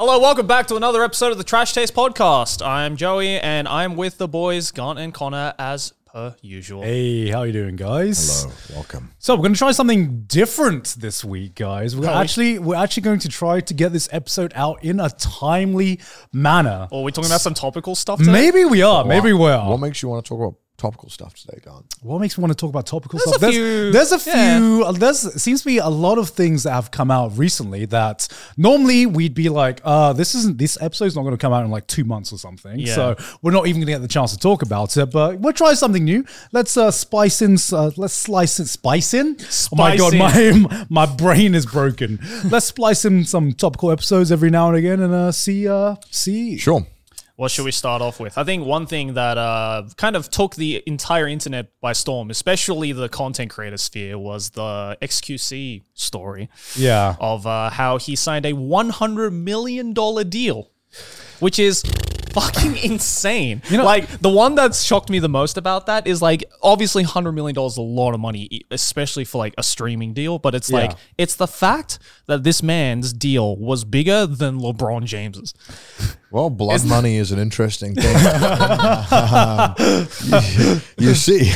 Hello, welcome back to another episode of the Trash Taste Podcast. I am Joey, and I'm with the boys, Gant and Connor, as per usual. Hey, how you doing, guys? Hello, welcome. So we're gonna try something different this week, guys. We're Are we? actually we're actually going to try to get this episode out in a timely manner. Or are Oh, we talking about some topical stuff today? Maybe we are. Maybe we Oh, What- are. What makes you want to talk about topical stuff today, Don? what makes me want to talk about topical There's stuff? a few- there's a yeah. few. uh, There's seems to be a lot of things that have come out recently that normally we'd be like, uh, this isn't this episode's not going to come out in like two months or something. Yeah. So we're not even going to get the chance to talk about it. But we'll try something new. Let's uh, spice in. Uh, let's slice it. Spice in. oh my god, Spice my my brain is broken. let's splice in some topical episodes every now and again and uh, see uh, see Sure. What should we start off with? I think one thing that uh, kind of took the entire internet by storm, especially the content creator sphere, was the XQC story yeah. of uh, how he signed a $100 million deal, which is fucking insane. You know, like the one that's shocked me the most about that is like obviously $100 million is a lot of money, e, especially for like a streaming deal, but it's like Yeah. it's the fact that this man's deal was bigger than LeBron James's. Well, blood money is an interesting thing. Um, you, you see,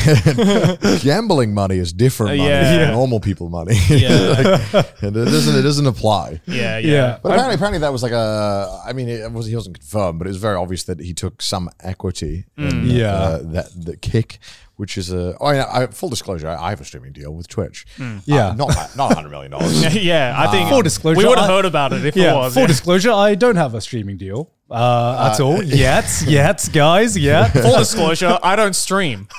gambling money is different money Yeah. than normal people money. Yeah. Like, it doesn't. It doesn't apply. Yeah, yeah. Yeah. But apparently, apparently that was like a. I mean, it was he wasn't confirmed, but it was very obvious that he took some equity in that, Yeah. uh, that the kick, which is a. Oh, yeah, I, full disclosure, I, I have a streaming deal with Twitch. Yeah. uh, not not hundred million dollars. yeah, I think Full disclosure, we would have I- heard about it if yeah, it was. full yeah. disclosure, I don't have a streaming deal uh, at all yet. Yet, guys, yet. Full disclosure, I don't stream.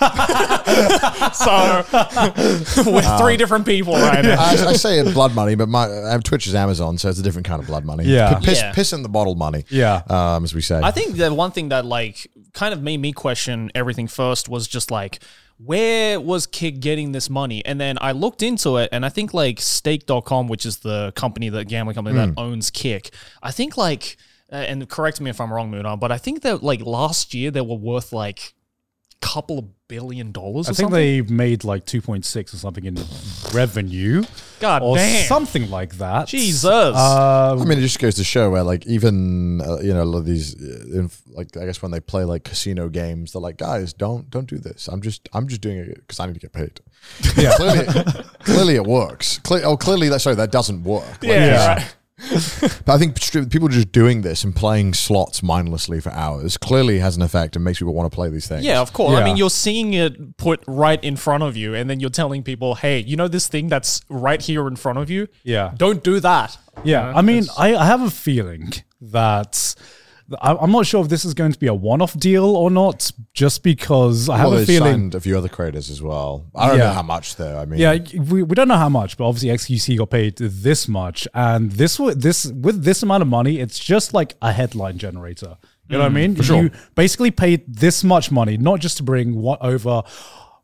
so we're three different people right now. I, I say it blood money, but my uh, Twitch is Amazon, so it's a different kind of blood money. Yeah. P- piss, Yeah. piss in the bottle money. Yeah. um, as we say. I think the one thing that like kind of made me question everything first was just like where was Kick getting this money? And then I looked into it and I think like stake.com which is the company the gambling company Mm. that owns Kick. I think like uh, and correct me if I'm wrong Munah, but I think that like last year they were worth like couple of billion dollars or I think something. they made like 2.6 or something in revenue God or damn. something like that. Jesus. I Uh, mean, it just goes to show where, like, even uh, you know, a lot of these, uh, inf- like, I guess when they play like casino games, they're like, guys, don't don't do this. I'm just I'm just doing it because I need to get paid. Yeah, clearly, clearly it works. Cle- oh, clearly that sorry that doesn't work. Like, yeah. right. But I think stri- people just doing this and playing slots mindlessly for hours clearly has an effect and makes people want to play these things. Yeah, of course. I Yeah. mean, you're seeing it put right in front of you, and then you're telling people, "Hey, you know this thing that's right here in front of you? Yeah. don't do that." yeah, I mean, I, I have a feeling that. I- I'm not sure if this is going to be a one-off deal or not, just because I have well, a they feeling signed a few other creators as well. I don't know Yeah. how much though. I mean, Yeah, we, we don't know how much, but obviously XQC got paid this much, and this wa- this with this amount of money, it's just like a headline generator. You Mm, know what I mean? You basically paid this much money, not just to bring what over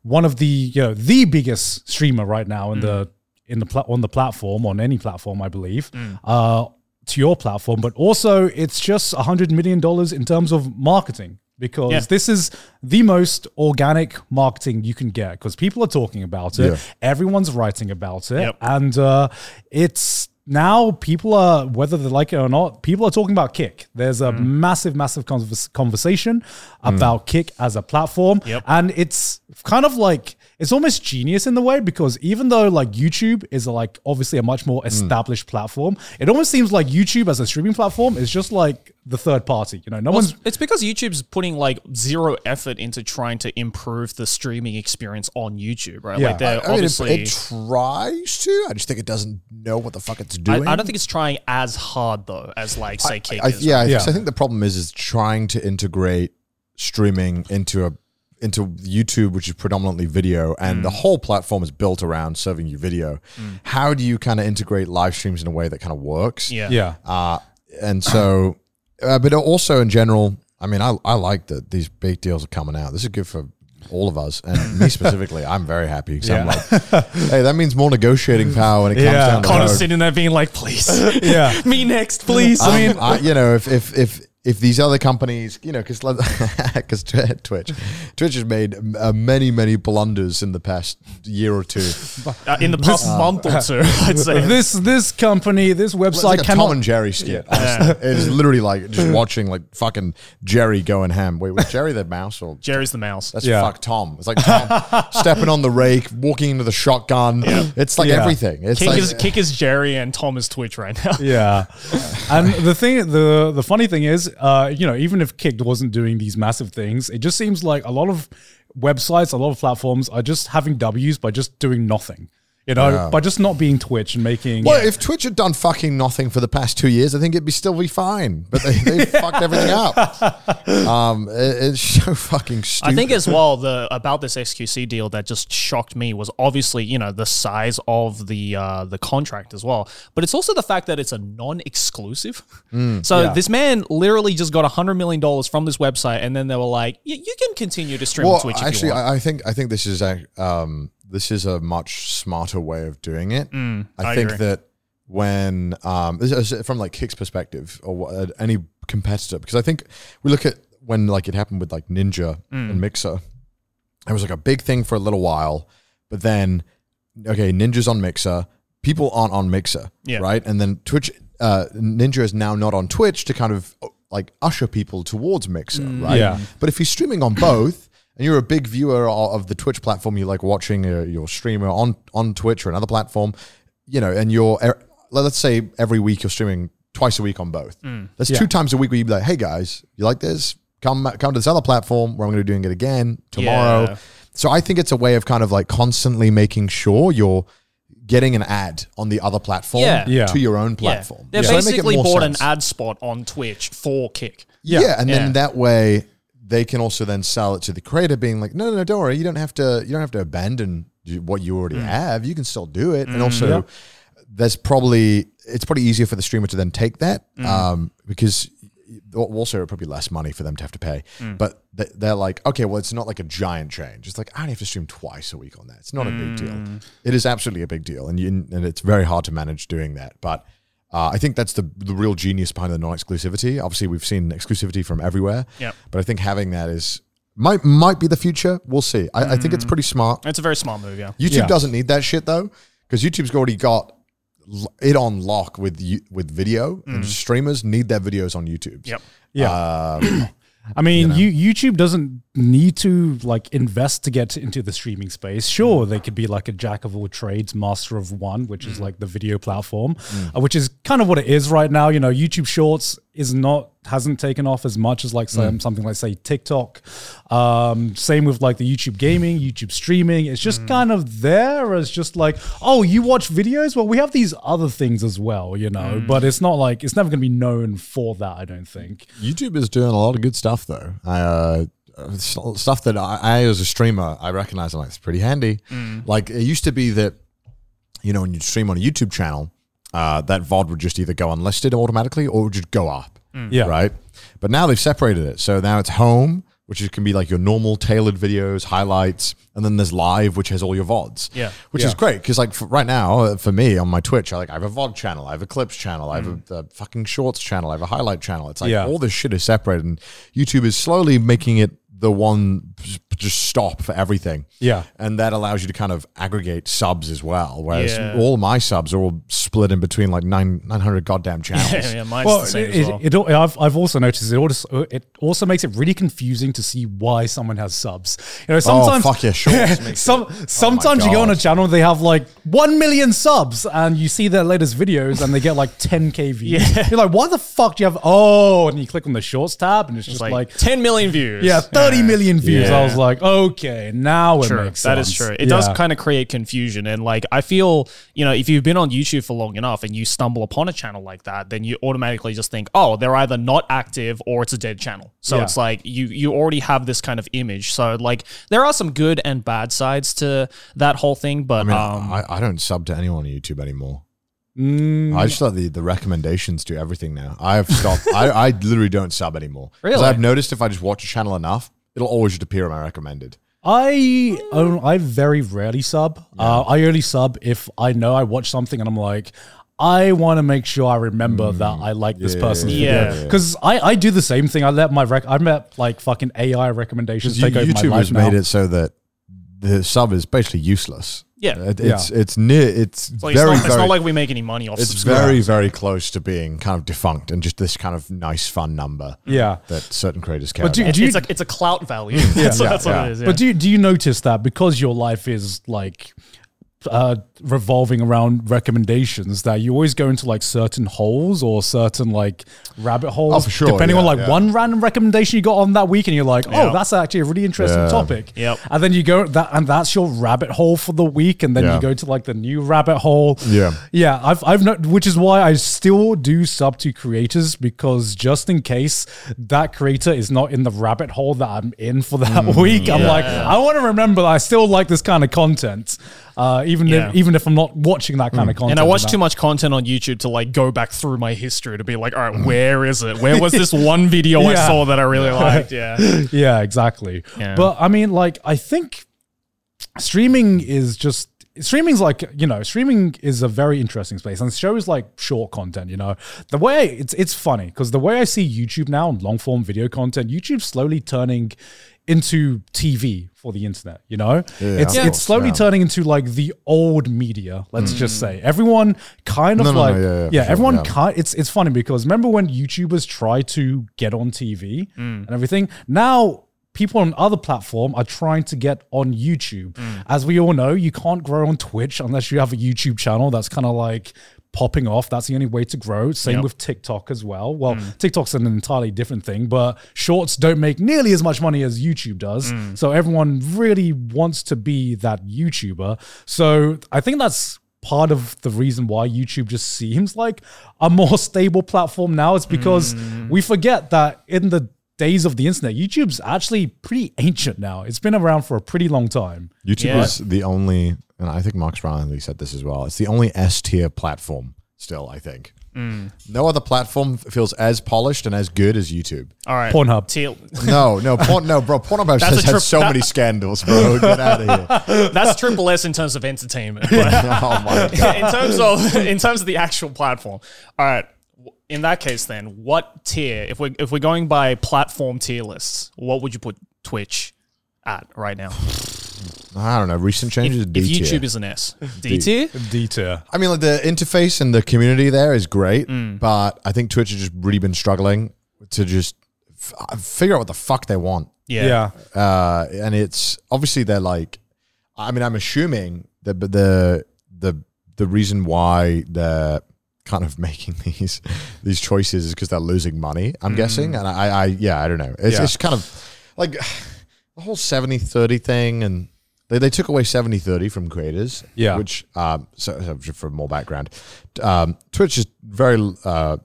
one of the you know the biggest streamer right now in Mm. the in the pla- on the platform on any platform, I believe. Mm. Uh, to your platform, but also it's just a hundred million dollars in terms of marketing because Yeah. this is the most organic marketing you can get because people are talking about it, Yeah. everyone's writing about it, Yep. and uh, it's now people are whether they like it or not, people are talking about Kick. There's Mm. a massive, massive convers- conversation about Kick as a platform, Yep. and it's kind of like it's almost genius in the way because even though like YouTube is Mm. like obviously a much more established platform, it almost seems like YouTube as a streaming platform is just like the third party. You know, no Well, one's it's- it's because YouTube's putting like zero effort into trying to improve the streaming experience on YouTube, right? Yeah. Like they're I mean, it, obviously. it tries to. I just think it doesn't know what the fuck it's I, doing. I don't think it's trying as hard though as like say Kick I, is. yeah, I- 'cause Yeah. I think the problem is is trying to integrate streaming into a into YouTube, which is predominantly video, and Mm. the whole platform is built around serving you video. How do you kind of integrate live streams in a way that kind of works? yeah, yeah. Uh, and so, uh, but also in general, I mean, I, I like that these big deals are coming out. This is good for all of us, and me specifically. I'm very happy because I'm like, hey, that means more negotiating power when it comes Yeah. down to Connor's road. sitting there being like, "Please, Yeah. me next, please." I mean, Um, I, you know, if if if if these other companies, you know, because because Twitch, Twitch has made uh, many many blunders in the past year or two. Uh, in the past month or two, I'd say. This this company, this It's website like a Tom cannot. and Jerry skit. honestly. It is literally like just watching like fucking Jerry going ham. Wait, was Jerry the mouse or Jerry's the mouse. That's Yeah. fuck Tom. It's like Tom stepping on the rake, walking into the shotgun. It's like Yeah. everything. It's Kick like is Kick is Jerry and Tom is Twitch right now. Yeah, and the thing, the the funny thing is, uh, you know, even if Kicked wasn't doing these massive things, it just seems like a lot of websites, a lot of platforms are just having W's by just doing nothing. You know, by just not being Twitch and making. Well, if Twitch had done fucking nothing for the past two years, I think it'd be still be fine. But they, they fucked everything up. Um, it- it's so fucking stupid. I think as well the about this XQC deal that just shocked me was obviously you know the size of the uh, the contract as well, but it's also the fact that it's a non-exclusive. so this man literally just got hundred million dollars from this website, and then they were like, "Y- "You can continue to stream on well, Twitch if actually, you want." I, I think I think this is a um, this is a much smarter way of doing it. I, Mm, I think agree. that when um, this is from like Kick's perspective or wha- uh, any competitor, because I think we look at when like it happened with like Ninja Mm. and Mixer, it was like a big thing for a little while, but then okay, Ninja's on Mixer, people aren't on Mixer, Yeah. right? And then Twitch, uh, Ninja is now not on Twitch to kind of like usher people towards Mixer, Mm, right? Yeah. But if he's streaming on both, and you're a big viewer o- of the Twitch platform, you like watching uh, your streamer on on Twitch or another platform, you know, and you're er, let- let's say every week you're streaming twice a week on both. Mm. That's two times a week where you'd be like, "Hey guys, you like this? Come come to this other platform where I'm going to be doing it again tomorrow." Yeah. So I think it's a way of kind of like constantly making sure you're getting an ad on the other platform Yeah. Yeah. to your own Yeah. platform. They So they make it basically more bought sense. an ad spot on Twitch for Kick. Yeah, and Yeah. then that way they can also then sell it to the creator, being like, no, no, no, don't worry, you don't have to, you don't have to abandon you- what you already have. You can still do it, and also there's probably it's probably easier for the streamer to then take that um, because also probably less money for them to have to pay. But they- they're like, okay, well, it's not like a giant change. It's like I only have to stream twice a week on that. It's not a big deal. It is absolutely a big deal, and you, and it's very hard to manage doing that, but. Uh, I think that's the the real genius behind the non-exclusivity. Obviously, we've seen exclusivity from everywhere. Yep. But I think having that is might might be the future. We'll see. I, I think it's pretty smart. It's a very smart move, yeah. YouTube Yeah. doesn't need that shit though, because YouTube's already got l- it on lock with you, with video, and streamers need their videos on YouTube. Yep. yeah, Um, I mean, you YouTube doesn't need to like invest to get into the streaming space. Sure, they could be like a jack of all trades, master of one, which is like the video platform, uh, which is kind of what it is right now. You know, YouTube Shorts is not hasn't taken off as much as like some, something like say TikTok. Um, same with like the YouTube gaming, YouTube streaming. It's just kind of there as just like, oh, you watch videos. Well, we have these other things as well, you know. But it's not like it's never going to be known for that. I don't think. YouTube is doing a lot of good stuff though. Uh, uh, stuff that I, I, as a streamer, I recognize. I'm like, it's pretty handy. Like it used to be that, you know, when you stream on a YouTube channel, uh, that VOD would just either go unlisted automatically or it would just go up. Yeah. Right. But now they've separated it. So now it's home, which is, can be like your normal tailored videos, highlights, and then there's live, which has all your VODs. Yeah. Which is great because like for right now uh, for me on my Twitch, I like I have a VOD channel, I have a clips channel, I have a, a fucking shorts channel, I have a highlight channel. It's like Yeah. all this shit is separated, and YouTube is slowly making it the one p- just stop for everything. Yeah. And that allows you to kind of aggregate subs as well. Whereas Yeah. all my subs are all split in between like nine nine hundred goddamn channels. Yeah, yeah, mine's Well, the it, same as well. it, it, I've, I've also noticed it also, it also makes it really confusing to see why someone has subs. You know, sometimes Oh, fuck yeah, shorts makes some it- oh sometimes my you go on a God. channel they have like one million subs and you see their latest videos and they get like 10k views. You're like, why the fuck do you have? Oh, and you click on the shorts tab and it's, It's just like, like, 10 million views. yeah, thirty million views. Yeah. I was like, okay, now it True. makes That is sense. true. It does Yeah. kind of create confusion. And like, I feel, you know, if you've been on YouTube for long enough and you stumble upon a channel like that, then you automatically just think, oh, they're either not active or it's a dead channel. So Yeah. it's like you, you already have this kind of image. So like, there are some good and bad sides to that whole thing, but, I mean, uh, um, I, I don't sub to anyone on YouTube anymore. Mm, I just let the, the recommendations do everything now. I have stopped. I, I literally don't sub anymore. 'Cause Really? I've noticed if I just watch a channel enough, it'll always just appear in my recommended. I own, I very rarely sub. Uh, I only sub if I know I watch something and I'm like, I want to make sure I remember Mm. that I like this person's yeah, video because I, I do the same thing. I let my rec. I let like fucking AI recommendations You- take over my YouTube life has now. made it so that the sub is basically useless. Yeah. It- it's it's near. It's, it's like, very it's, not, it's very. not like we make any money off it's subscribers. very very close to being kind of defunct and just this kind of nice fun number. Yeah. that certain creators care. But do- about. do you- it's, a, it's a clout value. that's Yeah. that's what Yeah. it is. Yeah. But do you, do you notice that because your life is like uh, revolving around recommendations that you always go into like certain holes or certain like rabbit holes, Oh, for sure, depending on yeah, like yeah. one random recommendation you got on that week, and you're like, oh, Yeah. that's actually a really interesting topic. Yep. And then you go that, and that's your rabbit hole for the week, and then Yeah. you go to like the new rabbit hole. Yeah. yeah. I've I've not, which is why I still do sub to creators because just in case that creator is not in the rabbit hole that I'm in for that Mm, week, I'm like, I want to remember that I still like this kind of content, uh, even Yeah. Mm. if, even if I'm not watching that kind of and content. I watch that- too much content on YouTube to like go back through my history to be like, all right, where is it? Where was this one video I Mm. Yeah. saw that I really liked? Yeah. yeah, exactly. Yeah. But I mean, like, I think streaming is just streaming's like you know streaming is a very interesting space and shows like short content you know the way it's it's funny because the way i see youtube now and long form video content youtube's slowly turning into tv for the internet you know it's of it's course, slowly yeah. turning into like the old media let's just say everyone kind of No, no, no, like yeah, yeah, yeah, for sure, everyone yeah. Ki- it's it's funny because remember when YouTubers tried to get on TV and everything? Now people on other platform are trying to get on YouTube. As we all know, you can't grow on Twitch unless you have a YouTube channel that's kind of like popping off. That's the only way to grow. Same Yep. with TikTok as well. Well, TikTok's an entirely different thing, but shorts don't make nearly as much money as YouTube does. So everyone really wants to be that YouTuber. So I think that's part of the reason why YouTube just seems like a more stable platform now is because we forget that in the days of the internet, YouTube's actually pretty ancient now. It's been around for a pretty long time. YouTube Yeah. is the only, and I think Mark Riley said this as well. It's the only S tier platform still. I think Hmm. no other platform f- feels as polished and as good as YouTube. All right. Pornhub. Teal. No, no, porn, no, bro. Pornhub That's has a trip- had so that- many scandals, bro. Get out of here. That's triple S in terms of entertainment. But Oh my god. in terms of in terms of the actual platform. All right. In that case, then, what tier? If we if we're going by platform tier lists, what would you put Twitch at right now? I don't know. Recent changes. If, to if D tier. YouTube is an S, D tier. D tier. I mean, like the interface and the community there is great, but I think Twitch has just really been struggling to just f- uh, figure out what the fuck they want. Yeah. Yeah. uh, and it's obviously they're like, I mean, I'm assuming that but the the the reason why they're kind of making these these choices is because they're losing money. I'm guessing, and I, I yeah, I don't know. It's, Mm. Yeah. it's kind of like the whole 70-30 thing, and they, they took away 70-30 from creators, Yeah. Which um, so, so just for more background, um, Twitch is very uh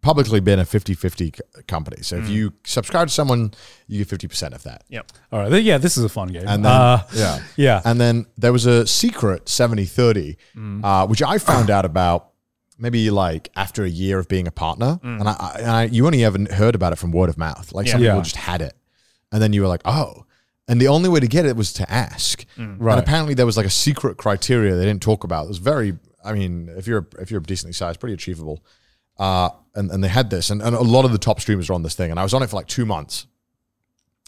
publicly been a 50-50 c- company. So if Mm. you subscribe to someone, you get 50% of that. Yep. All right. th- Yeah, this is a fun game. And then, uh, yeah. yeah. Mm. And then there was a secret 70 30, uh, which I found out about maybe like after a year of being a partner. And, I, I, and I, you only ever heard about it from word of mouth. Like some Mm. Yeah. people Yeah. just had it. And then you were like, oh. And the only way to get it was to ask. Mm. Right. And apparently there was like a secret criteria they didn't talk about. It was very, I mean, if you're if you're decently sized, pretty achievable. Uh, and, and they had this, and, and a lot of the top streamers are on this thing. And I was on it for like two months.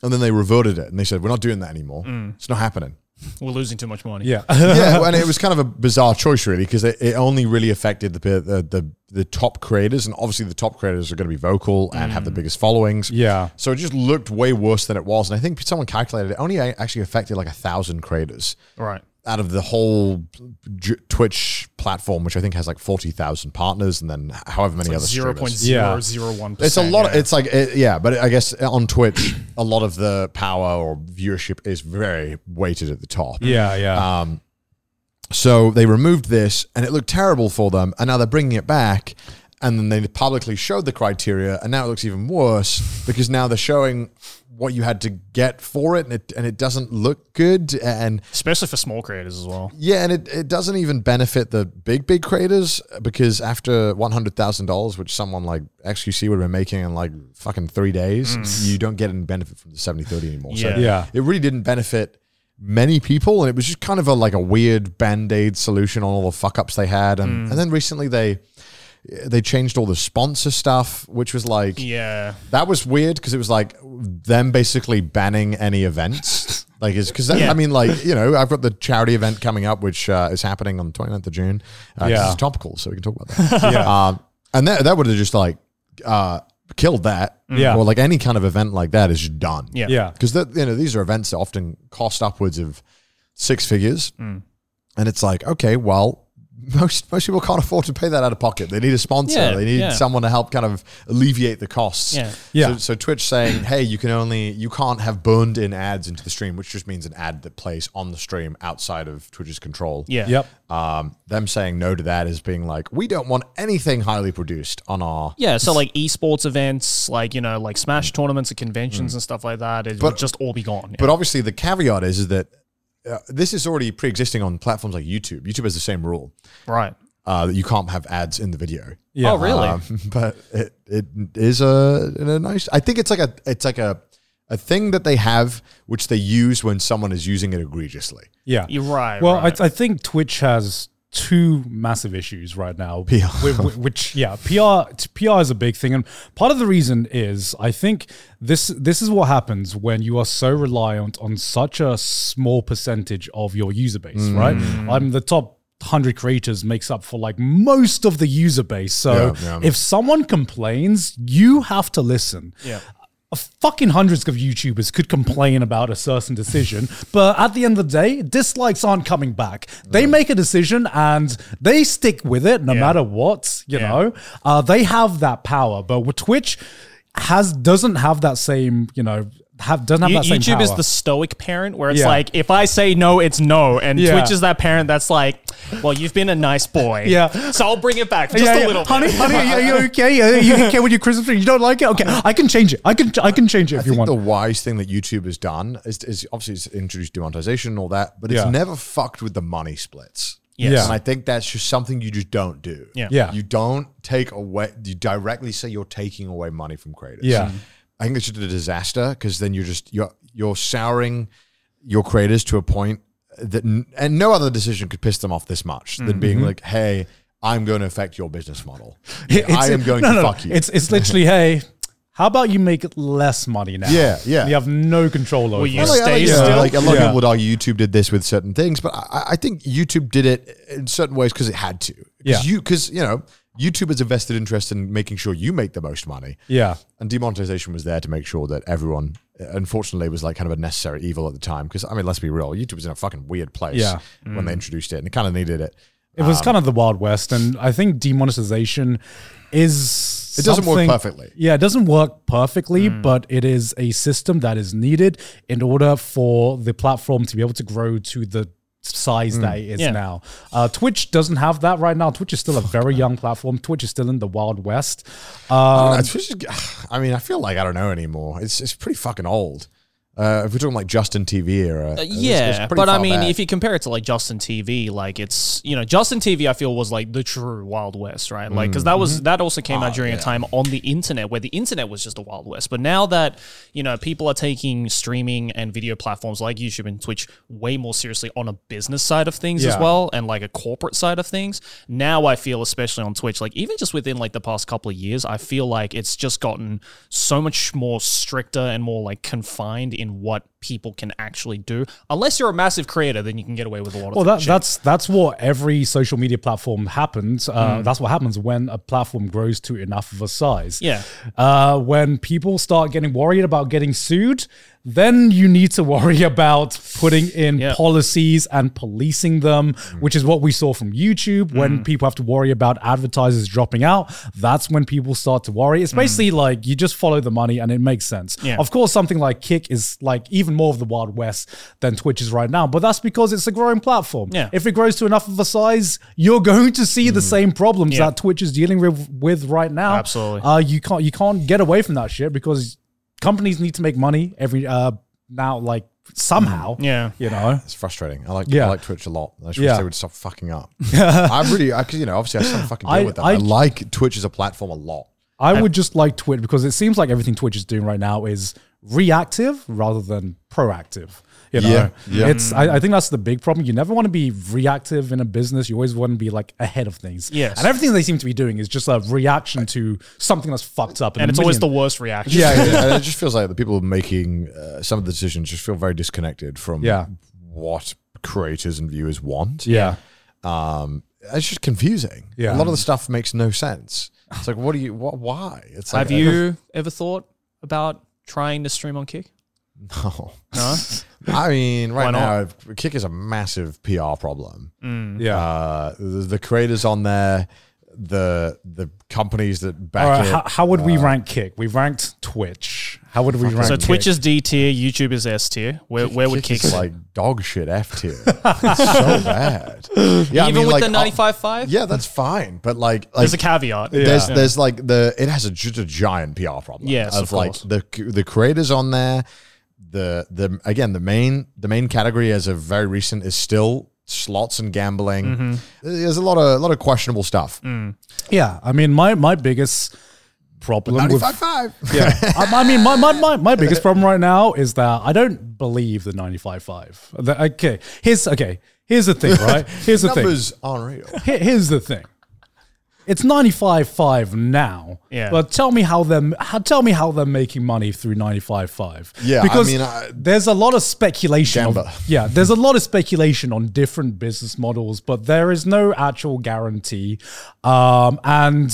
and then they reverted it and they said we're not doing that anymore. Mm. It's not happening. We're losing too much money. Yeah. yeah, and it was kind of a bizarre choice, really, because it, it only really affected the, pe- the the the top creators, and obviously the top creators are going to be vocal and have the Mm. biggest followings. Yeah. So it just looked way worse than it was, and I think someone calculated it only a- actually affected like a thousand creators Right. out of the whole J- Twitch platform, which I think has like forty thousand partners, and then however many other Zero streamers. point zero zero one percent. It's a lot. It's like it, yeah, but I guess on Twitch, a lot of the power or viewership is very weighted at the top. Yeah. Yeah. So they removed this, and it looked terrible for them. And now they're bringing it back, and then they publicly showed the criteria, and now it looks even worse because now they're showing what you had to get for it, and it and it doesn't look good. And especially for small creators as well. yeah, and it, it doesn't even benefit the big, big creators because after $100,000, which someone like XQC would have been making in like fucking three days, you don't get any benefit from the 70 30 anymore. Yeah. So Yeah. it really didn't benefit many people. And it was just kind of a like a weird band aid solution on all the fuck ups they had. And, and then recently they. They changed all the sponsor stuff, which was like, Yeah. that was weird because it was like them basically banning any events. Like, is because Yeah. I mean, like, you know, I've got the charity event coming up, which uh, is happening on the 29th of June. Uh, 'cause Yeah. It's topical, so we can talk about that. Yeah. um, and that, that would have just like uh, killed that. Mm. Yeah. Or like any kind of event like that is just done. Yeah. Yeah. Because, you know, these are events that often cost upwards of six figures. Mm. And it's like, okay, well, most, most people can't afford to pay that out of pocket. They need a sponsor. Yeah, they need yeah. someone to help kind of alleviate the costs. Yeah. Yeah. So, so Twitch saying, hey, you can only you can't have burned in ads into the stream, which just means an ad that plays on the stream outside of Twitch's control. Yeah. Yep. Um, them saying no to that is being like, we don't want anything highly produced on our. Yeah, so like esports events, like you know, like Smash Mm. tournaments and conventions and stuff like that, it would But- just all be gone. But obviously, the caveat is, is that uh, this is already pre-existing on platforms like YouTube. YouTube has the same rule right? uh, that you can't have ads in the video. Yeah. Uh, Oh, really? Um, but it, it is a, a nice. I think it's like a it's like a a thing that they have which they use when someone is using it egregiously. Yeah. You're right. Well, right. I, I think Twitch has two massive issues right now. PR. Wh- wh- which yeah, PR t- PR is a big thing, and part of the reason is I think this this is what happens when you are so reliant on such a small percentage of your user base. Mm. Right, I'm the top. 100 creators makes up for like most of the user base. So Yeah, yeah. if someone complains, you have to listen yeah, a fucking hundreds of YouTubers could complain about a certain decision, but at the end of the day, dislikes aren't coming back. They make a decision and they stick with it no matter what, you Yeah. know? Uh, they have that power, but with Twitch has doesn't have that same, you know, have doesn't have You- that same YouTube power. is the stoic parent where it's Yeah. like, if I say no, it's no, and Yeah. Twitch is that parent that's like, well, you've been a nice boy, Yeah. so I'll bring it back just Yeah, a yeah. little, bit. honey, honey, are you, are you okay? Are you okay with your Christmas tree? You don't like it? Okay, I can change it. I can, I can change it if I you think want. the wise thing that YouTube has done is, is obviously it's introduced demonetization and all that, but it's Yeah. never fucked with the money splits. Yes. Yeah. And I think that's just something you just don't do. Yeah. Yeah. You don't take away, you directly say you're taking away money from creators. Yeah. Mhm. I think it's just a disaster because then you're just, you're, you're souring your creators to a point that, n- and no other decision could piss them off this much than being Mm-hmm. like, hey, I'm going to affect your business model. I am going no, to no, fuck you. It's it's literally, hey, how about you make less money now? Yeah, yeah. You have no control over. Well, you it. Well, like, I stay like, still. Yeah, like a Yeah. lot of people would argue YouTube did this with certain things, but I, I think YouTube did it in certain ways because it had to. Cause Yeah. you because you know YouTube has a vested interest in making sure you make the most money, Yeah, and demonetization was there to make sure that everyone, unfortunately, was like kind of a necessary evil at the time. Because I mean, let's be real, YouTube was in a fucking weird place Yeah. when Mm. they introduced it, and it kind of needed it. it was kind of the wild west, and I think demonetization is. It doesn't work something- perfectly. Yeah, it doesn't work perfectly, Hmm. but it is a system that is needed in order for the platform to be able to grow to the Hmm. size that it is Yeah. now. Uh, Twitch doesn't have that right now. Twitch is still a very young platform. Twitch is still in the wild west. Um, I, don't know, it's just- I mean, I feel like I don't know anymore. It's it's pretty fucking old. Uh, if we're talking like Justin TV era, uh, it's- it's yeah, pretty but I far mean, back. if you compare it to like Justin TV, like it's you know Justin TV, I feel was like the true Wild West, right? Like because Mm-hmm. that was that also came Oh, out during a time on the internet where the internet was just the Wild West. But now that you know people are taking streaming and video platforms like YouTube and Twitch way more seriously on a business side of things as Yeah. well, and like a corporate side of things. Now I feel especially on Twitch, like even just within like the past couple of years, I feel like it's just gotten so much more stricter and more like confined in what people can actually do. Unless you're a massive creator, then you can get away with a lot of Well, that, that, that's that's what every social media platform happens. Uh, Mm. That's what happens when a platform grows to enough of a size. Yeah. Uh, when people start getting worried about getting sued, then you need to worry about putting in Yeah. Mm. policies and policing them, which is what we saw from YouTube. When people have to worry about advertisers dropping out, that's when people start to worry. It's basically like you just follow the money, and it makes sense. Mm. Yeah. Of course, something like Kick is like even more of the Wild West than Twitch is right now, but that's because it's a growing platform. Yeah. Mm. If it grows to enough of a size, you're going to see the same problems Yeah. that Twitch is dealing with, with right now. Absolutely. Uh, you can't you can't get away from that shit because companies need to make money every uh now like somehow. Mm. Yeah. You know. It's frustrating. I like Yeah. I like Twitch a lot. I just Yeah. wish they would stop fucking up. I really, because you know, obviously, I still fucking deal I- with that. I- I, like Twitch as a platform a lot. I would just like Twitch because it seems like everything Twitch is doing right now is reactive rather than proactive. You know, Yeah, yeah. it's. I, I think that's the big problem. You never want to be reactive in a business. You always want to be like ahead of things. Yes. and everything they seem to be doing is just a reaction to something that's fucked up. and it's always the worst reaction. Yeah, and it just feels like the people making uh, some of the decisions just feel very disconnected from Yeah. what creators and viewers want. yeah. um, it's just confusing. Yeah. a lot of the stuff makes no sense. It's like, what do you? What? Why? It's like Have you ever thought about trying to stream on Kick? No. No. I mean, right Why now, not? Kick is a massive PR problem. Mm-hmm. Yeah. Uh, the, the creators on there, the the companies that back All right, it. how, how would we rank Kick? We ranked Twitch. How would we rank? Uh, So Twitch Kick? is D tier, YouTube is S tier. Where where would Kick is sit? like dog shit F tier. it's so bad. Yeah, I Even mean, with like, the ninety five five? Yeah, that's fine, but like, like There's a caveat. There's there's like the it has a, just a giant PR problem. Yes, of, of like course. the the creators on there, the the again the main the main category as of very recent is still slots and gambling. There's a lot of a lot of questionable stuff. yeah. I mean, my my biggest problem with five. yeah. I, I mean, my, my, my, my biggest problem right now is that I don't believe the 95.5. The- Okay. Here's, okay. Here's the thing, right? Here's the thing. numbers unreal. Here- Here's the thing. It's 95.5 now. Yeah. But tell me how they're, how, tell me how they're making money through 95.5. Yeah, I Because mean, I- there's a lot of speculation. of- Gamba. yeah. There's a lot of speculation on different business models, but there is no actual guarantee. Um, and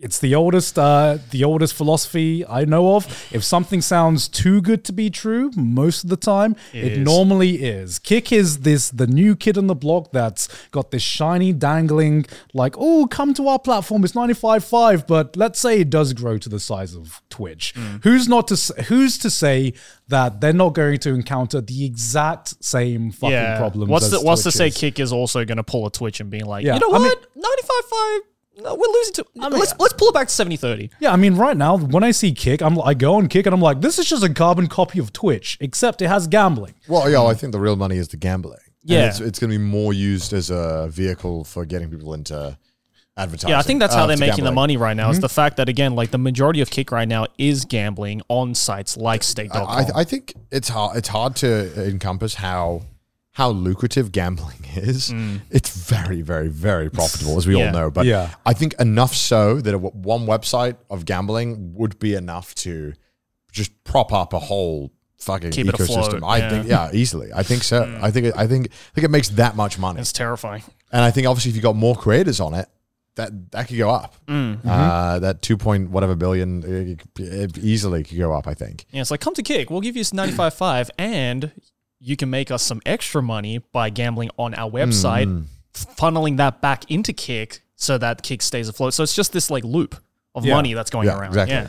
it's the oldest uh, the oldest philosophy I know of. If something sounds too good to be true, most of the time it, normally is. Kick is this the new kid on the block that's got this shiny dangling like, oh, come to our platform. It's 95.5, but let's say it does grow to the size of Twitch. Mm. Who's not to s- who's to say that they're not going to encounter the exact same fucking yeah. problems? What's the, as what's to Twitch say is? Kick is also going to pull a Twitch and being like, Yeah, you know I mean- what, ninety five five, no, we're losing to. let's let's pull it back to 70-30. Yeah, I mean, right now when I see Kick, I'm I go on Kick and I'm like, this is just a carbon copy of Twitch, except it has gambling. Well, yeah, I think the real money is the gambling. And Yeah. it's, it's going to be more used as a vehicle for getting people into advertising. Yeah, I think that's how uh, they're to making the gambling. Mm-hmm. money right now. Is the fact that again, like the majority of Kick right now is gambling on sites like Uh, I, Stake.com. I- I think it's hard. It's hard to encompass how how lucrative gambling is. It's very, very, very profitable, as we Mm. Yeah. all know. But Yeah. I think enough so that a, one website of gambling would be enough to just prop up a whole fucking Keep it ecosystem. afloat, I yeah. Mm. think, yeah, easily. I think so. I think. it- I think. I think it makes that much money, it's terrifying. and I think obviously if you got more creators on it. That, that could go up. Mm. Mm-hmm. Uh, that two point whatever billion uh, it easily could go up. I think. Yeah, it's like come to Kick, we'll give you ninety five five, and you can make us some extra money by gambling on our website, Mm. funneling that back into Kick so that Kick stays afloat. So it's just this like loop of Yeah. money that's going Yeah, around. exactly. Yeah.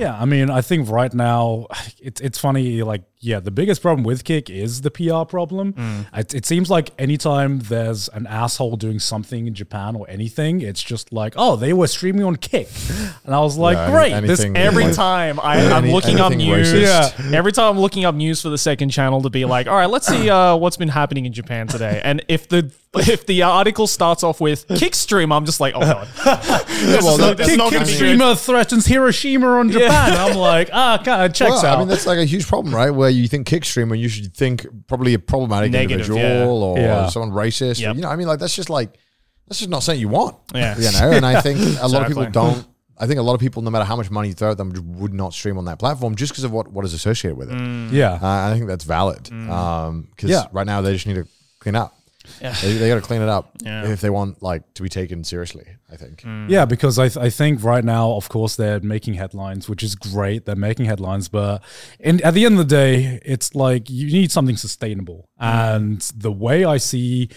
Yeah, I mean, I think right now it's it's funny. Like, yeah, the biggest problem with Kick is the PR problem. It, it seems like anytime there's an asshole doing something in Japan or anything, it's just like, oh, they were streaming on Kick, and I was like, Yeah, any- great. anything- This Thing Every like- time I, I'm Any- looking up anything news, racist. every time I'm looking up news for the second channel to be like, all right, let's see uh, what's been happening in Japan today. And if the if the uh, article starts off with Kickstream, I'm just like, oh god, this well, is not, that- this is Kick, not Kick gonna be good. streamer threatens Hiroshima on Japan. I'm like, ah, God, checks Well, out. I mean, that's like a huge problem, right? Where you think kickstream when you should think probably a problematic Negative, individual yeah. or Yeah. someone racist. or- Yep. you know, I mean, like that's just like that's just not something you want. Yeah. you know. And I think a lot of people Exactly. don't. I think a lot of people, no matter how much money you throw at them, just would not stream on that platform just because of what what is associated with it. Mm. yeah, Uh, I think that's valid because Yeah. right now they just need to clean up. They, they got to clean it up if they want like to be taken seriously. I think. Yeah, because I, th- I think right now, of course, they're making headlines, which is great. They're making headlines, but in, at the end of the day, it's like you need something sustainable. And the way I see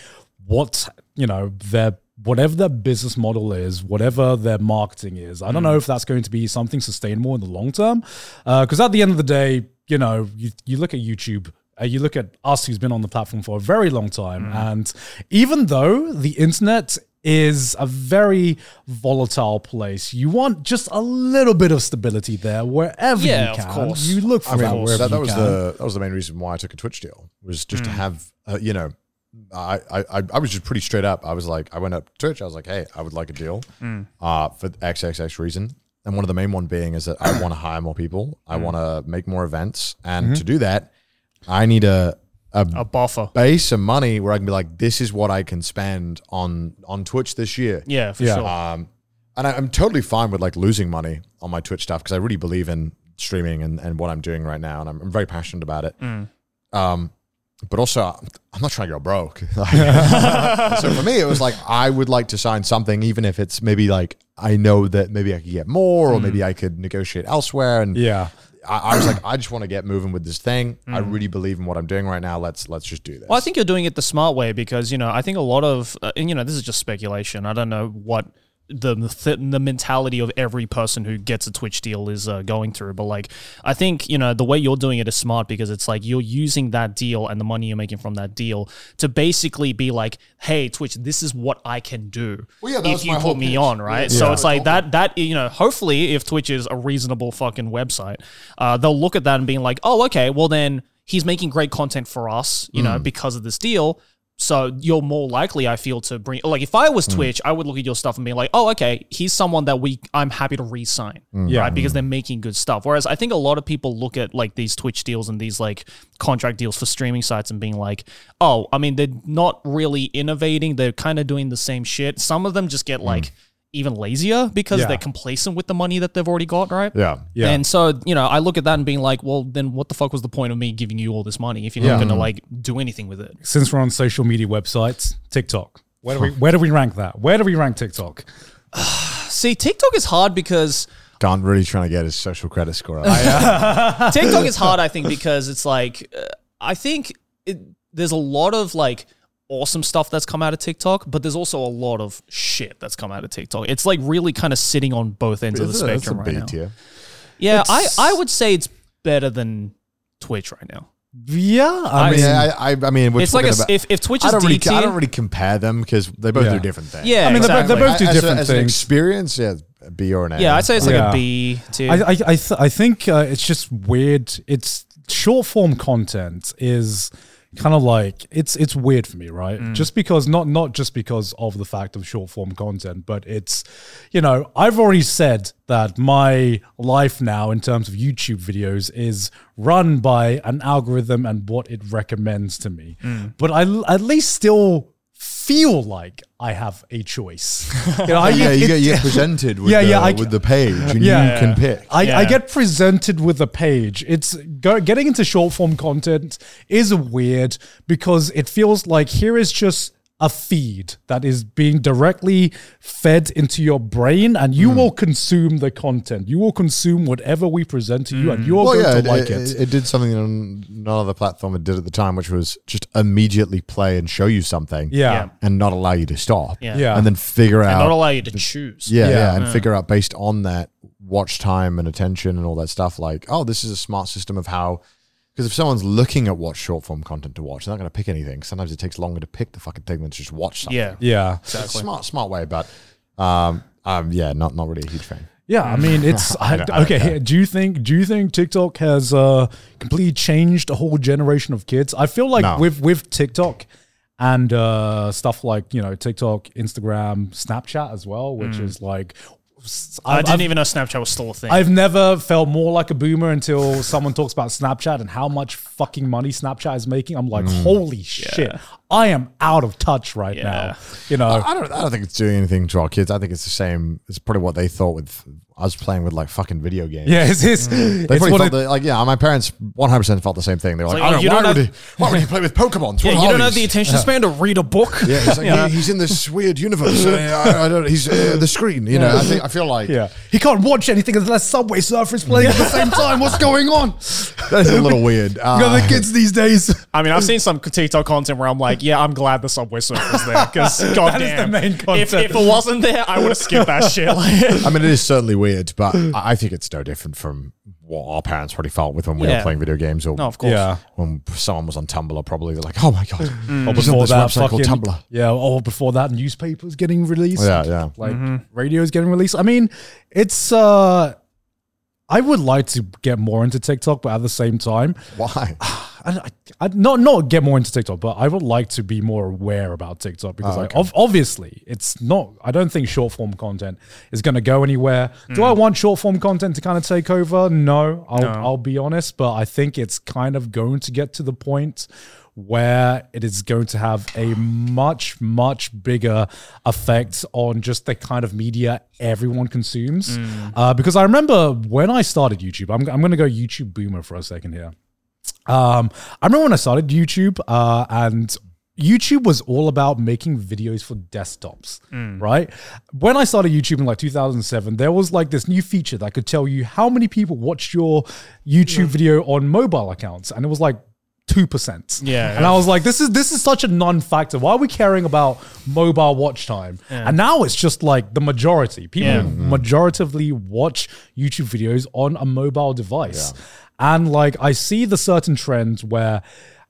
what, you know, their whatever their business model is, whatever their marketing is, I don't know if that's going to be something sustainable in the long term. Because at the end of the day, you know, you, you look at YouTube. Uh, you look at us, who's been on the platform for a very long time, Mm. and even though the internet is a very volatile place, you want just a little bit of stability there wherever Yeah, you of can. course. You look for I that mean, wherever that, that you was can. the that was the main reason why I took a Twitch deal was just to have uh, you know, I, I I I was just pretty straight up. I was like, I went up to Twitch. I was like, hey, I would like a deal, uh, for XXX reason. And one of the main one being is that I want to hire more people. I want to make more events, and Mm-hmm. to do that, I need a A buffer, base some money where I can be like, this is what I can spend on on Twitch this year. yeah, for Yeah. sure. Um, and I, I'm totally fine with like losing money on my Twitch stuff because I really believe in streaming and, and what I'm doing right now, and I'm, I'm very passionate about it. Mm. Um, but also, I'm not trying to go broke. Like, so for me, it was like I would like to sign something, even if it's maybe like I know that maybe I could get more, Mm. or maybe I could negotiate elsewhere. And yeah. I, I was like, I just want to get moving with this thing. I really believe in what I'm doing right now. Let's let's just do this. Mm. Well, I think you're doing it the smart way because you know I think a lot of uh, and you know this is just speculation. I don't know what the th- the mentality of every person who gets a Twitch deal is uh, going through, but like I think you know the way you're doing it is smart because it's like you're using that deal and the money you're making from that deal to basically be like, hey, Twitch, this is what I can do Well, yeah, that if was you my put whole me pitch. on, right? Yeah. So Yeah. it's like that that you know hopefully if Twitch is a reasonable fucking website, uh, they'll look at that and being like, oh, okay, well then he's making great content for us, you know, because of this deal. So you're more likely, I feel, to bring like if I was Twitch, I would look at your stuff and be like, oh, okay, he's someone that we I'm happy to re-sign, Yeah. right? Because they're making good stuff. Whereas I think a lot of people look at like these Twitch deals and these like contract deals for streaming sites and being like, oh, I mean, they're not really innovating. They're kind of doing the same shit. Some of them just get like even lazier because Yeah. they're complacent with the money that they've already got, right? yeah. Yeah. And so, you know, I look at that and being like, well, then what the fuck was the point of me giving you all this money if you're not going to like do anything with it? Since we're on social media websites, TikTok. Where do we where do we rank that? Where do we rank TikTok? See, TikTok is hard because Don really trying to get his social credit score up. TikTok is hard, I think, because it's like uh, I think it, there's a lot of like awesome stuff that's come out of TikTok, but there's also a lot of shit that's come out of TikTok. It's like really kind of sitting on both ends of the It's a- it's a spectrum right B now. tier. Yeah, I I would say it's better than Twitch right now. Yeah, I I mean, mean, I, I, I mean, we're it's like a, talking s- about- if if Twitch I is don't D really, tier, I don't really compare them because they both Yeah. do different things. yeah, I mean, they're both- exactly. they're both do as, different a, as an things. experience, yeah, a B or an A. yeah, I'd say it's like Yeah. a B tier. I, I, I, th- I think uh, it's just weird. It's short form content is kind of like it's it's weird for me, right? Just because not not just because of the fact of short form content, but it's you know I've already said that my life now in terms of YouTube videos is run by an algorithm and what it recommends to me, but I l- at least still feel like I have a choice. You know, I- yeah, you it- get you're presented with, Yeah, the, yeah, I- with the page, and Yeah. you can pick. I, I Yeah. get presented with a page. It's go, getting into short form content is weird because it feels like here is just a feed that is being directly fed into your brain, and you will consume the content. You will consume whatever we present to you, and you are Well, going yeah, to it, like it. it- it did something on none other platform it did at the time, which was just immediately play and show you something, Yeah. and not allow you to stop, Yeah. Yeah. and then figure out, not allow you to choose. yeah, Yeah. yeah, and figure out based on that watch time and attention and all that stuff. Like, oh, this is a smart system of how. Because if someone's looking at what short form content to watch, they're not going to pick anything. Sometimes it takes longer to pick the fucking thing than to just watch something. Yeah. Yeah. It's a smart, smart way, but um, um, yeah, not not really a huge fan. Yeah, I mean, it's I, okay. Do you think do you think TikTok has uh, completely changed a whole generation of kids? I feel like No. with with TikTok and uh, stuff like you know TikTok, Instagram, Snapchat as well, which Mm. is like s- I I've- didn't e I've- even know Snapchat was still a thing. I've never felt more like a boomer until someone talks about Snapchat and how much fucking money Snapchat is making. I'm like, Mm. holy shit, I am out of touch right now. You know, I don't. I don't think it's doing anything to our kids. I think it's the same. It's probably what they thought with us playing with like fucking video games. yeah, it's it's, mm. They it's probably what thought it, that, like yeah, my parents 100 percent felt the same thing. They were It's like, oh, like, I don't, you why, don't would have- he, why would he play with Pokemon? It's one yeah, of you don't have the hobbies." attention span to read a book. Yeah, he's, like, he- he's in this weird universe. Uh, I, I don't. He's uh, the screen. You know, I think I feel like yeah, he can't watch anything unless Subway Surfer is playing at the same time. What's going on? that's a little weird. You know, the Uh, kids these days. I mean, I've seen some TikTok content where I'm like, yeah, I'm glad the Subway Surf was there because goddamn, the main if, content. if it wasn't there, I would have skipped that shit. Like, I mean, it is certainly weird, but I I think it's no different from what our parents probably felt with when we Yeah. were playing video games or no, of course. Yeah. when someone was on Tumblr. Probably they're like, oh my god, Mm. Or there's before this that, website called fucking Tumblr. yeah. Or before that, newspapers getting released. Yeah, yeah. like radio's getting released. I mean, it's uh I would like to get more into TikTok, but at the same time, Why? I, I, I not not get more into TikTok, but I would like to be more aware about TikTok because, like, ov- obviously, it's not. I don't think short form content is going to go anywhere. Do I want short form content to kind of take over? No, I'll, I'll be honest, but I think it's kind of going to get to the point where it is going to have a much much bigger effect on just the kind of media everyone consumes uh, because i remember when i started youtube i'm, I'm going to go youtube boomer for a second here um, I remember when I started YouTube, uh, and YouTube was all about making videos for desktops, right? When I started YouTube in like 2007, there was like this new feature that could tell you how many people watched your YouTube video on mobile accounts, and it was like two percent. Yeah. and I was like, this is this is such a non-factor. Why are we caring about mobile watch time? And now it's just like the majority people Mm-hmm. Yeah. majoritively watch YouTube videos on a mobile device. And like I see the certain trends where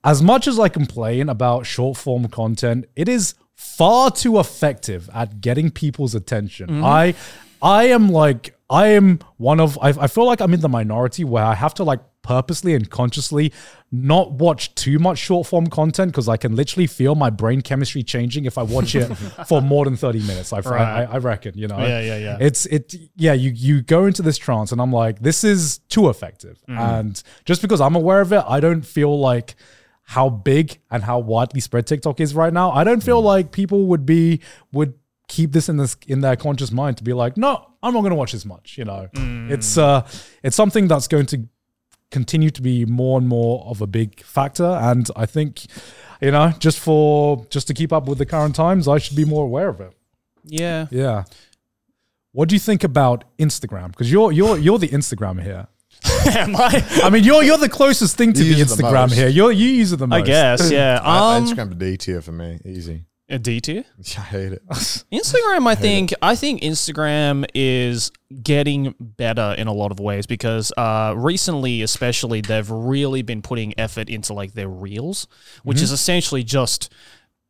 as much as I complain about short form content, it is far too effective at getting people's attention. I I am like I am one of I, I feel like I'm in the minority where I have to like purposely and consciously not watch too much short form content because I can literally feel my brain chemistry changing if I watch it for more than 30 minutes. I, I- I, I reckon, you know. Yeah, yeah, yeah. It's it yeah, you you go into this trance and I'm like, this is too effective. Mm. And just because I'm aware of it, I don't feel like how big and how widely spread TikTok is right now. I don't Mm. feel like people would be would keep this in this in their conscious mind to be like, no, I'm not gonna watch this much, you know. Mm. It's uh it's something that's going to continue to be more and more of a big factor. And I think, you know, just for just to keep up with the current times, I should be more aware of it. Yeah. Yeah. What do you think about Instagram? Because you're you're you're the Instagram here. Am I? I mean, you're you're the closest thing to You the use it the Instagram most. here. You're you use it the most. I guess, yeah. Um, I, I Instagram to D tier for me, easy. a D tier? I hate it. Instagram, I think, I think Instagram is getting better in a lot of ways because uh, recently, especially, they've really been putting effort into like their reels, which is essentially just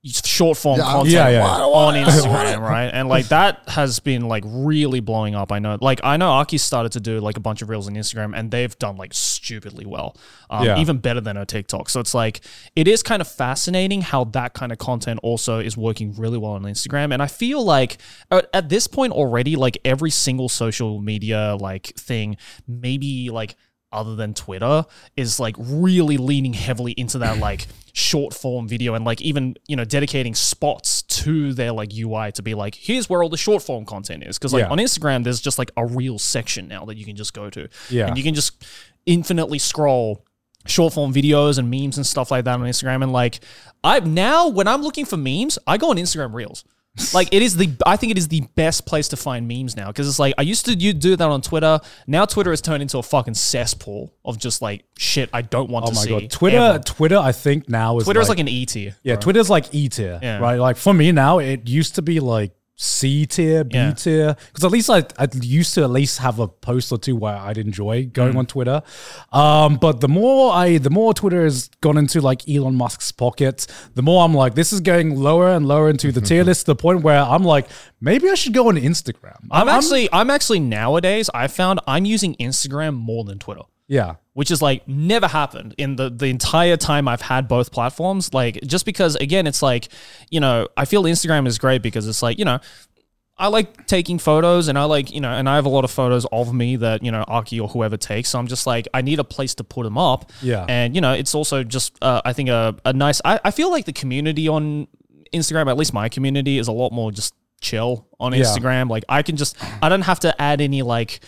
short form Mm-hmm. Yeah, I- content yeah, yeah. on Instagram, right? And like that has been like really blowing up. I know, like I know, Aki started to do like a bunch of reels on Instagram, and they've done like stupidly well, um, Yeah. even better than her TikTok. So it's like it is kind of fascinating how that kind of content also is working really well on Instagram. And I feel like at, at this point already, like every single social media like thing, maybe like other than Twitter is like really leaning heavily into that like short form video and like even you know dedicating spots to their like UI to be like here's where all the short form content is because like Yeah. on Instagram there's just like a real section now that you can just go to Yeah. and you can just infinitely scroll short form videos and memes and stuff like that on Instagram. And like, I've now, when I'm looking for memes, I go on Instagram Reels. like it is the I think it is the best place to find memes now because it's like I used to you do that on Twitter now Twitter has turned into a fucking cesspool of just like shit I don't want Oh to my see god, Twitter! ever. Twitter, I think now is Twitter like, is like an E tier yeah, Twitter's like E tier, Yeah. right? Like for me now, it used to be like C tier, B Yeah. tier, because at least I, I used to at least have a post or two where I'd enjoy going Mm. on Twitter. Um, but the more I, the more Twitter has gone into like Elon Musk's pockets, the more I'm like, this is going lower and lower into the tier list. To the point where I'm like, maybe I should go on Instagram. I'm, actually I'm actually nowadays I found I'm using Instagram more than Twitter, yeah, which is like never happened in the the entire time I've had both platforms. Like just because again it's like, you know, I feel Instagram is great because it's like, you know, I like taking photos and I like, you know, and I have a lot of photos of me that, you know, Aki or whoever takes. So I'm just like, I need a place to put them up. Yeah. And, you know, it's also just, uh, I think, a, a nice, I, I feel like the community on Instagram, at least my community, is a lot more just chill on Yeah. Instagram. Like, I can just, I don't have to add any, like,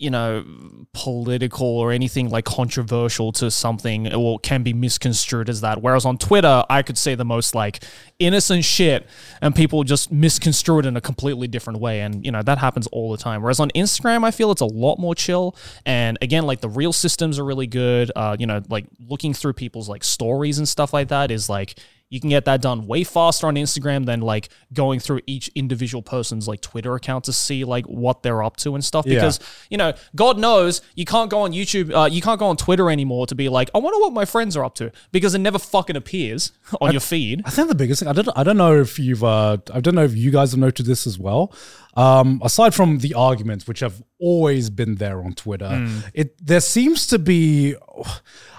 you know, political or anything like controversial to something or can be misconstrued as that. Whereas on Twitter, I could say the most like innocent shit and people just misconstrue it in a completely different way. And, you know, that happens all the time. Whereas on Instagram, I feel it's a lot more chill. And again, like the real systems are really good. Uh, you know, like looking through people's like stories and stuff like that is like, you can get that done way faster on Instagram than like going through each individual person's like Twitter account to see like what they're up to and stuff. Yeah. Because you know, God knows you can't go on YouTube, uh, you can't go on Twitter anymore to be like, I wonder what my friends are up to because it never fucking appears on your feed. I think the biggest thing I don't I don't know if you've uh, I don't know if you guys have noted this as well. Um, aside from the arguments, which have always been there on Twitter, it there seems to be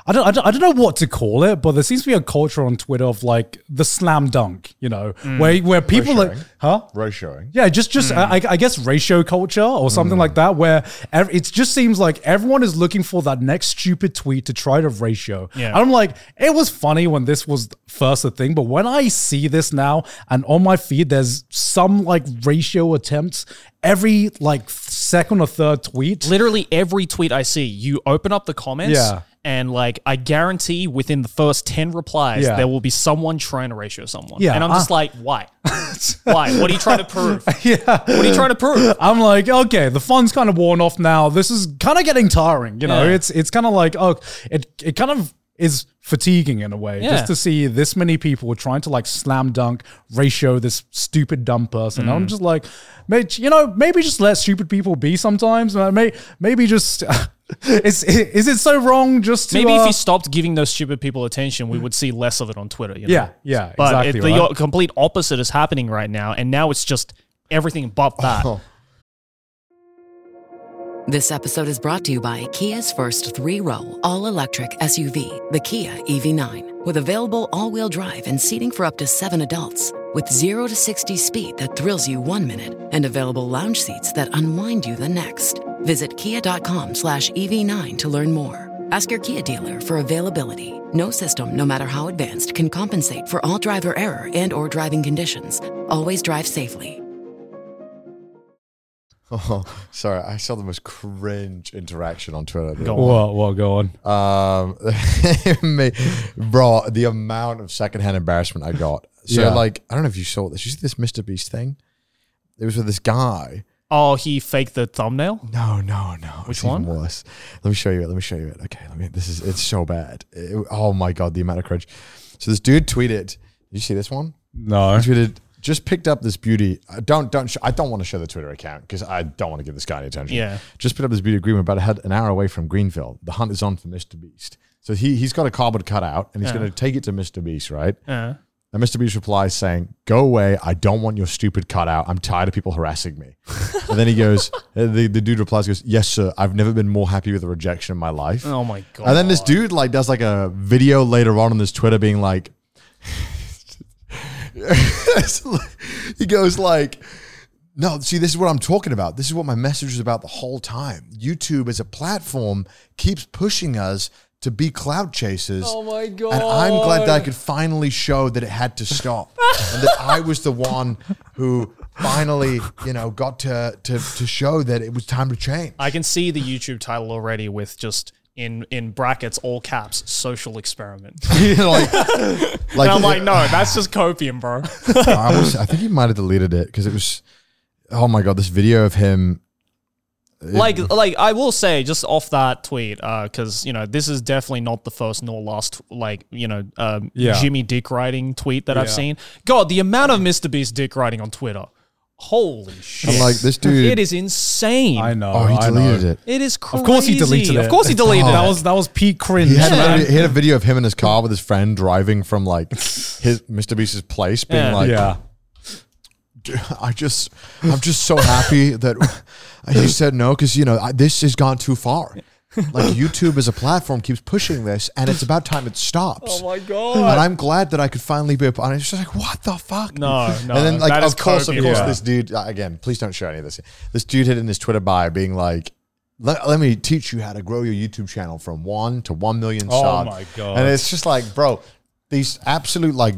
I don't, I don't I don't know what to call it, but there seems to be a culture on Twitter of like the slam dunk, you know, where where people like huh Row showing. yeah, just just I, I guess ratio culture or something like that, where ev- it just seems like everyone is looking for that next stupid tweet to try to ratio. Yeah. And I'm like, it was funny when this was first a thing, but when I see this now and on my feed, there's some like ratio attempts every like second or third tweet. Literally every tweet I see, you open up the comments. Yeah. And like, I guarantee within the first 10 replies, Yeah. there will be someone trying to ratio someone. Yeah, And I'm just uh. like, why? why? What are you trying to prove? yeah. What are you trying to prove? I'm like, okay, the fun's kind of worn off now. This is kind of getting tiring, you know. Yeah. It's it's kind of like oh, it it kind of is fatiguing in a way Yeah. just to see this many people trying to like slam dunk ratio this stupid dumb person. I'm Mm. just like, mate, you know, maybe just let stupid people be sometimes. Uh, may, maybe just is is it so wrong just to Maybe uh, if you stopped giving those stupid people attention, we would see less of it on Twitter. You know? Yeah, yeah, But exactly, it, the right? complete opposite is happening right now, and now it's just everything but that. Oh. Oh, This episode is brought to you by Kia's first three row, all electric SUV, the Kia EV9, with available all wheel drive and seating for up to seven adults. With zero to 60 speed that thrills you one minute and available lounge seats that unwind you the next. Visit kia.com slash EV9 to learn more. Ask your Kia dealer for availability. No system, no matter how advanced, can compensate for all driver error and or driving conditions. Always drive safely. oh, Sorry, I saw the most cringe interaction on Twitter. the Go on. Well, well, go on. Um, me, bro, the amount of secondhand embarrassment I got. So, Yeah. like, I don't know if you saw this. You see this Mr. Beast thing? It was with this guy. Oh, he faked the thumbnail. No, no, no. Which It's even one? Worse. Let me show you it. Let me show you it. Okay, let me. This is it's so bad. It- oh my god, the amount of cringe. So this dude tweeted. You see this one? No. He tweeted. Just picked up this beauty. I don't don't. Sh- I don't want to show the Twitter account because I don't want to give this guy any attention. Yeah. Just picked up this beauty agreement about a head an hour away from Greenville. The hunt is on for Mr. Beast. So he he's got a cardboard cutout and he's Uh. going to take it to Mr. Beast, right? Yeah. And Mr. Beast replies saying, Go away. I don't want your stupid cutout. I'm tired of people harassing me. and then he goes, and the, the dude replies, goes, Yes, sir. I've never been more happy with a rejection in my life. Oh my god. and then this dude like does like a video later on on this Twitter being like, he goes like, no, see, this is what I'm talking about. This is what my message is about the whole time. YouTube as a platform keeps pushing us to be cloud chasers. Oh my god. And I'm glad that I could finally show that it had to stop. and that I was the one who finally, you know, got to to to show that it was time to change. I can see the YouTube title already with just in in brackets, all caps, social experiment. You know, like, and I'm like, no, that's just copium, bro. Oh, I, was, I think he might have deleted it because it was. Oh my god, this video of him. like like I will say just off that tweet because you know this is definitely not the first nor last like you know um, Yeah. Jimmy dick riding tweet that I've seen. God, the amount of Mr Beast dick riding on Twitter. Holy shit! like, this dude- it is insane. I know. Oh, he I deleted know. it. It is crazy. Of course he deleted it. Of course he deleted Oh it. That was that was peak cringe. He had, a man. video, he had a video of him in his car with his friend driving from like his Mr. Beast's place, being Yeah. like, yeah. I just, I'm just so happy that he said no because you know I, this has gone too far. Like YouTube as a platform keeps pushing this, and it's about time it stops. Oh my and god. I'm glad that I could finally be a part. And it's just like, what the fuck? No, no, And then, like, that of is course, of copium. course, Yeah. this dude uh, again. Please don't share any of this. This dude had in his Twitter bio being like. Let, let me teach you how to grow your YouTube channel from one to one million Oh sub." my God. And it's just like, bro, these absolute like,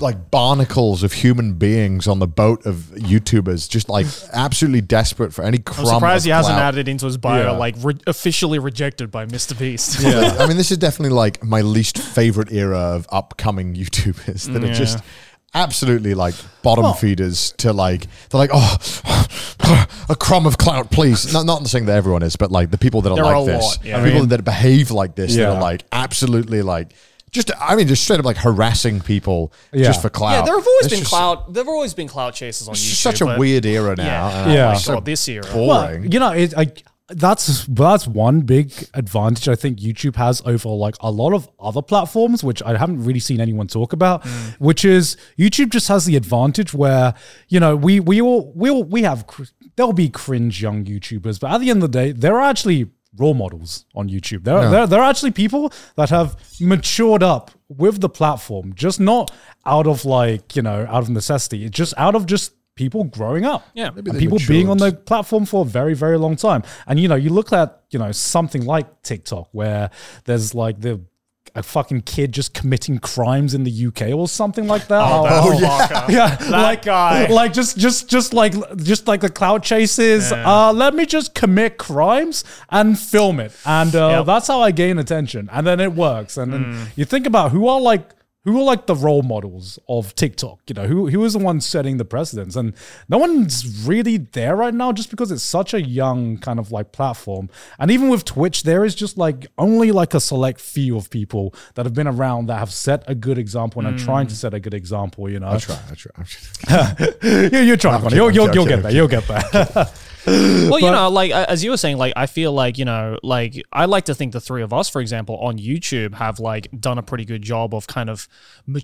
like barnacles of human beings on the boat of YouTubers, just like absolutely desperate for any crumb. I'm surprised of he hasn't clout. added into his bio Yeah. like re- officially rejected by Mr Beast. Yeah. I mean, this is definitely like my least favorite era of upcoming YouTubers that are just absolutely like bottom feeders to like, they're like, oh, a crumb of clout, please. Not, not saying that everyone is, but like the people that are There like are a this. lot, yeah. I People mean- that behave like this, that Yeah. are like absolutely like, just, I mean, just straight up like harassing people Yeah. just for clout. Yeah, there have always It's been just- clout. There have always been clout chasers on It's YouTube. just such a but- weird era now. Yeah. and I'm Yeah. like, God, this era. boring. Well, you know, it, I, that's that's one big advantage I think YouTube has over like a lot of other platforms, which I haven't really seen anyone talk about. Which is YouTube just has the advantage where you know we we all we all, we have cr- there'll be cringe young YouTubers, but at the end of the day, there are actually role models on YouTube. There, there, there are actually people that have matured up with the platform, just not out of like you know out of necessity, just out of just people growing up Yeah. Maybe and they people being on matured. the platform for a very very long time and you know you look at you know something like tiktok where there's like the a fucking kid just committing crimes in the uk or something like that Oh, How- that's fucker. yeah, That like guy. like just just just like just like the cloud chases. Uh, let me just commit crimes and film it, and uh, Yep. Mm. that's how I gain attention, and then it works. And then you think about who are like who are like the role models of TikTok. You know, who who is the one setting the precedence, and no one's really there right now, just because it's such a young kind of like platform. And even with Twitch, there is just like only like a select few of people that have been around that have set a good example and are Mm. trying to set a good example. You know, I try, I try. I'm just- you, you're trying, Connor. kidding, You'll, I'm you'll, joking, you'll get I'm there. You'll get there. Well, you know, like uh, as you were saying, like I feel like you know, like I like to think the three of us, for example, on YouTube, have like done a pretty good job of kind of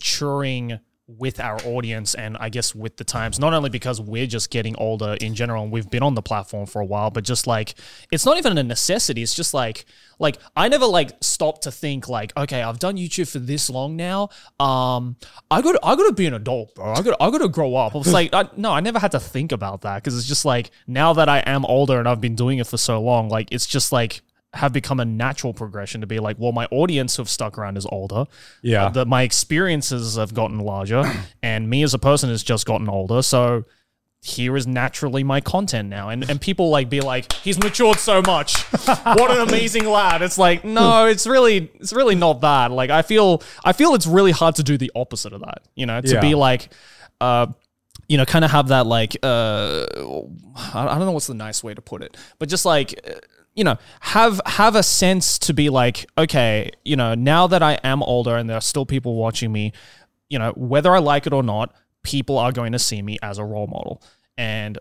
maturing with our audience and I guess with the times. Not only because we're just getting older in general and we've been on the platform for a while, but just like it's not even a necessity. It's just like like I never like stopped to think like, okay, I've done YouTube for this long now. Um I got to I got to be an adult, bro. I got to I got to grow up. I was like, I, no, I never had to think about that cuz it's just like now that I am older and I've been doing it for so long, like it's just like have become a natural progression to be like, well, my audience who've stuck around is older. Yeah. Uh, the- my experiences have gotten larger and me as a person has just gotten older. So here is naturally my content now. And and people like be like, he's matured so much. What an amazing lad. It's like, no, it's really it's really not that. Like I feel I feel it's really hard to do the opposite of that. You know, to Yeah. be like uh you know, kind of have that like uh I I don't know what's the nice way to put it, but just like uh, you know, have have a sense to be like, okay, you know, now that I am older and there are still people watching me, you know, whether I like it or not, people are going to see me as a role model. And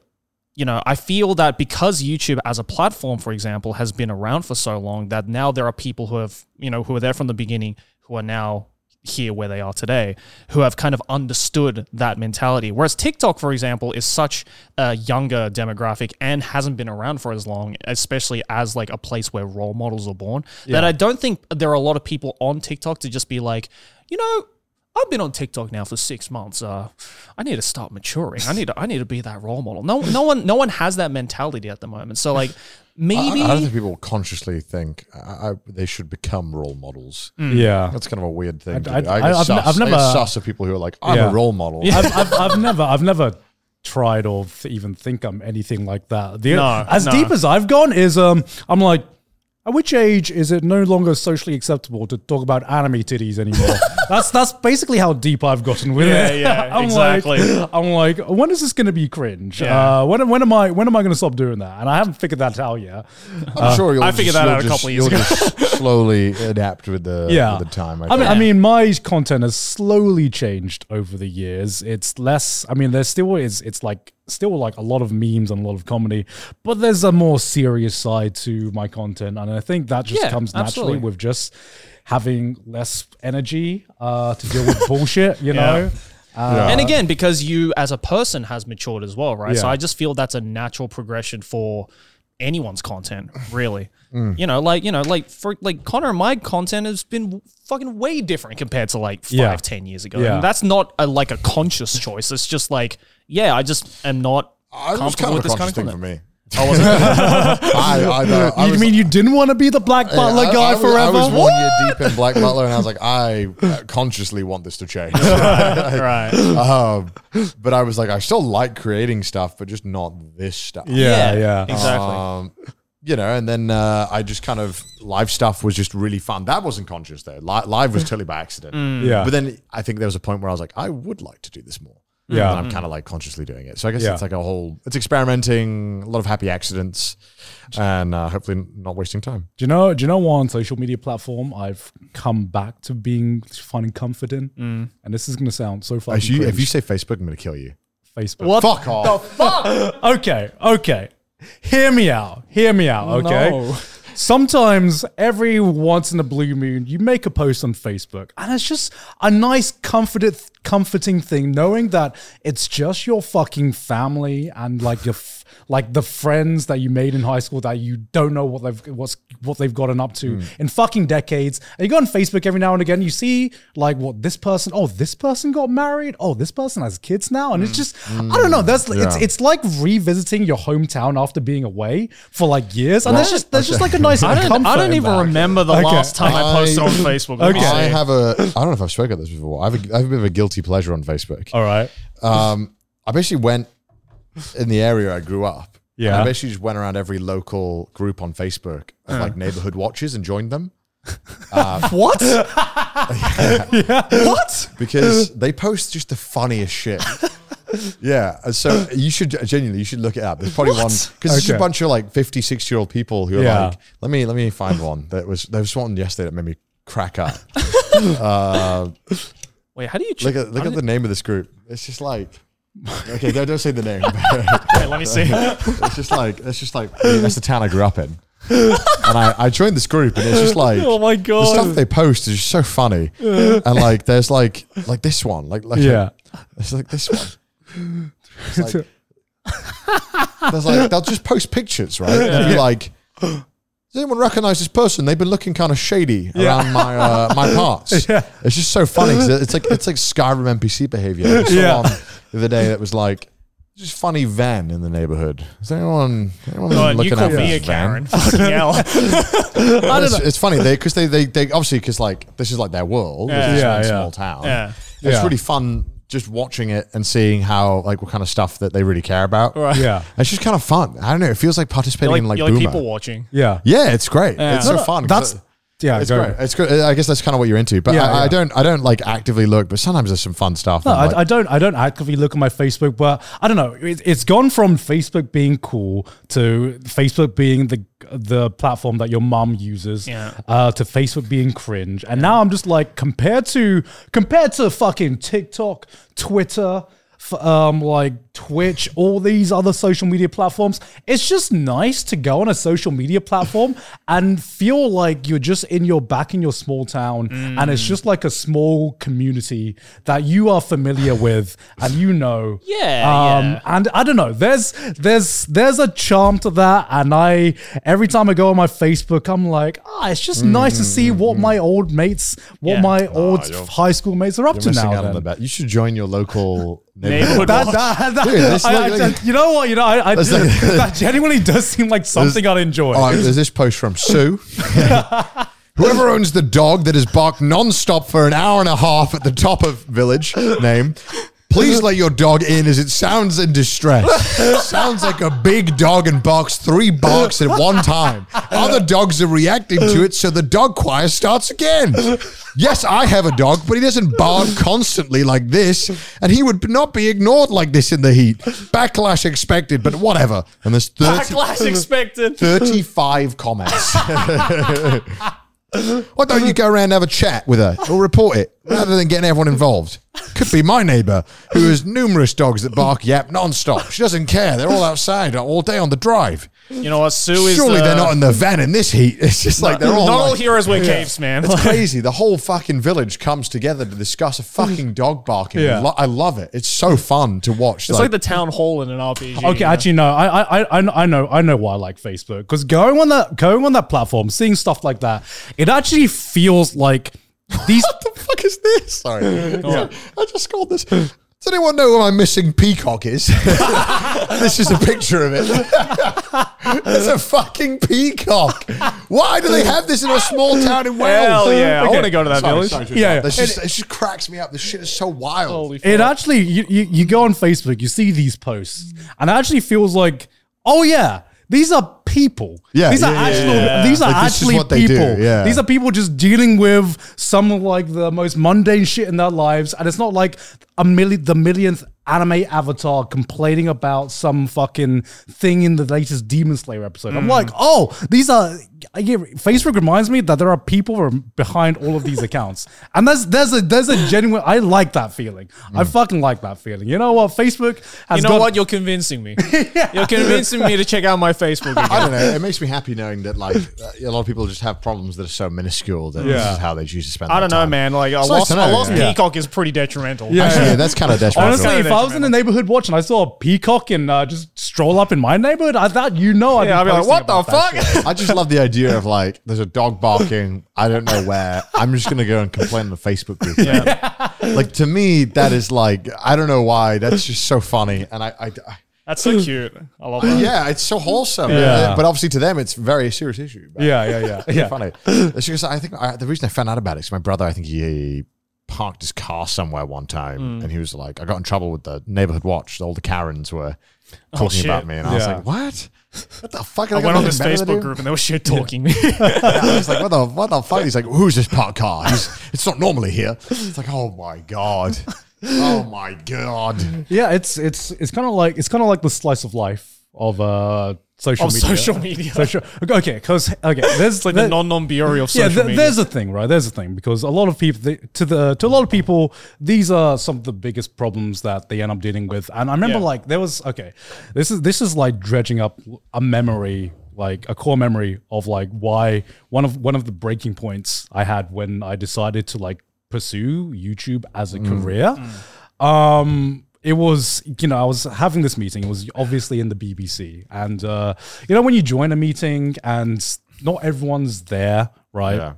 you know, I feel that because YouTube as a platform, for example, has been around for so long that now there are people who have, you know, who were there from the beginning who are now here where they are today, who have kind of understood that mentality. Whereas TikTok, for example, is such a younger demographic and hasn't been around for as long, especially as like a place where role models are born, that I don't think there are a lot of people on TikTok to just be like, you know, I've been on TikTok now for six months. Uh, I need to start maturing. I need to, I need to be that role model. No, no one, no one has that mentality at the moment. So like, maybe I, I don't think people consciously think I, I, they should become role models. Mm. yeah. That's kind of a weird thing. I- to do. I- I, get I've sus. ne- I've I never- get sus of people who are like, I'm Yeah. a role model. I've, I've, I've never, I've never tried or th- even think I'm anything like that. The, No, as no. deep as I've gone is, um, I'm like, At which age is it no longer socially acceptable to talk about anime titties anymore? that's that's basically how deep I've gotten with Yeah, it. yeah, I'm exactly. Like, I'm like, when is this going to be cringe? Yeah. Uh, when when am I when am I going to stop doing that? And I haven't figured that out yet. I'm Uh, sure you'll I figured just- that you'll out a just- couple of years you'll just slowly adapt with the yeah. with the time. I, mean, think. I mean, my content has slowly changed over the years. It's less. I mean, there's still is. It's like still like a lot of memes and a lot of comedy, but there's a more serious side to my content, and I think that just Yeah, comes naturally absolutely. with just having less energy uh, to deal with bullshit. You Yeah. know. and again, because you as a person has matured as well, right? So Yeah. I just feel that's a natural progression for anyone's content, really. Mm. You know, like you know, like for like Connor and my content has been fucking way different compared to like five, ten Yeah. years ago. Yeah. And that's not a, like a conscious choice. It's just like, yeah, I just am not I was kind comfortable of with a this Oh, kind conscious of thing for content. me. I wasn't. I, I, uh, I you was- mean you didn't want to be the Black Butler I- I guy was- forever? I was one year deep in Black Butler, and I was like, I uh, consciously want this to change. right. um, but I was like, I still like creating stuff, but just not this stuff. yeah, yeah. Exactly. Um, you know, and then uh, I just kind of live stuff was just really fun. That wasn't conscious though. Li- live was totally by accident. Yeah. But then I think there was a point where I was like, I would like to do this more. Yeah. And I'm kind of like consciously doing it. So I guess Yeah. it's like a whole, it's experimenting, a lot of happy accidents, and uh, hopefully not wasting time. Do you know? Do you know one social media platform I've come back to being finding comfort in? And this is going to sound so fucking. If you, if cringe. you say Facebook, I'm going to kill you. Facebook. Fuck off. Okay, okay. Hear me out. Hear me out. Okay. No. Sometimes, every once in a blue moon, you make a post on Facebook, and it's just a nice, comforted, comforting thing, knowing that it's just your fucking family and like your, f- like the friends that you made in high school that you don't know what they've what's what they've gotten up Hmm. to in fucking decades. And you go on Facebook every now and again, you see like what this person, oh, this person got married, oh, this person has kids now, Hmm. and it's just, I don't know. That's it's Yeah. it's like revisiting your hometown after being away for like years, and there's just there's just like a nice I don't, comfort I don't in even that. remember the Okay. last time I, posted on I- Facebook. Let me Okay. I see. have a, I don't know if I've spoken about this before. I have a, I have a bit of a guilty pleasure on Facebook. All right. Um, I basically went in the area I grew up. Yeah. And I basically just went around every local group on Facebook of like neighborhood watches and joined them What? What? because they post just the funniest shit. yeah. and So you should genuinely, you should look it up. There's probably one because there's just Okay. a bunch of like 56 year old people who are Yeah. like, let me, let me find one. That was, there was one yesterday that made me crack up. Uh, Wait, how do you? Ch- Look at, look at the name of this group. It's just like, okay, don't, don't say the name. Wait, let me see. it's just like it's just like that's the town I grew up in. and I, I joined this group and it's just like Oh my the god. stuff they post is just so funny. and like there's like like this one. Like like Yeah. It's like this one. It's like, there's like they'll just post pictures, right? And they'll be like does anyone recognize this person? They've been looking kind of shady around my uh, my parts. It's just so funny. 'cause It's like it's like Skyrim NPC behavior. There was Yeah. Someone the other day that was like just funny van in the neighborhood. Is anyone anyone Uh, looking you call out for me a this Karen. van? Fucking hell. And It's, it's funny they because they, they they obviously because like this is like their world. Yeah. Yeah, Yeah, yeah, yeah. small town. Yeah. It's Yeah. really fun just watching it and seeing how like what kind of stuff that they really care about. Right. Yeah. It's just kind of fun. I don't know. It feels like participating You're in like, you're like, like Boomer. people watching. Yeah. Yeah, it's great. It's so No, no, fun. 'cause That's yeah. it's go. great. It's good. I guess that's kind of what you're into. But Yeah, I, yeah. I don't. I don't like actively look. But sometimes there's some fun stuff. No, that I'm I, like, I don't. I don't actively look at my Facebook, but I don't know. It, it's gone from Facebook being cool to Facebook being the the platform that your mum uses, Yeah. uh, to Facebook being cringe, and now I'm just like compared to compared to fucking TikTok, Twitter. f- Um, like Twitch, all these other social media platforms. It's just nice to go on a social media platform and feel like you're just in your back in your small town, and it's just like a small community that you are familiar with and you know. Um, Yeah, yeah. And I don't know. There's there's there's a charm to that, and I every time I go on my Facebook, I'm like, ah, it's just nice to see Mm-hmm, what my old mates, what Yeah. my old high school mates are up you're to missing now. out on then. the bet. You should join your local Neighborhood neighborhood. That, watch. that, that, Dude, this I- look- I- look- you know what? You know, I, I, That's like- Oh, that genuinely does seem like something I'd enjoy. All right, there's this post from Sue. Whoever owns the dog that has barked nonstop for an hour and a half at the top of village name Please let your dog in as it sounds in distress. sounds like a big dog and barks three barks at one time. Other dogs are reacting to it, so the dog choir starts again. Yes, I have a dog, but he doesn't bark constantly like this, and he would not be ignored like this in the heat. Backlash expected, but whatever. And there's 30, Backlash expected. 35 comments. Why don't you go around and have a chat with her or report it rather than getting everyone involved? Could be my neighbour who has numerous dogs that bark yap non-stop. She doesn't care. They're all outside all day on the drive. You know what? Sue is. Surely the- they're not in the van in this heat. It's just like they're all Not all like- heroes wear capes, man. It's crazy. The whole fucking village comes together to discuss a fucking dog barking. Yeah. Lo- I love it. It's so fun to watch. It's like the town hall in an RPG. Okay, actually, no. I, I, I- I, I know, I know why I like Facebook because going on that, going on that platform, seeing stuff like that, it actually feels like these. what the fuck is this? Sorry. Yeah, I just scrolled this. Does anyone know who my missing peacock is? this is a picture of it. it's a fucking peacock. Why do they have this in a small town in Wales? Hell yeah, I Okay. wanna go to that Sorry, village. sorry to Yeah, interrupt. yeah. This just, it just cracks me up. This shit is so wild. Holy It fuck. actually, you, you, you go on Facebook, you see these posts, and it actually feels like, oh yeah, these are people. Yeah, these are yeah, yeah, actual. yeah. These are Like, this is actually what they do, people. yeah. These are people just dealing with some of like the most mundane shit in their lives, and it's not like a million, the millionth anime avatar complaining about some fucking thing in the latest Demon Slayer episode. Mm. I'm like, oh, these are. I get- Facebook reminds me that there are people who are behind all of these accounts, and there's there's a there's a genuine. I like that feeling. I fucking like that feeling. You know what? Facebook Mm. has You know got- what? You're convincing me. You're convincing me to check out my Facebook. Again. I don't know. It makes me happy knowing that like a lot of people just have problems that are so minuscule that this is how they choose to spend. I their don't know, time. man. Like I It's nice lost, to I know, lost yeah. Peacock is pretty detrimental. Yeah. Actually, yeah, that's kind of desperate. Honestly, Kinda if I was in detrimental. the neighborhood watch and I saw a peacock and uh, just stroll up in my neighborhood, I thought you know I'd Yeah, I'd be, be like, posting what the about that fuck? shit. I just love the idea of like, there's a dog barking. I don't know where. I'm just gonna go and complain on the Facebook group. Like to me, that is like, I don't know why. That's just so funny, and I, I, That's so cute. I love I- that. yeah, it's so wholesome. Yeah. But obviously, to them, it's a very serious issue. But Yeah, yeah, yeah, it's yeah. Funny. It's just, I think I, the reason I found out about it is my brother. I think he parked his car somewhere one time, Mm. and he was like, I got in trouble with the neighborhood watch. All the Karens were talking Oh, shit. about me, and I was Yeah. like, what? What the fuck? I got went on nothing this better to Facebook do?" group and they were shit talking me. I was like, what the what the fuck? He's like, who's this parked car? He's, it's not normally here. It's like, oh my god, oh my god. Yeah, it's it's it's kind of like it's kind of like the slice of life of uh social Of media. social media. Social- okay, because okay, there's It's like there- the non non bureau of social yeah, th- media. there's a thing, right? There's a thing because a lot of people the, to the to a lot of people, these are some of the biggest problems that they end up dealing with. And I remember Yeah. like there was okay, this is this is like dredging up a memory, like a core memory of like why one of one of the breaking points I had when I decided to like pursue YouTube as a career. Um it was, you know, I was having this meeting. It was obviously in the BBC. And, uh, you know, when you join a meeting and not everyone's there, right?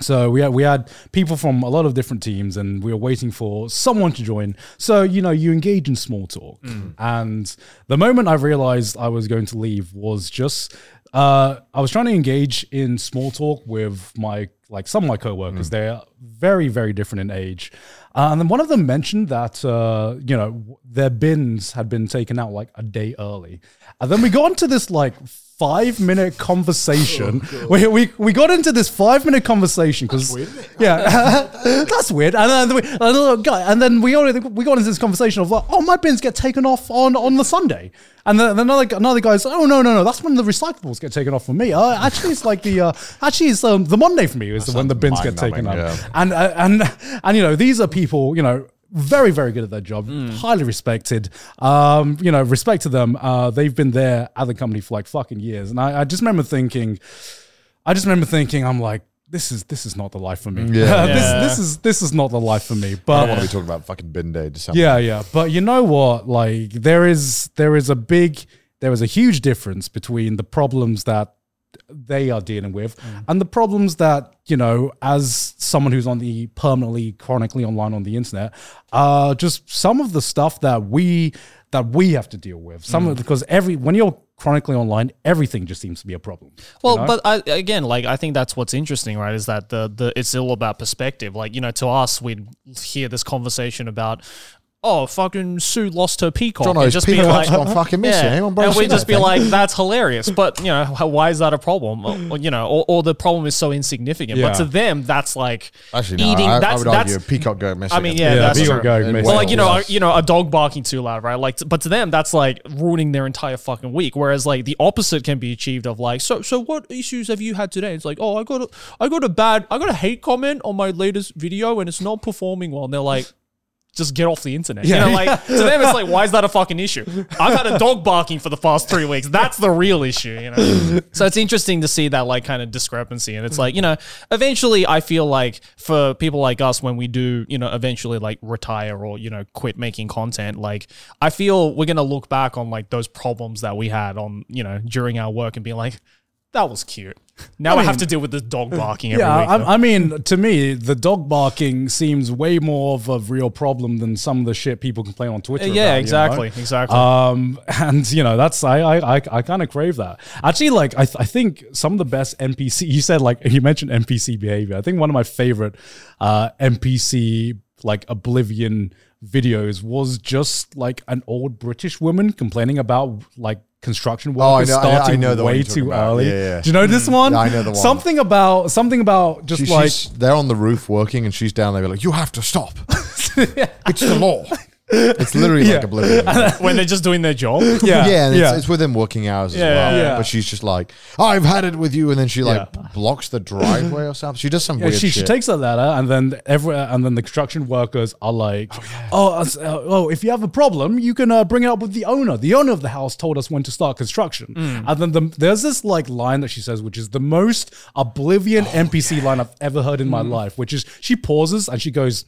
So we had we had people from a lot of different teams, and we were waiting for someone to join. So you know, you engage in small talk, and the moment I realized I was going to leave was just uh, I was trying to engage in small talk with my like some of my coworkers. They're very very different in age, uh, and then one of them mentioned that uh, you know w- their bins had been taken out like a day early, and then we got into this like five minute conversation. Oh, we, we we got into this five minute conversation because yeah, that's weird. And then we, and then, guy- and then we already we got into this conversation of like, oh, my bins get taken off on on the Sunday, and then then another another guy's oh no no no that's when the recyclables get taken off for me. Uh, actually, it's like the uh, actually it's um, the Monday for me is when the bins get taken off. mind-numbing, yeah. And uh, and and you know these are people you know very very good at their job highly respected um you know respect to them uh they've been there at the company for like fucking years and i, I just remember thinking i just remember thinking i'm like this is this is not the life for me Yeah. this this is this is not the life for me I but don't want to be talking about fucking bin day. December. yeah, yeah. But you know what? Like there is there is a big there is a huge difference between the problems that they are dealing with and the problems that, you know, as someone who's on the permanently chronically online on the internet, uh just some of the stuff that we that we have to deal with. Some of because every when you're chronically online, everything just seems to be a problem. Well, but I, again, like I think that's what's interesting, right? Is that the the it's all about perspective. Like you know, to us, we'd hear this conversation about. oh, fucking Sue lost her peacock. John and O's just be like, peacock's gone fucking missing. Hang on, bro, and see we just that be thing. like, that's hilarious. But, you know, how- why is that a problem? Or- Or, you know, or, or the problem is so insignificant. Yeah. But to them, that's like Actually, no, eating. I, that's, I would that's, argue peacock go missing. I mean, yeah, Yeah, that's peacock true. go And missing. Well, like you know, Wales. a, you know, a dog barking too loud, right? Like, but to them, that's like ruining their entire fucking week. Whereas, like, the opposite can be achieved of like, so, so, what issues have you had today? It's like, oh, I got, a, I got a bad, I got a hate comment on my latest video, and it's not performing well. And they're like. Just get off the internet. You know, like to them, it's like, why is that a fucking issue? I've had a dog barking for the past three weeks. That's the real issue, you know. So it's interesting to see that like kind of discrepancy, and it's like you know, eventually, I feel like for people like us, when we do, you know, eventually like retire or you know quit making content, like I feel we're gonna look back on like those problems that we had on you know during our work and be like, that was cute. Now I, have to deal with this dog barking every Yeah, week. though. I, I mean, to me, the dog barking seems way more of a real problem than some of the shit people complain on Twitter. about, you yeah, know? exactly, exactly. Um, and you know, that's I I I, I kind of crave that. Actually, like I, th- I think some of the best NPC you said like you mentioned NPC behavior. I think one of my favorite uh NPC like oblivion videos was just like an old British woman complaining about like construction Oh, I workers know- I know- I starting know the one way you're talking too about. early. Yeah, yeah. Mm. Do you know this one? Yeah, I know the one. Something about something about just She- like she's, they're on the roof working, and she's down there. Like, you have to stop. It's the law. It's literally like Yeah. oblivion. Yeah, when they're just doing their job. yeah, and It's, it's within working hours as well. yeah. But she's just like, I've had it with you, and then she like blocks the driveway or something. She does some Yeah, weird she, shit. she takes that ladder, and then every and then the construction workers are like, "Oh, us- uh, oh, if you have a problem, you can uh, bring it up with the owner. The owner of the house told us when to start construction." Mm. And then the, there's this like line that she says, which is the most Oh, oblivion NPC line I've ever heard in my Mm. life, which is she pauses and she goes.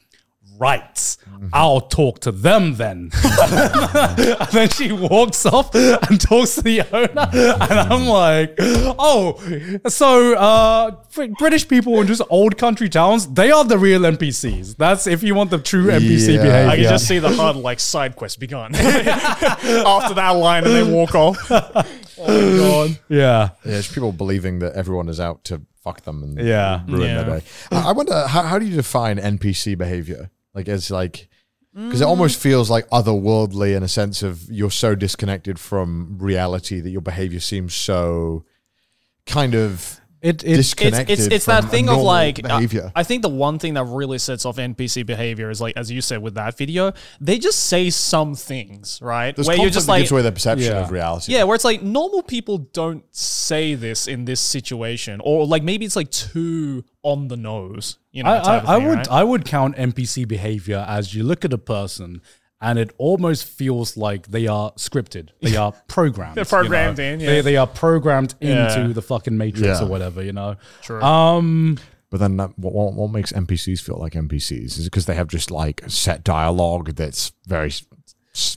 Right, I'll talk to them then. and then she walks off and talks to the owner, and I'm like, oh, so uh, Br- British people in just old country towns, they are the real NPCs. That's if you want the true NPC Yeah. behavior. I can just see the hard like side quest begun after that line, and they walk off. yeah, Yeah, it's people believing that everyone is out to fuck them and Yeah. ruin Yeah. their day. I I wonder how, how do you define NPC behavior? Like as like because it Mm. almost feels like otherworldly in a sense of you're so disconnected from reality that your behavior seems so kind of it it It's disconnected. it's, it's from that thing a of normal like I- behavior. I think the one thing that really sets off NPC behavior is like as you said with that video, they just say some things right There's where you're just conflict that like gives away the perception Yeah. of reality. Yeah, where it's like normal people don't say this in this situation, or like maybe it's like too on the nose. You know, I, type of I, I thing, would right? I would count NPC behavior as you look at a person and it almost feels like they are scripted. They are programmed. They're programmed in, yeah. They, they are programmed Yeah. into the fucking matrix Yeah. or whatever. You know. True. But then that, what, what- what makes NPCs feel like NPCs is because they have just like set dialogue that's very s- s-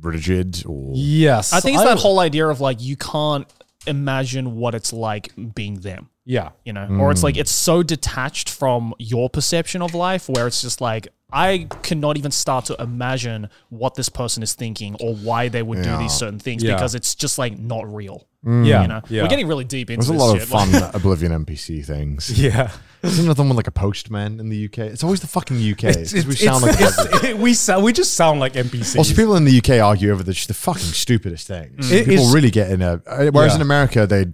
rigid or Yes. I think it's that whole idea of like you can't imagine what it's like being them. Yeah. you know, or it's like it's so detached from your perception of life where it's just like I cannot even start to imagine what this person is thinking or why they would do these certain things Yeah. because it's just like not real. Yeah. You know, Yeah. we're getting really deep into There's a this lot shit. of like- fun Oblivion NPC things. Yeah. Isn't another one like a postman in the UK? It's always the fucking UK. It's- we sound it's- like it's- it- we sound we just sound like NPCs. also, people in the UK argue over the, just the fucking stupidest things. Mm. It people is- really get in a. uh, Whereas Yeah. in America, they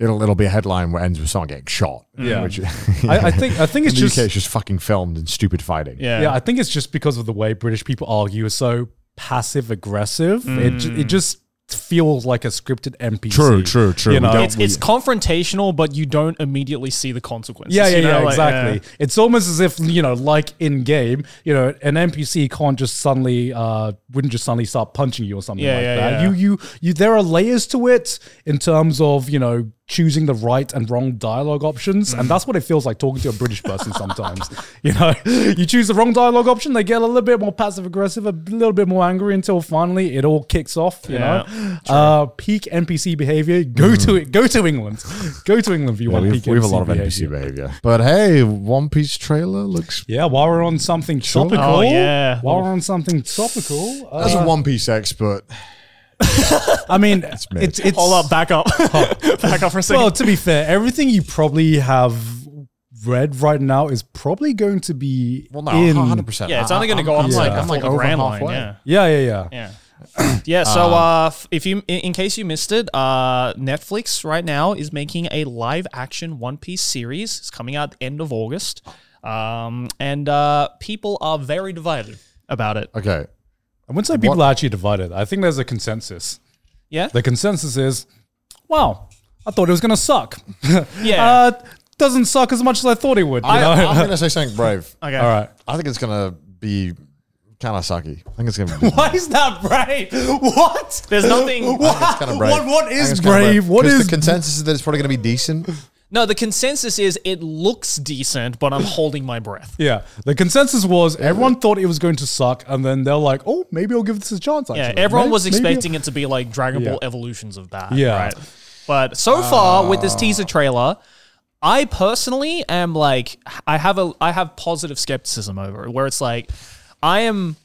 it'll it'll be a headline where ends with someone getting shot. Yeah. which, I- I think- I think In it's the just- UK, it's just fucking filmed and stupid fighting. yeah. yeah, I think it's just because of the way British people argue is so passive aggressive. Mm. It ju- it just feels like a scripted NPC. True, true, true. You We know? don't- it's, it's confrontational, but you don't immediately see the consequences. yeah, yeah, you know, yeah, like, exactly. It's almost as if you know, like in game, you know, an NPC can't just suddenly, uh, wouldn't just suddenly start punching you or something Yeah, like yeah, that. yeah. You, you, you. There are layers to it in terms of you know choosing the right and wrong dialogue options, and that's what it feels like talking to a British person sometimes. You know, you choose the wrong dialogue option, they get a little bit more passive aggressive, a little bit more angry until finally it all kicks off. You know, uh, peak NPC behavior. Go to it. Go to England. Go to England if you Yeah, want. we've- peak we have a NPC lot of NPC behavior. But hey, One Piece trailer looks. yeah, while we're on something topical, Oh, yeah. while we're on something topical, uh, As a One Piece expert, I mean, it's, mid. it's, Hold up, back up, back up for a second. well, to be fair, everything you probably have red right now is probably going to be Well, no, in. 100%. Yeah, it's only going to I'm- go up I'm like I'm I'm like like over grand line. halfway. Yeah. Yeah, yeah, yeah. Yeah. yeah. Um, So, uh, f- if you, in, in case you missed it, uh, Netflix right now is making a live action One Piece series. It's coming out end of August, um, and uh, people are very divided about it. Okay. I wouldn't say people are actually divided. I think there's a consensus. Yeah. The consensus is, wow, I thought it was going to suck. Yeah. uh, doesn't suck as much as I thought it would. You I, know? I'm going to say something brave. okay. All right. I think it's going to be kind of sucky. I think it's going to be. Why is that brave? What? There's nothing. I think it's kinda brave. What- what I think is it's kinda brave? What 'Cause is- the consensus is that it's probably going to be decent. No, the consensus is it looks decent, but I'm holding my breath. Yeah, the consensus was everyone thought it was going to suck, and then they're like, "Oh, maybe I'll give this a chance." Actually. Yeah, everyone May- was maybe- expecting it to be like Dragon Ball Yeah. Evolutions of bad. Yeah. Ah. Right. But so far with this teaser trailer, I personally am like I have a I have positive skepticism over it, where it's like I am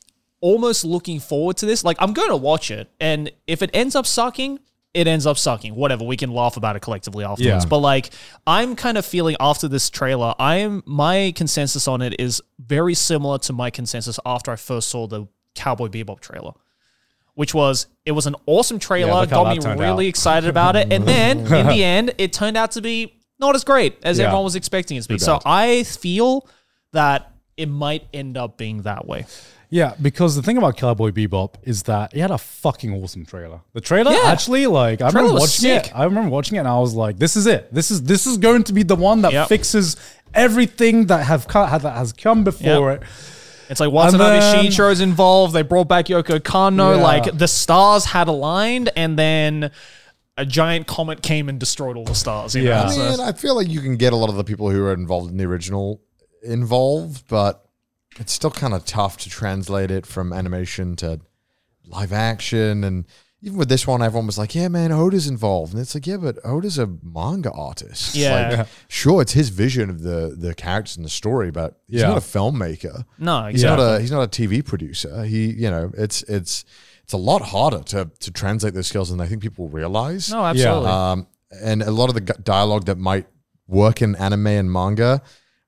almost looking forward to this. Like I'm going to watch it, and if it ends up sucking, it ends up sucking. Whatever, we can laugh about it collectively afterwards. Yeah. But like I'm kind of feeling after this trailer, I am my consensus on it is very similar to my consensus after I first saw the Cowboy Bebop trailer which was it was an awesome trailer, look how got me that turned really out. excited about it, and then in the end, it turned out to be not as great as Yeah. everyone was expecting it to be. So I feel that it might end up being that way. Yeah, because the thing about Cowboy Bebop is that it had a fucking awesome trailer. The trailer Yeah. actually, like, I Trailer remember was watching sick. it. I remember watching it, and I was like, "This is it. This is this is going to be the one that Yep. fixes everything that have co- that has come before it." It's like Watanabe then- Shinchiro's involved. They brought back Yoko Kano. Yeah. Like the stars had aligned, and then a giant comet came and destroyed all the stars. You Yeah. know? I So- mean, I feel like you can get a lot of the people who were involved in the original involved, but it's still kind of tough to translate it from animation to live action. And even with this one, everyone was like, "Yeah, man, Oda's involved," and it's like, "Yeah, but Oda's a manga artist. Yeah. like, sure, it's his vision of the the characters and the story, but he's Yeah. not a filmmaker. no, He's exactly. not a he's not a TV producer. He you know it's it's it's a lot harder to to translate those skills than I think people realize. No, absolutely. Um, and a lot of the gu- dialogue that might work in anime and manga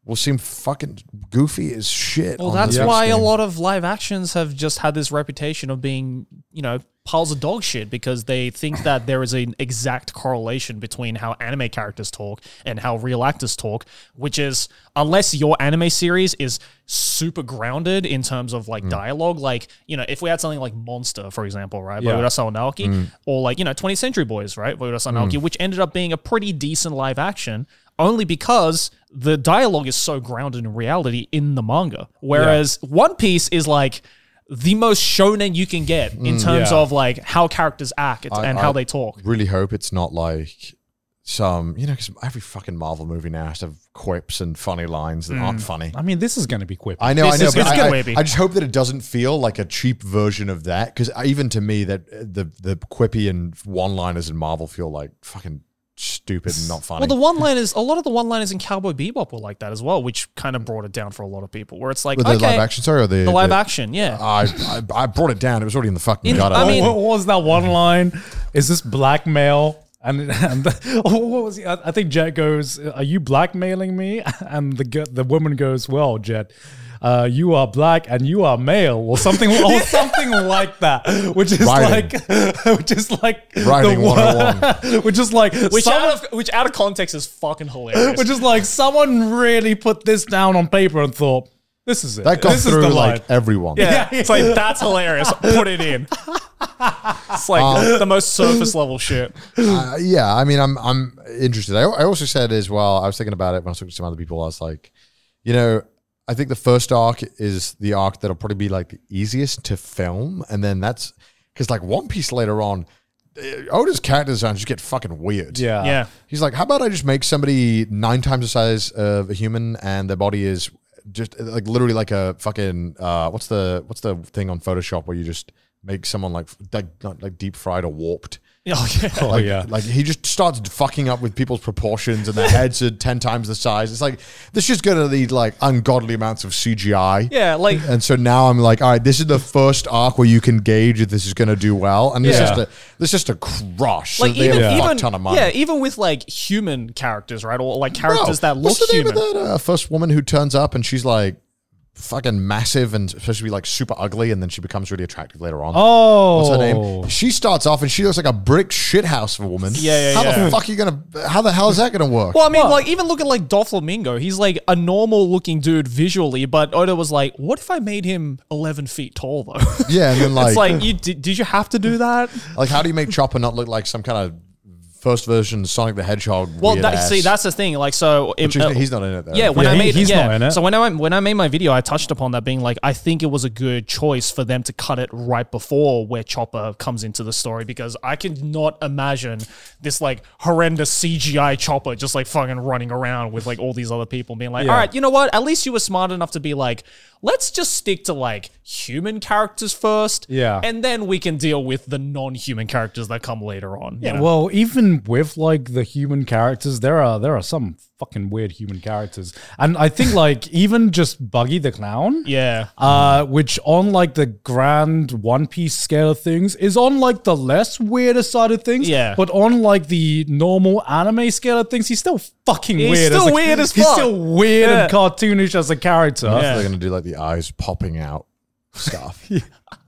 will seem fucking goofy as shit. Well, on that's the big why a screen. lot of live actions have just had this reputation of being, you know, piles of dog shit because they think that there is an exact correlation between how anime characters talk and how real actors talk, which is unless your anime series is super grounded in terms of Hmm. like dialogue, like, you know, if we had something like Monster, for example, right? by Yeah. Urasa Naoki, Mm. or like, you know, 20th Century Boys, right? by Urasa Naoki, which ended up being a pretty decent live action only because the dialogue is so grounded in reality in the manga. Whereas One Piece is like the most shonen you can get in terms yeah. of like how characters act Mm, I- and how I they talk. Really hope it's not like some you know because every fucking Marvel movie now has to have quips and funny lines that Mm. aren't funny. I mean, this is going to be quick. I know, This I know. is- but it's I, good, I- maybe. I just hope that it doesn't feel like a cheap version of that, because even to me, that uh, the the quippy and one-liners in Marvel feel like fucking stupid and not funny. Well, the one liners, a lot of the one liners in Cowboy Bebop were like that as well, which kind of brought it down for a lot of people. Where it's like, With okay, the live action, Uh, sorry, or the, the live action, yeah. I, I I brought it down. It was already in the fucking In- gutter. I What- mean- what, what was that one line? Is this blackmail? And, and what was he? I, I think Jet goes, "Are you blackmailing me?" And the gu- the woman goes, "Well, Jet, uh, you are black and you are male, or something, or something like that." Which is Writing. like, which is like Writing wor- 101. which is like which, someone- out of, which out of context is fucking hilarious. which is like someone really put this down on paper and thought, "This is it. that got this through is the like line." everyone. Yeah. It's like, that's hilarious. Put it in. It's like Oh. the most surface level shit. Uh, yeah. I mean, I'm I'm interested. I, I also said as well. I was thinking about it when I was talking to some other people. I was like, you know, I think the first arc is the arc that'll probably be like the easiest to film, and then that's because like One Piece later on, uh, Oda's character designs just get fucking weird. yeah, yeah. He's like, how about I just make somebody nine times the size of a human, and their body is just eh, like literally like a fucking uh, what's the what's the thing on Photoshop where you just make someone like like not like deep fried or warped. Oh, yeah. Like, yeah. like he just starts fucking up with people's proportions and their heads are ten times the size. It's like this is gonna need like ungodly amounts of CGI. Yeah, like And so now I'm like, all right, this is the first arc where you can gauge if this is gonna do well, and it's Yeah. just a it's just a crush. like so they even, have a fuck even ton of money. yeah, even with like human characters, right? Or like Bro, characters that look what's the human. Name of that uh, first woman who turns up and she's like fucking massive and supposed to be like super ugly, and then she becomes really attractive later on. Oh, What's her name? She starts off and she looks like a brick shithouse of a woman. Yeah, yeah, How yeah. the fuck are you gonna? How the hell is that gonna work? Well, I mean, like even look at like Doflamingo. He's like a normal looking dude visually, but Oda was like, "What if I made him eleven feet tall though?" Yeah, and then it's like, like, like you did, did. you have to do that? how do you make Chopper not look like some kind of first version Sonic the Hedgehog? Well, weird that, ass? see, that's the thing. Like, so it- Which is- uh, he's not in it though. Yeah, when Yeah, I he- made he's yeah. not in it. So when I when I made my video, I touched upon that being like I think it was a good choice for them to cut it right before where Chopper comes into the story because I could not imagine this like horrendous CGI Chopper just like fucking running around with like all these other people being like, all right, you know what? At least you were smart enough to be like, let's just stick to like human characters first, Yeah. and then we can deal with the non-human characters that come later on. you Yeah, know? well, even with like the human characters, there are there are some fucking weird human characters, and I think like even just Buggy the Clown, yeah. uh, which on like the grand One Piece scale of things is on like the less weirder side of things. Yeah. But on like the normal anime scale of things, he's still fucking He's weird. still a- weird as He's fuck. still weird and Yeah. cartoonish as a character. They're gonna do like the eyes popping out stuff.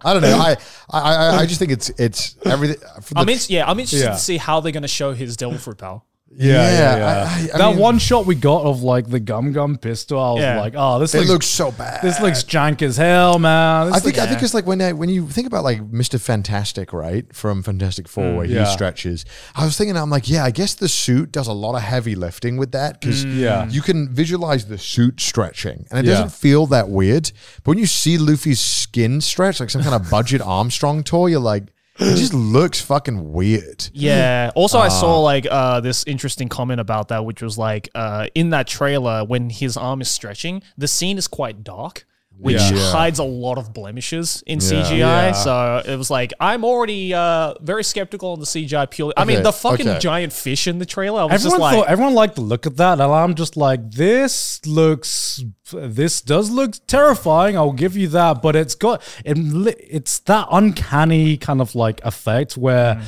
I don't know. I, I I I just think it's it's everything. for the- I'm in, yeah, I'm interested Yeah. to see how they're going to show his devil fruit pal. yeah, yeah, I- I- I that mean, one shot we got of like the gum gum pistol, I was Yeah. like, oh, this It looks, looks so bad. this looks jank as hell, man. This I think looks- I think it's like when I, when you think about like Mister Fantastic, right, from Fantastic Four, where Mm, yeah. he stretches. I was thinking, I'm like, yeah, I guess the suit does a lot of heavy lifting with that because Mm, yeah. you can visualize the suit stretching, and it Yeah. doesn't feel that weird. But when you see Luffy's skin stretch, like some kind of budget Armstrong toy, you're like, it just looks fucking weird. Yeah. Also, I Ah. saw like uh, this interesting comment about that, which was like uh, in that trailer when his arm is stretching, the scene is quite dark, which Yeah. hides a lot of blemishes in CGI. Yeah. So it was like I'm already uh, very skeptical on the CGI purely. I mean, Okay, the fucking okay. giant fish in the trailer. I was Everyone just like, thought everyone liked the look of that, and I'm just like, this looks, this does look terrifying. I'll give you that, but it's got, it, li- it's that uncanny kind of like effect where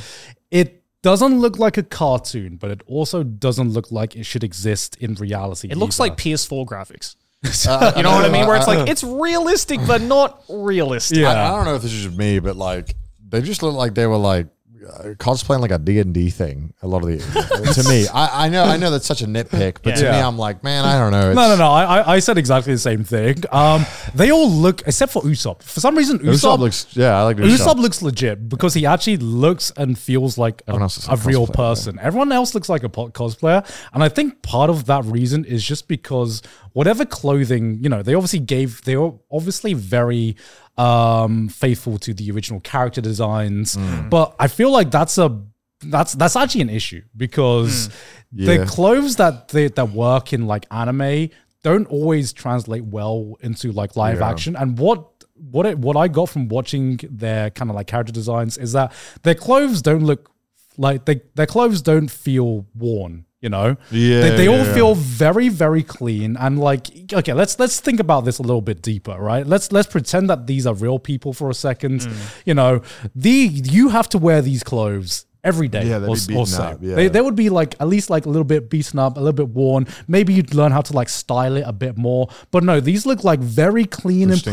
it doesn't look like a cartoon, but it also doesn't look like it should exist in reality. it looks either. like PS4 graphics. you know what I mean? Where it's like it's realistic but not realistic. Yeah. I, I don't know if this is just me, but like they just look like they were like uh, cosplaying like a D and D thing. A lot of the to me, I, I know I know that's such a nitpick, but to me, Yeah. I'm like, man, I don't know. It's, No, no, no. I, I- I said exactly the same thing. Um, they all look, except for Usopp. For some reason, Usopp Usopp, looks, yeah, I like Usopp. Usopp looks legit because he actually looks and feels like a, Everyone else is a like real cosplayer, person. Everyone else looks like a po- cosplayer, and I think part of that reason is just because whatever clothing you know, they obviously gave. They were obviously very um, faithful to the original character designs, Mm. but I feel like that's a that's that's actually an issue because Mm. Yeah. the clothes that they, that work in like anime don't always translate well into like live action and what what it, what I got from watching their kind of like character designs is that their clothes don't look like they their clothes don't feel worn you know Yeah, they, they all yeah. feel very very clean and like okay let's let's think about this a little bit deeper right let's let's pretend that these are real people for a second Mm. you know the you have to wear these clothes every day Yeah, they'd or, be or beaten so. up, yeah. They, they would be like at least like a little bit beaten up, a little bit worn. Maybe you'd learn how to like style it a bit more. But no, these look like very clean Pristine, yeah,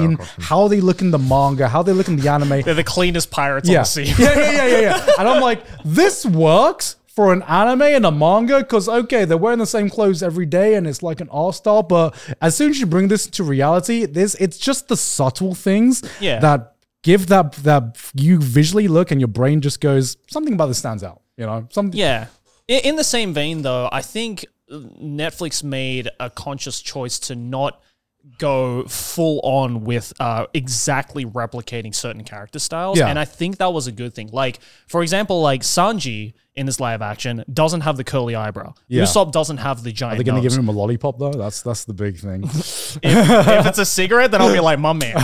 and pristine. awesome. how they look in the manga, how they look in the anime. They're the cleanest pirates on yeah. the sea. yeah, yeah, yeah, yeah, yeah. And I'm like, this works for an anime and a manga because okay, they're wearing the same clothes every day and it's like an art style. But as soon as you bring this to reality, this it's just the subtle things Yeah. that give that that you visually look and your brain just goes something about this stands out. You know, something. Yeah. I- In the same vein, though, I think Netflix made a conscious choice to not go full on with uh, exactly replicating certain character styles. Yeah. And I think that was a good thing. Like, for example, like Sanji in this live action doesn't have the curly eyebrow. Yeah. Usopp doesn't have the giant Are they going to give nose. him a lollipop though? That's that's the big thing. if it's a cigarette, then I'll be like, my man.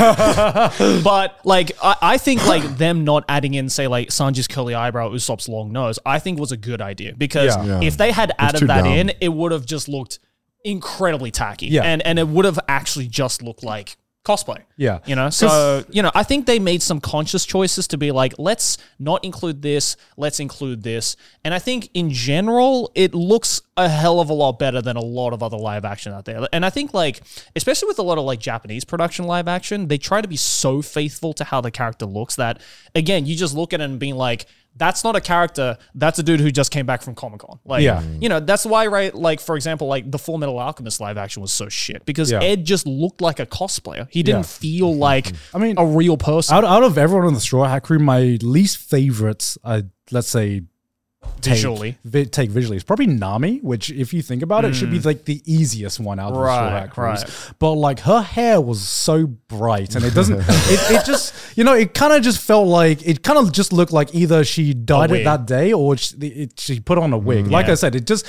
but like, I, I think like them not adding in, say, like Sanji's curly eyebrow, Usopp's long nose, I think was a good idea because Yeah. if they had too added that dumb. in, it would have just looked incredibly tacky, Yeah. and and it would have actually just looked like cosplay. Yeah. you know. So you know, I think they made some conscious choices to be like, let's not include this, let's include this, and I think in general, it looks a hell of a lot better than a lot of other live action out there. And I think like, especially with a lot of like Japanese production live action, they try to be so faithful to how the character looks that again, you just look at it and being like. That's not a character. That's a dude who just came back from Comic Con. Like, Yeah. you know, that's why, right? Like, for example, like the Full Metal Alchemist live action was so shit because Yeah. Ed just looked like a cosplayer. He didn't Yeah. feel like I mean- a real person. out, out of everyone on the Straw Hat crew, my least favorite, uh, let's say, take, Visually. vi- take visually, is probably Nami, which, if you think about it, should be like the easiest one out of the Straw Mm. Right, Hat crews. right. But like her hair was so bright, and it doesn't, it, it just, you know, it kind of just felt like it kind of just looked like either she dyed it wig. Mm, that day or she, it, she put on a wig. Like Yeah. I said, it just.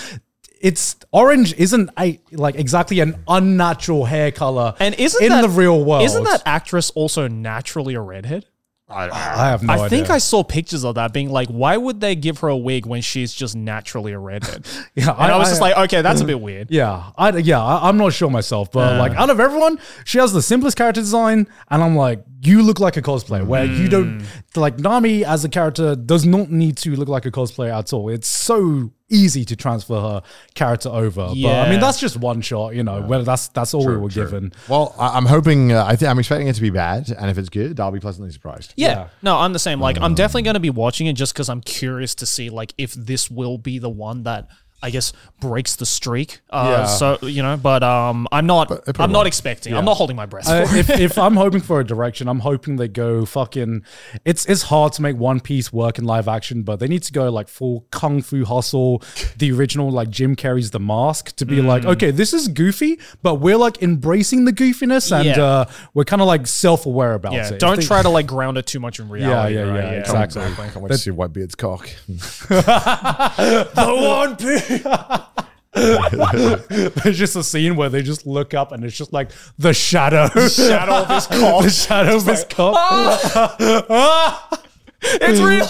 It's orange isn't a, like exactly an unnatural hair color and isn't in that, the real world. Isn't that actress also naturally a redhead? I have no I idea. think I saw pictures of that being like, why would they give her a wig when she's just naturally a redhead? Yeah, and I, was just like, okay, that's a bit weird. Mm. yeah, I, yeah, I, I'm not sure myself, but like out of everyone, she has the simplest character design, and I'm like, you look like a cosplayer. Where you Mm. don't like Nami as a character does not need to look like a cosplayer at all. It's so easy to transfer her character over. But I mean, Yeah. that's just one shot, you know. Whether that's that's all we were given. Well, I, I'm hoping. Uh, I think I'm expecting it to be bad, and if it's good, I'll be pleasantly surprised. Yeah. No, I'm the same. Like, Mm. I'm definitely going to be watching it just because I'm curious to see, like, if this will be the one that I guess breaks the streak. Uh, Yeah. So, you know, but um, I'm not, it probably I'm not won't. expecting, I'm not holding my breath. Uh, if, if I'm hoping for a direction, I'm hoping they go fucking. It's it's hard to make One Piece work in live action, but they need to go like full Kung Fu Hustle, the original like Jim Carrey's The Mask, to be like, Mm. okay, this is goofy, but we're like embracing the goofiness and Yeah. uh, we're kind of like self aware about yeah. it. If Don't they- try to, like, ground it too much in reality. yeah, right? yeah, exactly. I can't wait to see Whitebeard's cock. the One Piece. There's just a scene where they just look up and it's just like the shadow, shadow of his cop, the shadow of his cop. It's real.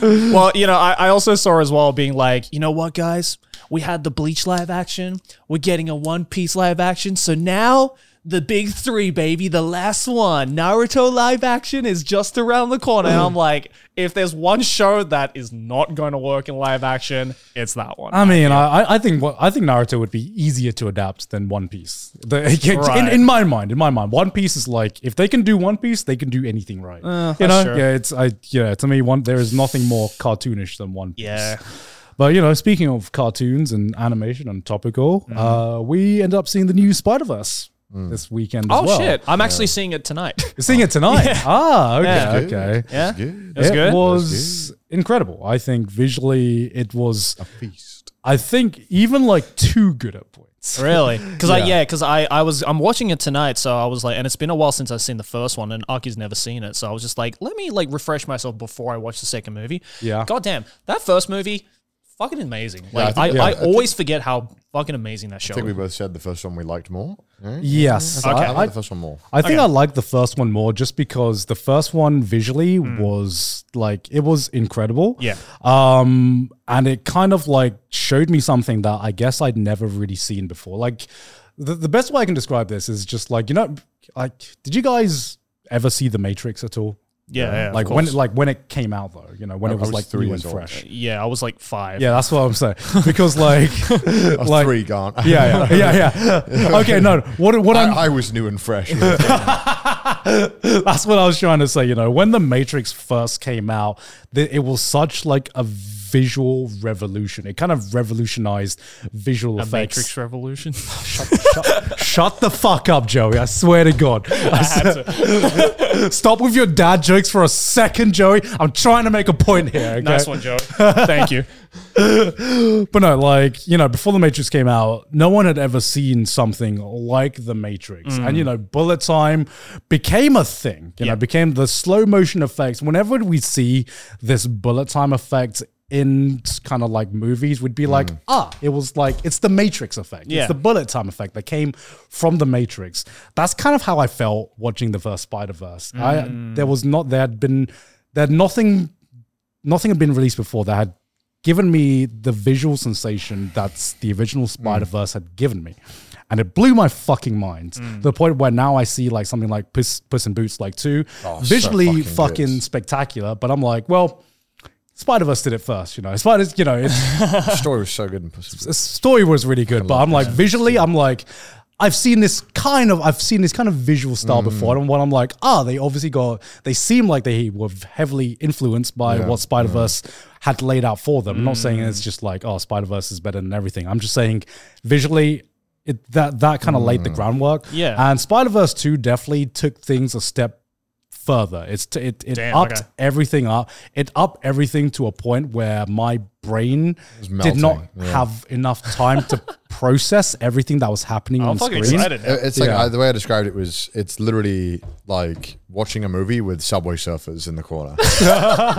Mm. well, you know, I, I also saw as well being like, you know what, guys? We had the Bleach live action. We're getting a One Piece live action. So now the big three, baby, the last one, Naruto live action is just around the corner. And I'm like, if there's one show that is not going to work in live action, it's that one. I mean, I I, I think what I think Naruto would be easier to adapt than One Piece. The- in, Right. in my mind, in my mind, One Piece is like if they can do One Piece, they can do anything right. you know, that's true. yeah, it's I yeah. To me, one there is nothing more cartoonish than One Piece. yeah. But you know, speaking of cartoons and animation and topical, Mm-hmm. uh, we end up seeing the new Spider Verse this weekend. as Oh, well. shit. Oh. I'm actually seeing it tonight. You're seeing it tonight. Ah, okay, Good. okay. yeah. Good. That's it good. was incredible. I think visually, it was. Feast. I think even like too good at points. Really? Because I Yeah. yeah, because I I was I'm watching it tonight, so I was like, and it's been a while since I've seen the first one, and Aki's never seen it, so I was just like, let me like refresh myself before I watch the second movie. Yeah. God damn, that first movie, fucking amazing. Like I I, think- I, yeah, I always forget how fucking amazing that I show. think we is. both said the first one we liked more. Hmm? Yes. I, I, like I- the first one more. I think I like the first one more just because the first one visually was like it was incredible. Hmm. Yeah. Uh, Um and it kind of like showed me something that I guess I'd never really seen before. Like the, the best way I can describe this is just like, you know, like did you guys ever see The Matrix at all? Yeah, yeah, of like when course. like when it came out though, you know, when it was, was like three new and years old. fresh. yeah, I was like five. Yeah, that's what I'm saying. Because like like three gone. Yeah, yeah, yeah, yeah. Okay, no. What what I'm I, I was new and fresh. yeah, That's what I was trying to say. You know, when the Matrix first came out, th- it was such like a visual revolution. It kind of revolutionized visual A effects. Matrix Revolution. Shut, shut the fuck up, Joey. I swear to God. Stop with your dad jokes for a second, Joey. I'm trying to make a point here. Okay? nice one, Joe. Thank you. But no, like, you know, before The Matrix came out, no one had ever seen something like The Matrix. And, you know, bullet time became a thing, you know, became the slow motion effects. Whenever we see this bullet time effect in kind of like movies, we'd be like, ah, it was like, it's The Matrix effect. Yeah. It's the bullet time effect that came from The Matrix. That's kind of how I felt watching the first Spider Verse. I There was not, there had been, there had nothing nothing had been released before that had given me the visual sensation that's the original Mm. Spider-Verse had given me. And it blew my fucking mind Mm. to the point where now I see like something like Puss, Puss in Boots like 2, Oh, so visually fucking fucking, good. spectacular, but I'm like, well, Spider-Verse did it first, you know. Spiders, you know, it's The story was so good in Puss in Boots. the story was really good, but I'm like visually, I'm like, I've seen this kind of, I've seen this kind of visual style before, and when I'm like, ah, they obviously got, they seem like they were heavily influenced by what Spider Verse had laid out for them. I'm not saying it's just like, oh, Spider Verse is better than everything. I'm just saying visually. It, that that kind of laid the groundwork, Yeah. And Spider Verse Two definitely took things a step further. It's t- it it Damn, upped okay. everything up. It upped everything to a point where my brain did melting, not yeah. have enough time to process everything that was happening I'm on fucking screen. excited now. It- It's like uh, Yeah. I, the way I described it was it's literally like watching a movie with Subway Surfers in the corner.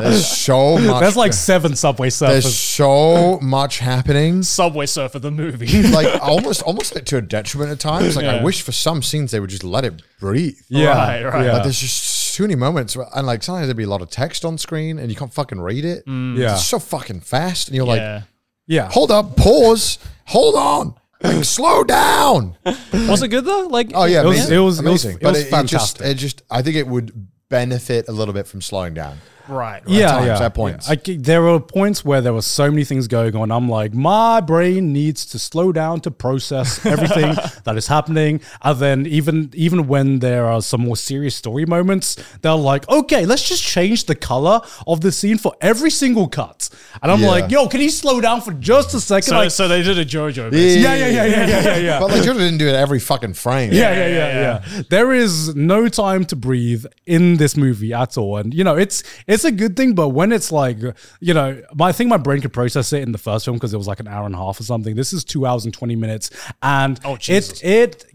there's so much. There's like seven subway there's surfers. so much happening. Subway Surfer the movie. Like almost, almost like to a detriment at times. Like Yeah. I wish for some scenes they would just let it breathe. yeah, Right, right. yeah, But there's just too many moments, where, and like sometimes there'd be a lot of text on screen, and you can't fucking read it. Mm. yeah, It's so fucking fast, and you're yeah. like, yeah. hold up, pause, hold on, like, slow down. Was it good though? Like Oh yeah, It was- it amazing. was- it was- amazing. it but was it, fantastic. just, it just, I think it would benefit a little bit from slowing down. right. right. yeah, times, yeah, at points. I c- there were points where there were so many things going on. I'm like, my brain needs to slow down to process everything that is happening. And then even even when there are some more serious story moments, they're like, okay, let's just change the color of the scene for every single cut. And I'm Yeah. like, yo, can you slow down for just a second? So, like, so they did a JoJo. basically. yeah, yeah, yeah, yeah, yeah, yeah, yeah. But like Jordan didn't do it every fucking frame. Yeah, yeah, yeah, yeah. There is no time to breathe in this movie at all, and you know it's it's a good thing. But when it's like you know, my, I think my brain could process it in the first film because it was like an hour and a half or something. This is two hours and twenty minutes, and Oh, Jesus. it it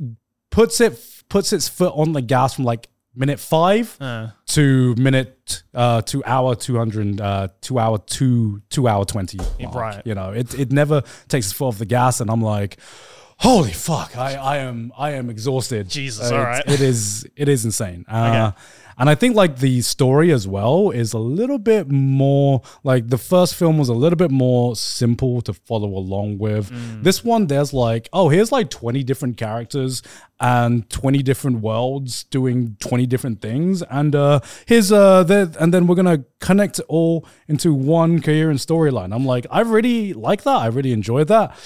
puts it puts its foot on the gas from like minute five to minute uh to hour 200 uh two hour two two hour 20 mark. right. you know it it never takes its foot off the gas and i'm like holy fuck i i am i am exhausted Jesus, Uh, all it's- right. it is it is insane uh, and i think like the story as well is a little bit more like the first film was a little bit more simple to follow along with this one there's like oh here's like 20 different characters and 20 different worlds doing 20 different things and uh here's uh the, and then we're gonna connect it all into one coherent storyline i'm like i really like that i really enjoyed that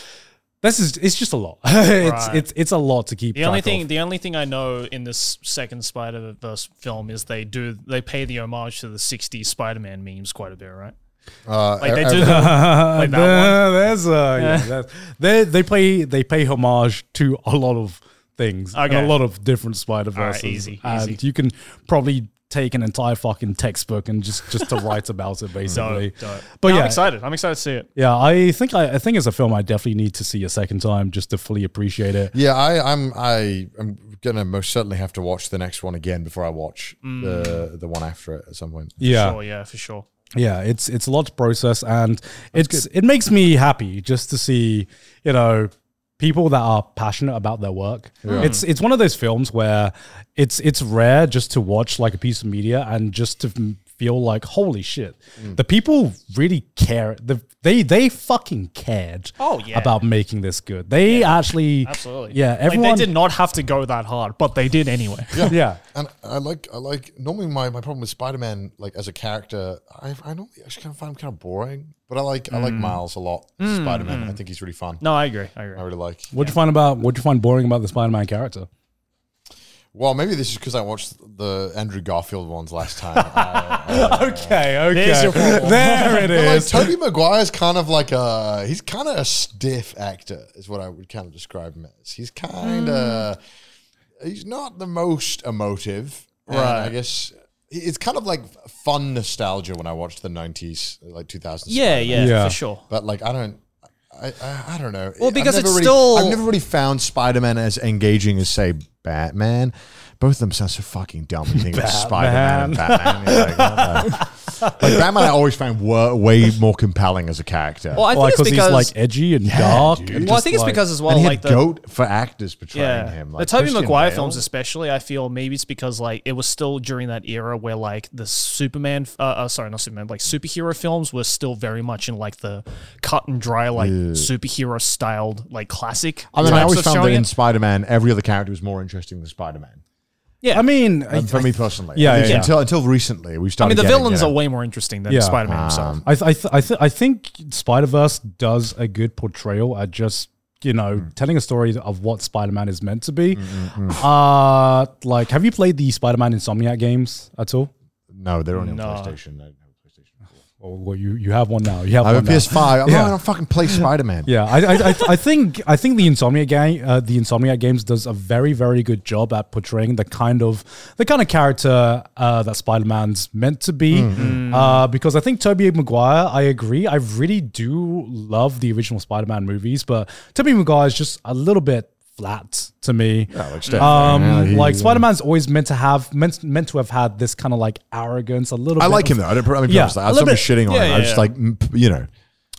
this is it's just a lot. it's it's it's a lot to keep. The only track thing, of. the only thing I know in this second Spider Verse film is they do they pay the homage to the '60s Spider Man memes quite a bit, right? Uh, Like they I- do, I- the, like that one. Uh, there's uh, yeah, that's, they they pay they pay homage to a lot of things and Okay. a lot of different Spider right, Verses. easy, and easy. you can probably take an entire fucking textbook and just just to write about it basically. Dope. But No, yeah, I'm excited. I'm excited to see it. yeah, I think I, I think it's a film I definitely need to see a second time just to fully appreciate it. yeah, I, I'm, I, I'm gonna most certainly have to watch the next one again before I watch Mm. the the one after it at some point. Yeah, Sure, yeah, for sure. yeah it's it's a lot to process and it's it makes me happy just to see you know people that are passionate about their work it's it's one of those films where it's it's rare just to watch like a piece of media and just to m- feel like holy shit Mm. the people really care the, they they fucking cared Oh, yeah. about making this good they actually Absolutely. yeah everyone like, they did not have to go that hard, but they did anyway. yeah And I like, I like. Normally, my, my problem with Spider Man, like as a character, I I normally actually kind of find him kind of boring. But I like, I Mm. like Miles a lot. Spider Man, I think he's really fun. No, I agree. I agree. I really like. what'd you find about what'd you find boring about the spider-man character Well, maybe this is because I watched the Andrew Garfield ones last time. I- okay okay There's your problem. there it But like is Toby Maguire's kind of like a he's kind of a stiff actor is what I would kind of describe him as. He's kind of he's not the most emotive. Right. I guess it's kind of like fun nostalgia when I watched the '90s, like 2000s. Yeah, yeah, Yeah. for sure. but like I don't. I, I, I don't know. Well, I've because never it's really- still- I've never really found Spider Man as engaging as say Batman. Both of them sound so fucking dumb. You think about Spider Man and Batman. You're like, what the- like, Batman, I always found wa- way more compelling as a character. Well, I think Like, it's because because he's like edgy and dark. dude. and well, I just, think it's like- because as well, and he had like the goat for actors portraying him. Like the Tobey Christian Maguire Bale. films, especially, I feel maybe it's because like it was still during that era where like the Superman, f- uh, uh, sorry, not Superman, like superhero films were still very much in like the cut and dry, like superhero styled, like classic. I mean, I types always of found that showing in it. Spider Man, every other character was more interesting than Spider Man. I mean, I, For me personally, Yeah, At least yeah, yeah. Until until recently, we I started. mean, the getting, villains you are know, way more interesting than Yeah. Um, Spider-Man himself. I, th- I, th- I, th- I think Spider Verse does a good portrayal at just you know Mm. telling a story of what Spider Man is meant to be. Uh, like, have you played the Spider Man Insomniac games at all? no, they're only on No. PlayStation. I don't have a PlayStation. Well, well you you have one now. You have I one have a now. PS5. I'm Yeah. not gonna fucking play Spider Man. Yeah, I, I, I, I think I think the Insomnia game, uh, the Insomnia games, does a very very good job at portraying the kind of the kind of character uh, that Spider Man's meant to be. Mm. Uh, because I think Tobey Maguire, I agree, I really do love the original Spider Man movies, but Tobey Maguire is just a little bit flat to me. Um, like Spider Man's always meant to have meant meant to have had this kind of like arrogance, a little. I bit like of- him though. I don't. I mean, Yeah, yeah, a I'm little not bit. shitting on Yeah, him. yeah, I'm just yeah. like, mm, p- you know,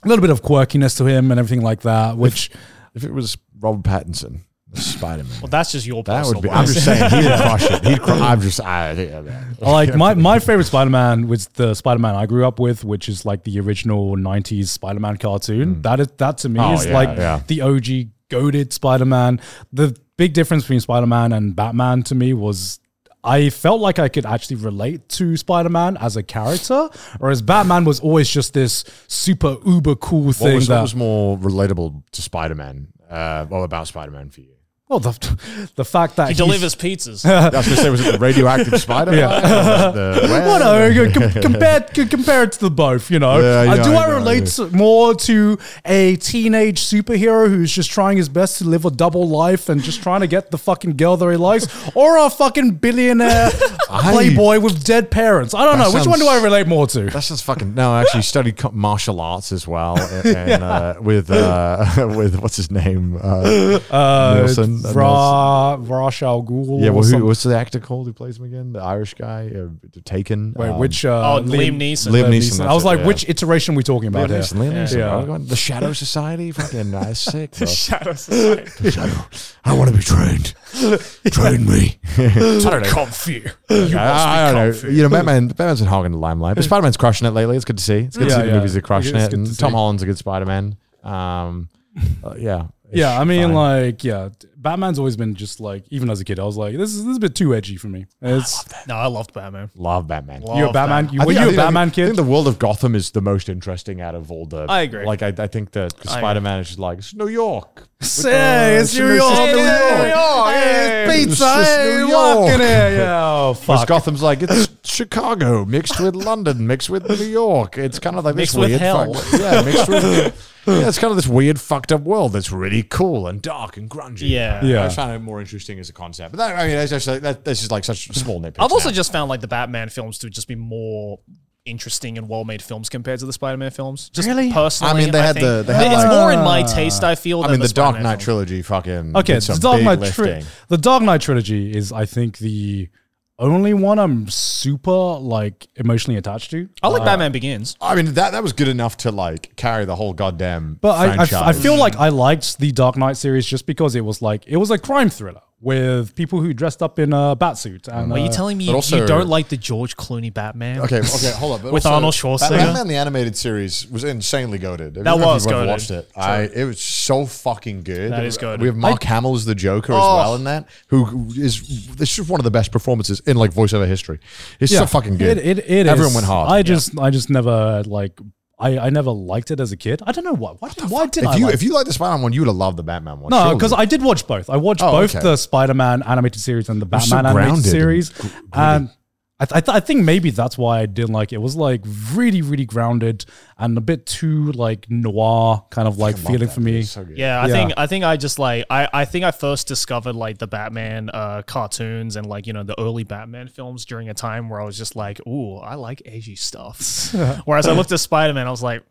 a little bit of quirkiness to him and everything like that, which. if it was Robert Pattinson, Spider Man, Well, that's just your that personal would be. I'm bias. just saying, he would crush it. He'd cr- I'm just. I, yeah, man. like my, my favorite Spider-Man was the Spider-Man I grew up with, which is like the original '90s Spider-Man cartoon. That is that to me Oh, is yeah, like yeah. the OG goaded Spider-Man. The big difference between Spider-Man and Batman to me was I felt like I could actually relate to Spider-Man as a character, whereas Batman was always just this super uber cool What thing was, that what was more relatable to Spider Man? Uh, well, about Spider Man for you. well the, the fact that He he's- delivers pizzas. I was gonna say, was it the radioactive Spider Man? Yeah. The, Well, no, com- compared c- compare it to the both, you know. Um, Yeah, Uh, do yeah, I I know, relate s- more to a teenage superhero who's just trying his best to live a double life and just trying to get the fucking girl that he likes, or a fucking billionaire I- playboy with dead parents? I don't That know. Which one do I sounds- relate more to? That sounds fucking. No, I actually studied co- martial arts as well, and uh, with uh, with what's his name, uh, Nielsen. uh, Nielsen. Ra Ra's al Ghul. Yeah, or well, who, some- what's the actor called who plays him again? The Irish guy, uh, Taken. Wait, um, which? Uh, oh, Liam, Neeson. Liam Neeson, I that's was it, like, yeah. which iteration are we talking Liam about here? Neeson, Liam Neeson. Yeah. Oh, God, the Shadow Society, fucking uh, sick. bro. Shadow Society. The Shadow. I want to be trained. Train me. Uh, Come fear. You I, I must don't know. be You know, Batman, Batman's been hogging the limelight, but Spider Man's crushing it lately. It's good to see. It's good Yeah, to see yeah. the movies are crushing It's it. good to And Tom see. Holland's a good Spider Man. Um, uh, yeah. Yeah, It's I mean, fine. like, yeah, Batman's always been just like, even as a kid, I was like, this is this is a bit too edgy for me. It's No, I loved Batman. love Batman. Love you're a Batman. Batman. You, were think- you a think- Batman I think kid? the world of Gotham is the most interesting out of all the. I agree. Like, I, I think that 'cause I Spider Man is just like, it's New York. Say, it's New New York, York, New New York, York, hey, hey, it's it's pizza, just hey, New walk in York. here, yeah, oh, Because fuck. Gotham's like, it's Chicago mixed with London, mixed with New York. It's kind of like Mixed this with weird. hell. fuck- yeah, mixed with. Yeah, it's kind of this weird, fucked up world that's really cool and dark and grungy. Yeah. Yeah. I was trying to more interesting as a concept. But that, I mean, that's just like, that, that's just like such small nitpicks. I've also now. just found like the Batman films to just be more interesting and well-made films compared to the Spider-Man films. Just Really? personally, I mean, they had think. the- they had, it's like- more in my taste. I feel. I than mean, the, Dark Spider-Man Knight film. trilogy fucking. Okay, did the some Dark big Knight tri- lifting. the Dark Knight trilogy is, I think, the only one I'm super like emotionally attached to. I like Batman Begins. I mean, that that was good enough to like carry the whole goddamn. But I, I f- franchise. I feel like I liked the Dark Knight series just because it was like it was a crime thriller with people who dressed up in a bat suit. And Are you uh, telling me but you, also- you don't like the George Clooney Batman? Okay, okay, hold up. But With also, Arnold Schwarzenegger? Batman the animated series was insanely goaded. That was if you've ever goated. watched it. I it was so fucking good. That is Oh. goated. We have Mark Hamill as the Joker as well in that, who is this is one of the best performances in like voiceover history. It's so fucking good. It, it, it is. Everyone went hard. I just, I just never like, I, I never liked it as a kid. I don't know why. Why, did, why did if I? you like if you like the Spider Man one, you would have loved the Batman one. no, surely. because I did watch both. I watched Oh, both okay. the Spider-Man animated series and the You're so Batman animated grounded and series, gr- and I, th- I, th- I think maybe that's why I didn't like it. It was like really, really grounded and a bit too like noir kind of like feeling for me. Yeah, I Yeah. think I think I just like I, I think I first discovered like the Batman uh, cartoons and like you know the early Batman films during a time where I was just like, ooh, I like edgy stuff. Whereas I looked at Spider Man, I was like,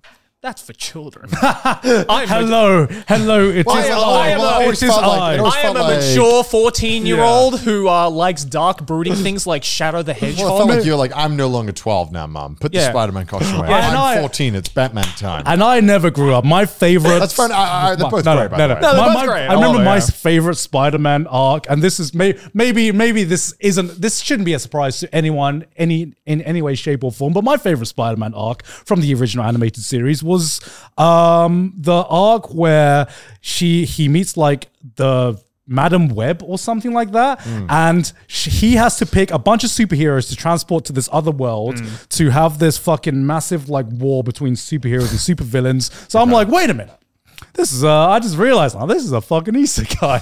that's for children. I'm a, hello, hello, it is Why am I- I. why am I always it is felt like- I. it always I am a Like- mature fourteen year old who uh, likes dark brooding things like Shadow the Well, I felt Hedgehog. like you're like, I'm no longer 12 now, mom. Put Yeah. the Spider Man costume away. Yeah, and I- I'm 14. It's Batman time. and I never grew up. My favorite. That's fine. I- I- they're both no, great, No, by no, the no. way. No, they're both My- my- great. I remember Oh, my yeah. favorite Spider-Man arc, and this is may, maybe maybe this isn't this shouldn't be a surprise to anyone any in any way, shape, or form. But my favorite Spider-Man arc from the original animated series was um the arc where she he meets like the Madam Web or something like that. Hmm. And sh- he has to pick a bunch of superheroes to transport to this other world Hmm. to have this fucking massive like war between superheroes and supervillains. So I'm like, wait a minute. This is, uh, I just realized now, this is a fucking isekai.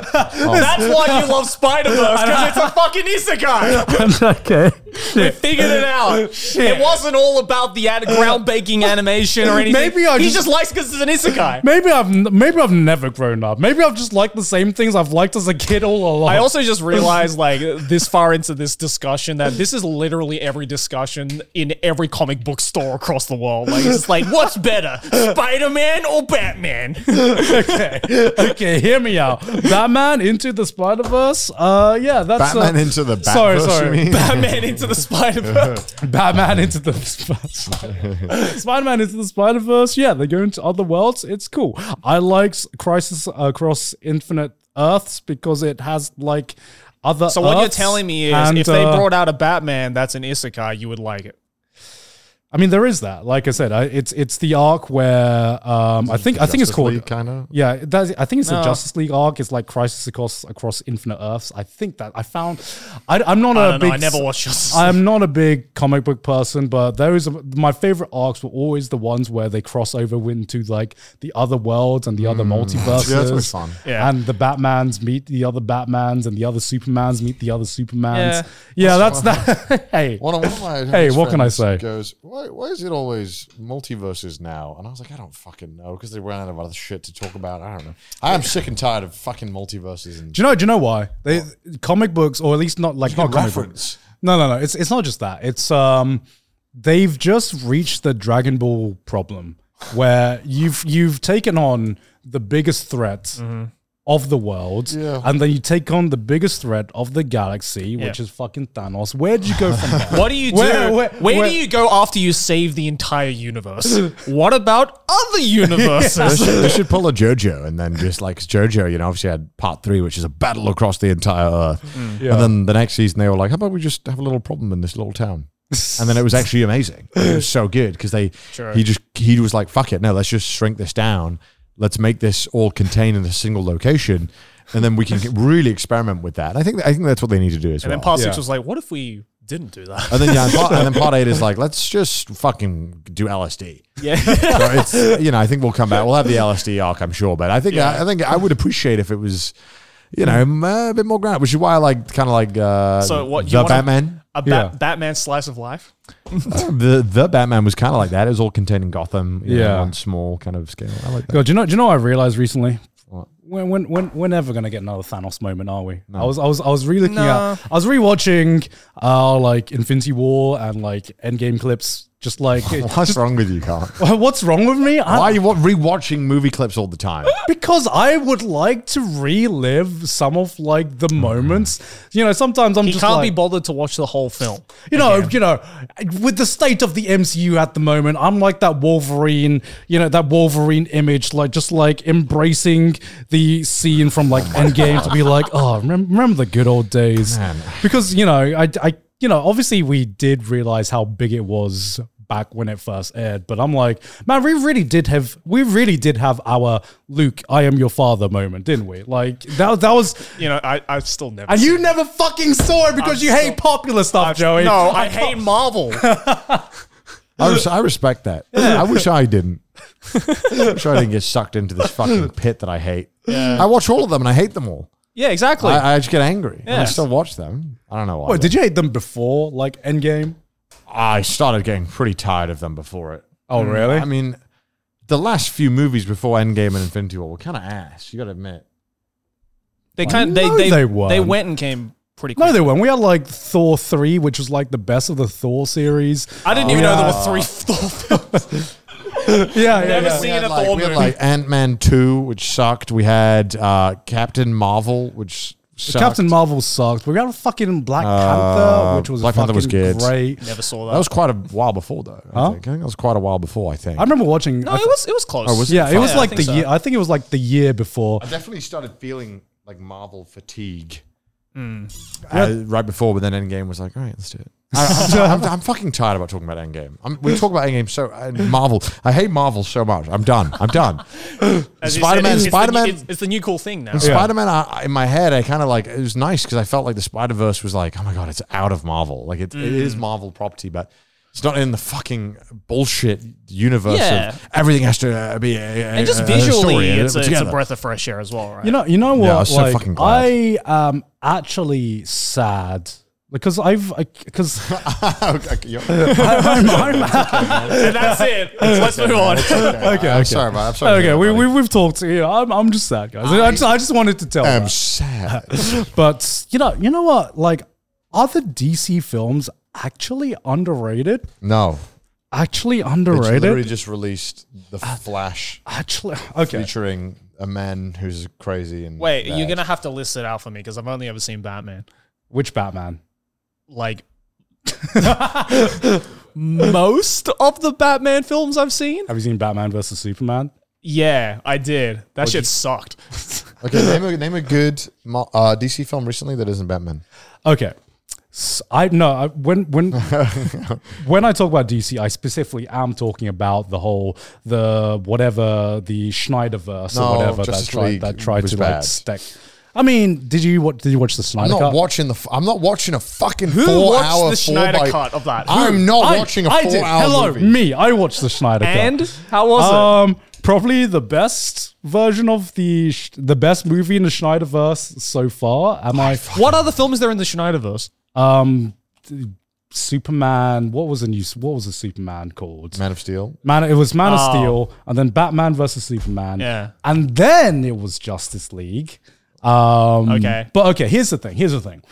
That's why you love Spider Verse because it's a fucking isekai. okay. Figured it out. Shit. It wasn't all about the ad- ground baking animation or anything. Maybe I he just- just likes because it's an isekai. Maybe I've n- maybe I've never grown up. Maybe I've just liked the same things I've liked as a kid all along. I also just realized, like, this far into this discussion, that this is literally every discussion in every comic book store across the world. Like, it's just like, what's better, Spider Man or Batman? okay, okay, hear me out. Batman into the Spider Verse. Uh, yeah, that's Batman uh, into the Batverse, Sorry, you sorry. mean? Batman into the Spider Verse. Batman into the Spider Man into the Spider Verse. Yeah, they go into other worlds. It's cool. I like Crisis across Infinite Earths because it has like other. So, what you're Earths telling me is and, if they uh, brought out a Batman that's an isekai, you would like it. I mean, there is that. Like I said, I, it's it's the arc where um, I think I think it's called. Kind of. Yeah, that's, I think it's No. the Justice League arc. It's like Crisis across across Infinite Earths. I think that I found. I, I'm not I a don't know. big. I never watched Justice League. I'm not a big comic book person, but those are- my favorite arcs were always the ones where they cross over into like the other worlds and the other multiverses. Hmm. Yeah, that's always fun. Yeah. And the Batmans meet the other Batmans, and the other Supermans meet the other Yeah. Supermans. Yeah, that's that. hey, One of, one of my Hey, what can I friends say? Goes, why, why is it always multiverses now? And I was like, I don't fucking know because they ran out of other shit to talk about. I don't know. I am sick and tired of fucking multiverses and Do you know? Do you know why they comic books, or at least not like not comic books. reference. No, no, no. It's it's not just that. It's um, they've just reached the Dragon Ball problem where you've you've taken on the biggest threat of the world, Mm-hmm. Yeah. and then you take on the biggest threat of the galaxy, which is fucking Thanos. Where would you go from there? What do you do? Where- Where, where- where- do you go after you save the entire universe? what about other They universes? should, they should pull a JoJo and then just like 'cause JoJo, you know, obviously had part three, which is a battle across the entire earth. Mm. And then the next season, they were like, how about we just have a little problem in this little town? And then it was actually amazing. It was so good because they, he just, he was like, fuck it. No, let's just shrink this down. Let's make this all contained in a single location. And then we can get- really experiment with that. And I think, I think that's what they need to do as and well. then part six Yeah. was like, what if we didn't do that? and then, yeah, and part, and then part eight is like, let's just fucking do LSD. Yeah. So it's you know, I think we'll come back. We'll have the LSD arc, I'm sure. But I think I, I think I would appreciate if it was, you know, m- a bit more ground, which is why I like kind of like uh, So what, you the wanna- Batman. A ba- Yeah. Batman slice of life. The the Batman was kind of like that. It was all contained in Gotham. you know, Yeah. one small kind of scale. I like that. God, do you know? Do you know? What I realized recently. When, when, when, we're never gonna get another Thanos moment, are we? I was, I was, I was re-looking at, I was rewatching, uh, like Infinity War and like Endgame clips, just like, What's wrong with you, Carl? what's wrong with me? I- Why are you wa- rewatching movie clips all the time? because I would like to relive some of like Mm. the moments. You know, sometimes I'm He just can't like, be bothered to watch the whole film. you know, you know, with the state of the MCU at the moment, I'm like that Wolverine, you know, that Wolverine image, like just like embracing the scene from like Endgame to be like, oh, remember, remember the good old days, because you know, I, I, you know, obviously we did realize how big it was back when it first aired, but I'm like, man, we really did have, we really did have our Luke, I am your father moment, didn't we? Like that, that was. You know, I, I've still never. And you seen it. never fucking saw it because I've you still- hate popular stuff, Joey. No, I, hate Marvel. I, res- I respect that. I wish I didn't. I wish I didn't get sucked into this fucking pit that I hate. I watch all of them and I hate them all. Yeah, exactly. I, I just get angry. And I Yeah. still watch them. I don't know why. Wait, but did you hate them before, like Endgame? I started getting pretty tired of them before it. Mm. Oh, really? I mean, the last few movies before Endgame and Infinity War were kind of ass. You got to admit. they kind of No, they, they they, weren't. they went and came pretty quick. no, they weren't. We had like Thor three, which was like the best of the Thor series. I didn't even know there were three Yeah. Thor films. Yeah, yeah, Never yeah. seen- had a like, Thor we had movie. like Ant Man two, which sucked. We had uh, Captain Marvel, which sucked. Captain Marvel sucked. We got a fucking Black Uh, Panther, which was Black fucking Panther was good. great. Never saw that. That was quite a while before, though. I, Huh? think. I think that was quite a while before. I think. I remember watching. no, I it th- was it was close. Oh, was it? Yeah, it Yeah, was I like think the so. year. I think it was like the year before. I definitely started feeling like Marvel fatigue uh, right before, but then Endgame was like, all right, let's do it. I, am fucking tired about talking about Endgame. I'm, we talk about Endgame so uh, Marvel. I hate Marvel so much. I'm done. I'm done. As you said, Spider Man. it's- it's the Spider new- Man. It's, it's the new cool thing now. Spider Man. In my head, I kind of like it was nice because I felt like the Spider Verse was like, oh my god, it's out of Marvel. Like it, it is Marvel property, but. It's not in the fucking bullshit universe. Yeah. Of everything has to uh, be a, a- And just a- a visually, story and it's, a, it's a together. breath of fresh air as well, right? You know, you know what? Yeah, I was so like, fucking glad. I am actually sad because I've because Okay, yeah. I'm, I'm and that's it. Let's move on. okay, I'm sorry, man. I'm sorry. okay. We, we we've talked. Yeah, I'm I'm just sad, guys. I, just I just wanted to tell. I'm that. sad. But you know, you know what? Like, are the DC films actually underrated? no, Actually they literally underrated. just released the Flash Actually, okay. featuring a man who's crazy and Wait, bad. you're gonna have to list it out for me because I've only ever seen Batman. Which Batman? Like most of the Batman films I've seen. Have you seen Batman versus Superman? Yeah, I did. That shit sucked. okay. Name a name a good mo- uh, DC film recently that isn't Batman. Okay. S I I no I, when when when I talk about DC, I specifically am talking about the whole the whatever the Schneiderverse No, or whatever that Justice tried League that tried was to like bad. stack. I mean, did you what did you watch the I'm Snyder not Cut? watching the. F- I'm not watching a fucking Who four watched hour the Schneider cut of that? I'm Who? not I- watching a I four did. hour Hello, movie. me. I watched the Schneider Cut. And how was it? um, probably the best version of the sh- the best movie in the Schneiderverse so far. Am I What other films there in the Schneiderverse? um th- Superman? What was the new? What was the Superman called? Man of Steel. Man, it was Man of Oh. Steel, and then Batman versus Superman. Yeah. and then it was Justice League. Um, Okay. but okay. Here's the thing. Here's the thing.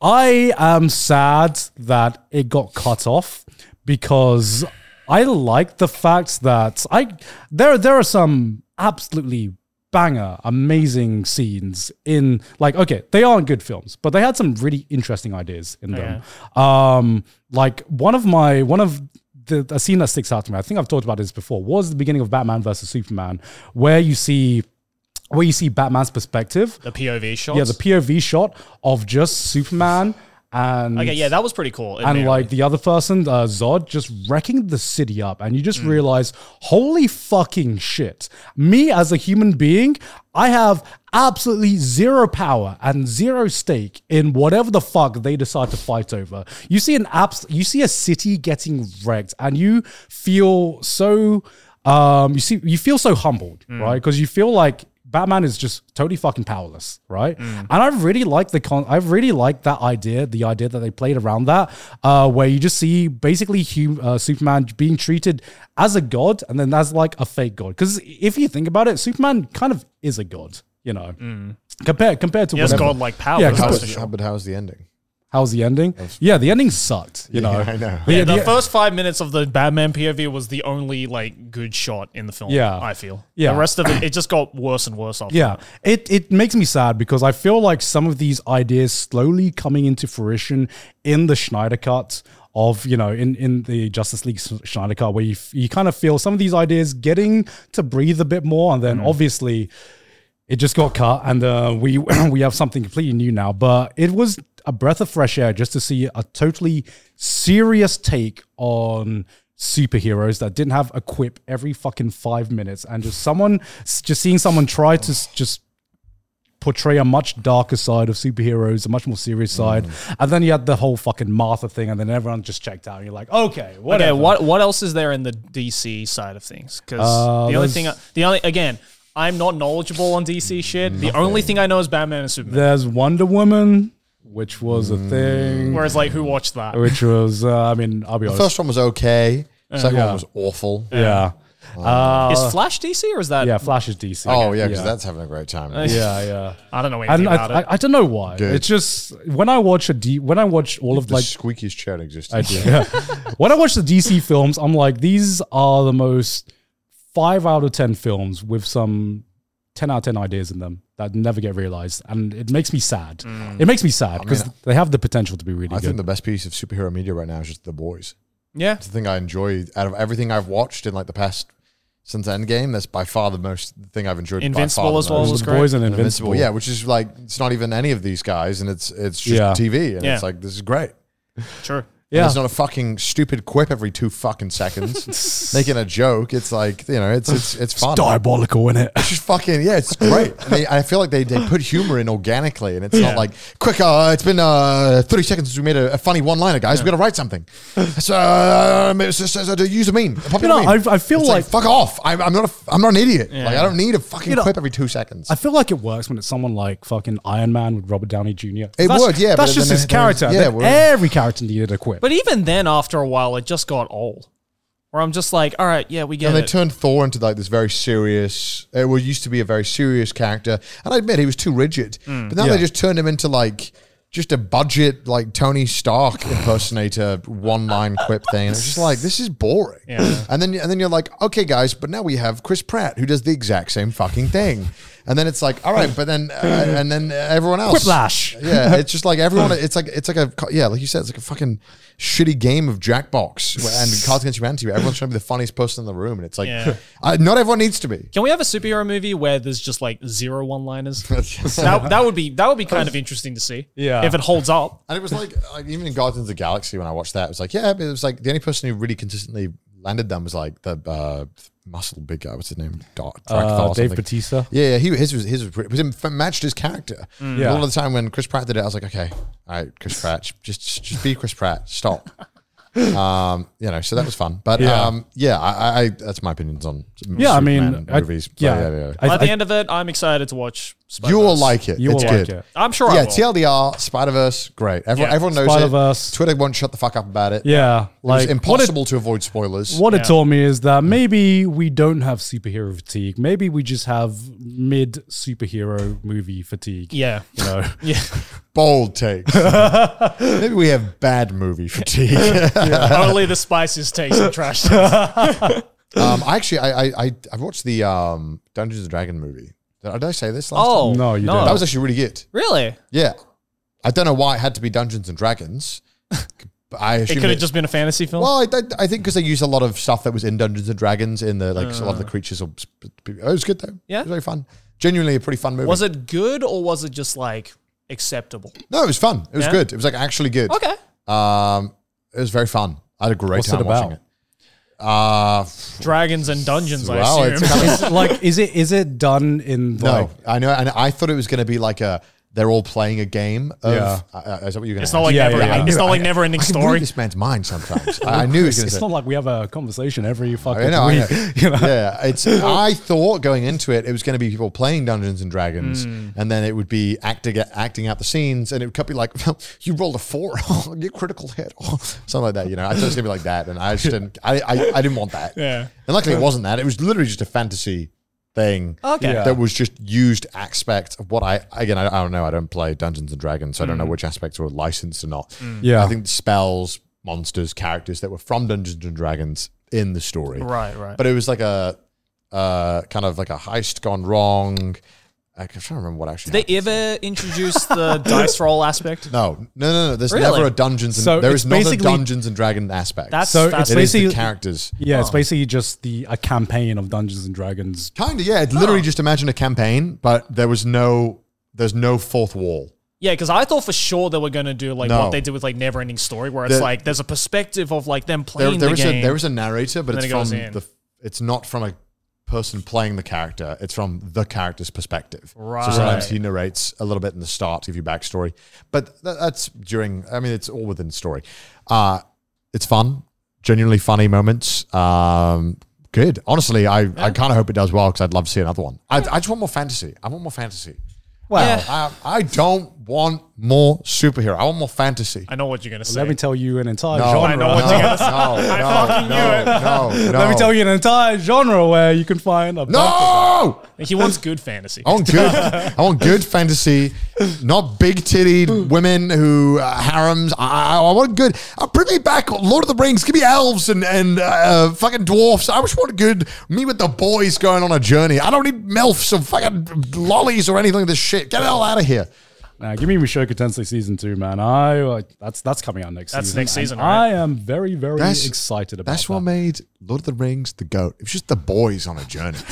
I am sad that it got cut off because I like the fact that I there there are some absolutely banger amazing scenes in like okay they aren't good films but they had some really interesting ideas in them um like one of my one of the a scene that sticks out to me i think i've talked about this before was the beginning of batman versus superman where you see where you see batman's perspective The POV shots. yeah, the POV shot of just Superman and okay, yeah, that was pretty cool. and admittedly. like the other person, uh, Zod, just wrecking the city up, and you just realize, holy fucking shit! Me as a human being, I have absolutely zero power and zero stake in whatever the fuck they decide to fight over. You see an abs- you see a city getting wrecked, and you feel so. Um, you see, you feel so humbled, right? Because you feel like Batman is just totally fucking powerless, right? Mm. And I really like the con. I really like that idea, the idea that they played around that, uh, where you just see basically hum- uh, Superman being treated as a god and then as like a fake god. Because if you think about it, Superman kind of is a god, you know, Mm. compared compared to he has whatever. godlike powers. Yeah, that's How's for the, sure. how, but how's the ending? How's the ending? Yeah, the ending sucked. You know, I know. Yeah, the the- first five minutes of the Batman POV was the only like good shot in the film. Yeah. I feel. Yeah. the rest of it, it just got worse and worse after. Yeah, it it makes me sad because I feel like some of these ideas slowly coming into fruition in the Schneider cut of you know in in the Justice League Sch- Schneider cut where you f- you kind of feel some of these ideas getting to breathe a bit more, and then obviously it just got cut, and uh, we we have something completely new now. But it was a breath of fresh air just to see a totally serious take on superheroes that didn't have a quip every fucking five minutes, and just someone just seeing someone try to s- just portray a much darker side of superheroes, a much more serious side, and then you had the whole fucking Martha thing, and then everyone just checked out. And you're like, okay, whatever. Okay, what what else is there in the DC side of things? Because Uh, the only there's- thing, I- the only again, I'm not knowledgeable on DC shit. Mm-hmm. The only thing I know is Batman and Superman. There's Wonder Woman, which was a thing. Whereas, like, who watched that? Which was, uh, I mean, I'll be The honest. first one was okay. Second one was awful. yeah. is Flash DC or is that? Uh, Yeah, Flash is DC. Oh yeah, because that's having a great time. yeah, yeah. I don't know anything And I, about I, it. I don't know why. It's just when I watch a D, when I watch all of the like squeakiest chair in existence. I do. when I watch the DC films, I'm like, these are the most five out of ten films with some ten out of ten ideas in them that never get realized, and it makes me sad. It makes me sad because they have the potential to be really I good. think the best piece of superhero media right now is just The Boys. yeah. It's the thing I enjoy out of everything I've watched in like the past since Endgame. That's by far the most the thing I've enjoyed. by far Invincible the as well most. was the great. boys and Invincible, Invincible. yeah, which is like it's not even any of these guys, and it's it's just Yeah. TV, and Yeah. it's like this is great. True. Yeah. Yeah. It's not a fucking stupid quip every two fucking seconds, making a joke. It's like you know, it's it's it's fun. diabolical in it. It's just fucking yeah, it's great. And they, I feel like they, they put humor in organically, and it's not like quick. Uh, it's been uh, thirty seconds since we made a, a funny one liner, guys. We got to write something. So uh, it's just- it's- it's a user mean. a popular You know, meme. I- I feel It's like- fuck off. I'm, I'm not a f- I'm not an idiot. Like I don't need a fucking You know, quip every two seconds. I feel like it works when it's someone like fucking Iron Man with Robert Downey Jr. It would, yeah, but That's just then his there- character. yeah, Then well- every character needed a quip. But even then, after a while, it just got old. Where I'm just like, all right, yeah, we get and they it. turned Thor into like this very serious. It was used to be a very serious character, and I admit he was too rigid. Mm. but now they just turned him into like just a budget like Tony Stark impersonator one line quip thing. And it's just like this is boring. Yeah. And then and then you're like, okay, guys, but now we have Chris Pratt who does the exact same fucking thing. And then it's like, all right, but then uh, and then everyone else Quiplash. yeah, it's just like everyone. It's like it's like a yeah, like you said, it's like a fucking shitty game of Jackbox where- and Cards Against Humanity. Where everyone's trying to be the funniest person in the room, and it's like Yeah. uh, not everyone needs to be. Can we have a superhero movie where there's just like zero one-liners? that, that would be that would be kind of interesting to see. Yeah. If it holds up. And it was like, like even in Guardians of the Galaxy when I watched that, it was like yeah, but it was like the only person who really consistently landed them was like the uh, muscle big guy. What's his name? Doc, Drakthar Uh, or Dave something. Bautista. Yeah, yeah, he his was his was pretty, it was it matched his character. Yeah. A lot of the time when Chris Pratt did it, I was like, okay, all right, Chris Pratt, j- just just be Chris Pratt, stop. um, you know, so that was fun, but Yeah. um, yeah, I, I- I that's my opinions on some Yeah, I Superman mean, I- movies. But yeah, I- By the I- end of it, I'm excited to watch. Spider-Verse. You'll like it. You it's will like good. it. I'm sure I Yeah, will. TLDR, Spider Verse, great. Everyone, Yeah. everyone knows Spider-Verse. it. Twitter won't shut the fuck up about it. Yeah, It's like what it- impossible to avoid spoilers. What it told me is that maybe we don't have superhero fatigue. Maybe we just have mid superhero movie fatigue. yeah. You know? Yeah. Bold takes. Maybe we have bad movie fatigue. Only the spices taste the trash. taste. Um, I actually, I, I, I, I've watched the um, Dungeons and Dragon movie. Did, did I say this last time? Oh No, you didn't. That was actually really good. really. Yeah. I don't know why it had to be Dungeons and Dragons. but I It assume could have just been a fantasy film. Well, I, I, I think because they used a lot of stuff that was in Dungeons and Dragons in the like a lot of the creatures. Or, it was good though. Uh. Yeah? it was very fun. Genuinely a pretty fun movie. was it good or was it just like acceptable? No, it was fun. It was Yeah? good. It was like actually good. Okay. Um, it was very fun. I had a great What's it time watching it. Uh, Dragons and Dungeons, well, I it's assume. kind of- like, is it is it done in No, like? I know, and I thought it was going to be like a they're all playing a game. Of, Yeah. uh, uh, is that what you're going to? It's not like Yeah, never. yeah, yeah. It's not like I- never ending I can story. Read this man's mind sometimes. I, I knew he was It's, going to it's say. not like we have a conversation every fucking I know, I know. week. you know? Yeah, it's. I thought going into it, it was going to be people playing Dungeons and Dragons, and then it would be acting acting out the scenes, and it could be like, you rolled a four, your critical hit, something like that. You know, I thought it was going to be like that, and I just didn't. I, I, I didn't want that. Yeah. and luckily it wasn't that. It was literally just a fantasy thing. Okay. Yeah. That was just used aspect of what I again I, I don't know I don't play Dungeons and Dragons so I don't know which aspects were licensed or not. Yeah. I think spells, monsters, characters that were from Dungeons and Dragons in the story. Right, right. But it was like a uh, kind of like a heist gone wrong. I can- I'm trying to remember what actually. Did happened. they ever introduce the dice roll aspect? no, no, no, no. There's Really? never a Dungeons. And, So there it's is not a basically- Dungeons and Dragon aspect. That's So that's it's it is the Oh. basically- characters. Yeah, it's basically just the a campaign of Dungeons and Dragons. Kind of, yeah. It's literally just imagine a campaign, but there was no, there's no fourth wall. yeah, because I thought for sure they were gonna do like No. what they did with like never ending story, where it's The- like there's a perspective of like them There, playing there the is game. a there is a narrator, but And it's then it from goes in. the, it's not from a person playing the character. It's from the character's perspective. So Right. sometimes he narrates a little bit in the start to give you backstory, but that, that's during. I mean, it's all within story. Uh, it's fun, genuinely funny moments. Um, good. Honestly, I, I kind of hope it does well because I'd love to see another one. I, I just want more fantasy. I want more fantasy. Well, I, I don't want more superhero. I want more fantasy. I know what you're gonna say. Let me tell you an entire No, genre. I know what you're gonna say. No, no, fucking knew no, it. no, no. Let me tell you an entire genre where you can find a No! he wants good fantasy. I want good. I want good fantasy, not big titted women who uh, harems. I, I, I want good. Uh, bring me back Lord of the Rings. Give me elves and and uh, uh, fucking dwarfs. I just want good me with the boys going on a journey. I don't need melfs or fucking lollies or anything of this shit. Get it all out of here. Nah, give me Mushoku Tensei season two, man. I uh, that's that's coming out next That's season. next and season, right? I am very very That's- excited about. That's what that. made Lord of the Rings the goat. It was just the boys on a journey.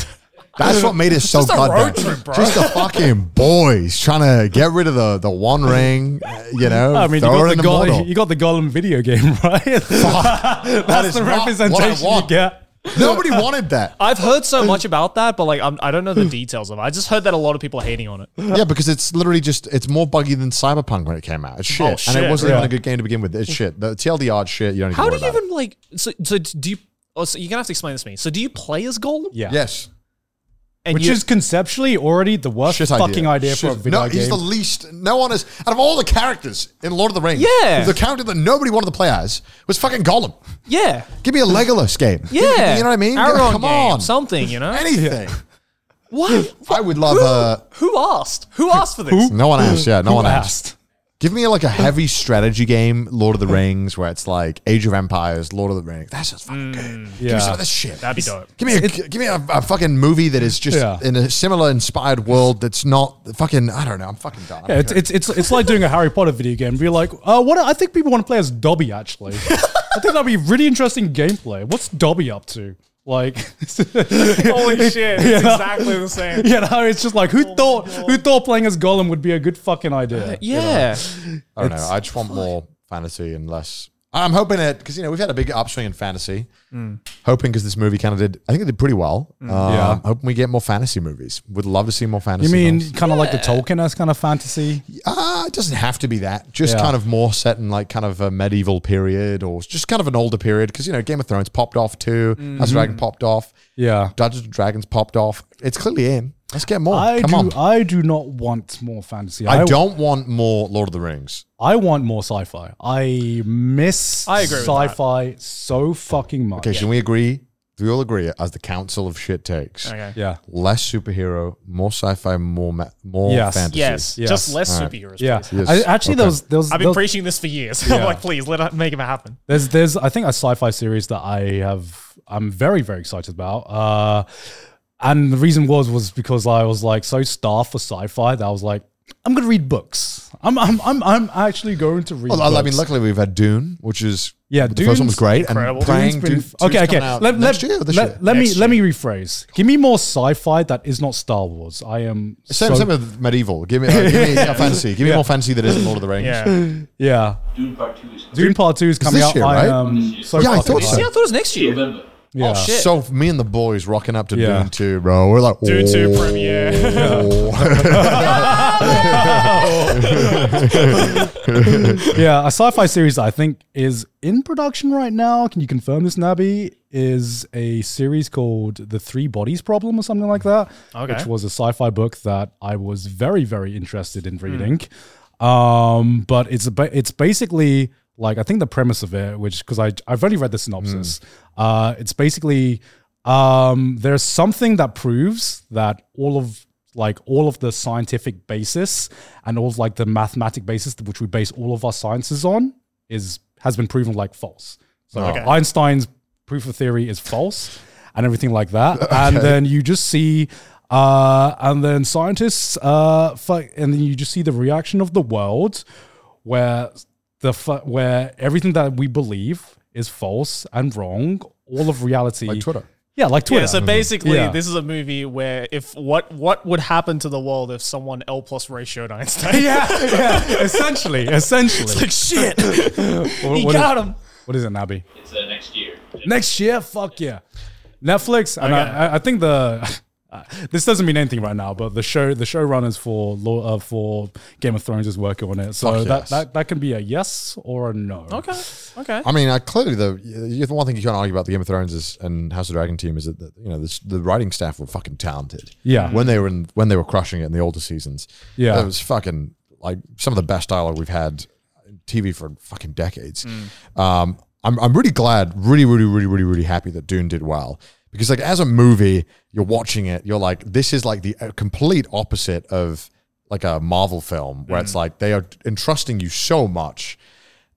That's what made it so Just a road goddamn. trip, bro. Just the fucking boys trying to get rid of the the one ring, uh, you know. Oh, I mean, you throw it got, in the the Golem, Mordor. you got the Golem video game, right? That that's is the not what I representation you want. get. Nobody wanted that. I've heard so much about that, but like I'm, I don't know the details of it. I just heard that a lot of people are hating on it. Yeah, because it's literally just it's more buggy than Cyberpunk when it came out. It's shit, Oh, and shit, it wasn't yeah. even a good game to begin with. It's shit. The TLDR is shit. You don't. Even How do worry you about it. even like? So, so do you? Oh, so you're gonna have to explain this to me. So do you play as Golem? Yeah, Yes, and which you, is conceptually already the worst shit fucking idea, for a Shit. video no, game. he's the least. No one is out of all the characters in Lord of the Rings. Yeah. the character that nobody wanted to play as was fucking Gollum. yeah, Give me a Legolas game. Give me- yeah. you know what I mean. Aragorn Come game, on, something you know. anything. What? I would love a. Who asked? Who asked for this? No one asked. Yeah, no Who one asked. asked? Give me like a heavy strategy game, Lord of the Rings, where it's like Age of Empires, Lord of the Rings. That's just fucking good. Give Mm, Yeah. me some of this shit. That'd be dope. Give me a give me a, a fucking movie that is just Yeah. in a similar inspired world that's not fucking. I don't know. I'm fucking done. I'm Yeah, it's, good. it's it's it's like doing a Harry Potter video game. Be like, uh, what? I think people want to play as Dobby. Actually, I think that'd be really interesting gameplay. What's Dobby up to? Like, Holy shit! It's exactly the same. you know, it's just like who thought who thought playing as Gollum would be a good fucking idea? Yeah. I don't know. I just want more fantasy and less. I'm hoping it because you know we've had a big upswing in fantasy. Hmm. Hoping because this movie kind of did. I think it did pretty well. Um, Yeah. Hoping we get more fantasy movies. Would love to see more fantasy. You mean films. kind of like the Tolkien-esque kind of fantasy? Ah, it doesn't have to be that. Just Yeah. kind of more set in like kind of a medieval period or just kind of an older period because you know Game of Thrones popped off too. House of Dragon popped off. Hmm. Yeah. Dungeons and Dragons popped off. It's clearly in. Let's get more. I Come do. on. I do not want more fantasy. I, don't want more Lord of the Rings. I want more sci-fi. I miss I agree with that. sci-fi so fucking much. Okay, can we agree? Do we all agree as the Council of Shit takes? Okay. Yeah. less superhero, more sci-fi, more ma- more Yes. fantasy. Yes. Yes. Just less Alright. superheroes. Yeah. please. Yes. I, actually, there was there was, I've there been was- preaching this for years. I'm like, please let it make it happen. There's there's I think a sci-fi series that I have I'm very very excited about. Uh, and the reason was was because I was like so starved for sci-fi that I was like I'm gonna read books. I'm I'm I'm, I'm actually going to read. Well, I- I mean, books. luckily we've had Dune, which is Yeah, the first one Dune's was great. incredible. Dune's And praying been- Dune, okay, okay. Out Let, next let, year or this year? let, let me Next let me rephrase. Give me more sci-fi that is not Star Wars. I am same, so, same with medieval. Give me, uh, give me yeah, fantasy. Give me more fantasy that isn't Lord of the Rings. Yeah. yeah. Dune Part Two is coming this out. year, I right? am so Yeah, I fucking thought excited. so. See, I thought it was next year. November. Yeah. Oh shit. So me and the boys rocking up to Yeah. Dune 2, bro. We're like, Dune 2 oh. premiere. yeah, a sci-fi series that I think is in production right now. Can you confirm this, Nabi? Is a series called The Three Bodies Problem or something like that, Okay. which was a sci-fi book that I was very, very interested in reading. Um, but it's a, ba- it's basically like I think the premise of it, which because I I've only read the synopsis. Uh, it's basically um, there's something that proves that all of like all of the scientific basis and all of like the mathematic basis which we base all of our sciences on is has been proven like false. So Okay. Einstein's proof of theory is false and everything like that. And then you just see uh and then scientists uh fuck, and then you just see the reaction of the world where the fu- where everything that we believe is false and wrong, all of reality Like Twitter. yeah, like Twitter. Mm-hmm. Yeah, so basically, Yeah. this is a movie where if what what would happen to the world if someone L plus ratioed Einstein? yeah, yeah, essentially, essentially. like shit, What- he what got is- him. What is it, Nabi? It's uh, next year. Next year, fuck yeah, Netflix, and I, I- I think the Uh, this doesn't mean anything right now, but the show the showrunners for Law- uh, for Game of Thrones is working on it, so Fuck that, yes. that that can be a yes or a no. Okay. Okay. I mean, I, clearly the you- the one thing you can't argue about the Game of Thrones is, and House of Dragon team is that the, you know this, the writing staff were fucking talented. Yeah. when they were in, when they were crushing it in the older seasons. Yeah. that was fucking like some of the best dialogue we've had in TV for fucking decades. Um, I'm I'm really glad, really, really, really, really, really happy that Dune did well because like as a movie, you're watching it, you're like, this is like the uh, complete opposite of like a Marvel film where it's like they are entrusting you so much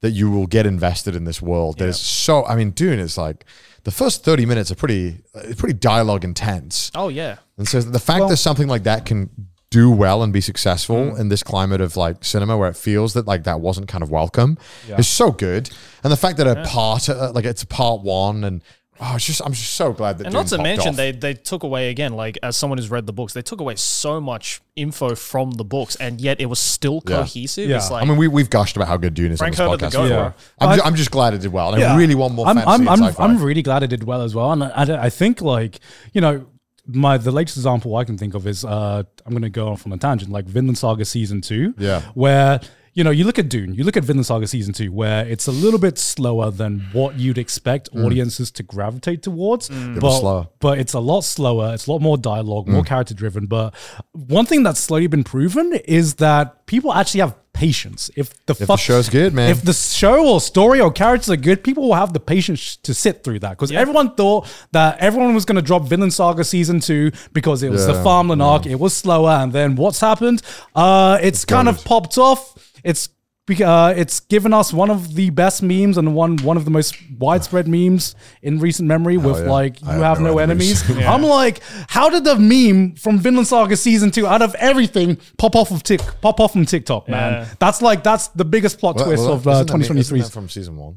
that you will get invested in this world. That is so. I mean, Dune is like the first thirty minutes are pretty, uh, pretty dialogue intense, Oh yeah. and so the fact that something like that can do well and be successful Mm. in this climate of like cinema where it feels that like that wasn't kind of welcome is so good, and the fact that a part uh, like it's part one and. Oh, it's just I'm just so glad that. And not Dune to popped mention off. they they took away again, like as someone who's read the books, they took away so much info from the books, and yet it was still Yeah. cohesive. Yeah. It's like I mean, we we've gushed about how good Dune is Frank on Herbert the this Goat, podcast. before. bro. I'm, I- ju- I'm just glad it did well, and Yeah. I really want more I'm, fantasy I'm, and I'm, sci-fi. I'm really glad it did well as well, and I, I- I think like you know my the latest example I can think of is uh, I'm going to go off on a tangent like Vinland Saga season two, Yeah. where. You know, you look at Dune, you look at Vinland Saga Season 2, where it's a little bit slower than what you'd expect Mm. audiences to gravitate towards. But, slower. Mm. but it's a lot slower, it's a lot more dialogue, more character driven. But one thing that's slowly been proven is that people actually have patience. If the the fuck show's good, man. If the show or story or characters are good, people will have the patience to sit through that because everyone thought that everyone was going to drop Villain Saga season two because it was the Yeah, farmland arc, it was slower, and then what's happened? Uh, it's, kind of popped off. It's bec- uh, it's given us one of the best memes and one one of the most widespread memes in recent memory with yeah. like you I have, no, enemies. I'm like, how did the meme from Vinland Saga season two out of everything pop off of tick pop off from TikTok, man? That's like that's the biggest plot Well, twist well, of isn't uh, that- isn't 2023. that from season one.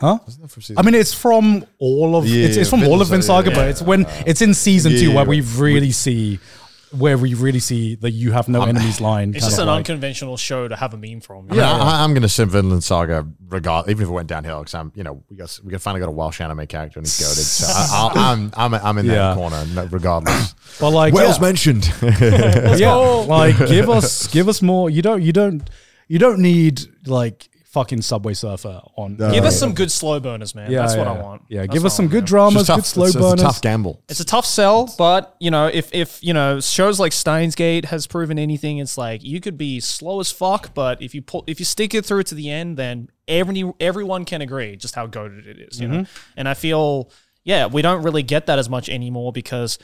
Huh? Isn't that from season I mean, it's from all of Yeah, it's, it's from Vinland all of Vinland Saga, Saga, yeah, but yeah. it's when it's in season Yeah, two yeah, where yeah, we but- really see where we really see that you have no enemies line. it's kind just of an like- unconventional show to have a meme from. I mean, I, I'm going to sim Vinland Saga, regard even if it went downhill, because I'm, you know, we got we got finally got a Welsh anime character and he's goaded. So I, I'll, I'm I'm I'm in Yeah. that corner no- regardless. But like, Wales yeah. mentioned. yeah, like give us give us more. You don't you don't you don't need like fucking Subway Surfer on. Give us some good slow burners, man. That's what I want. Yeah, That's give what us I some want, good man. It's dramas, tough. good slow it's, burners. it's a tough gamble. It's a tough sell, but you know, if if you know shows like Steins Gate has proven anything, it's like you could be slow as fuck, but if you pull if you stick it through to the end, then every everyone can agree just how goaded it is, you know. And I feel yeah, we don't really get that as much anymore because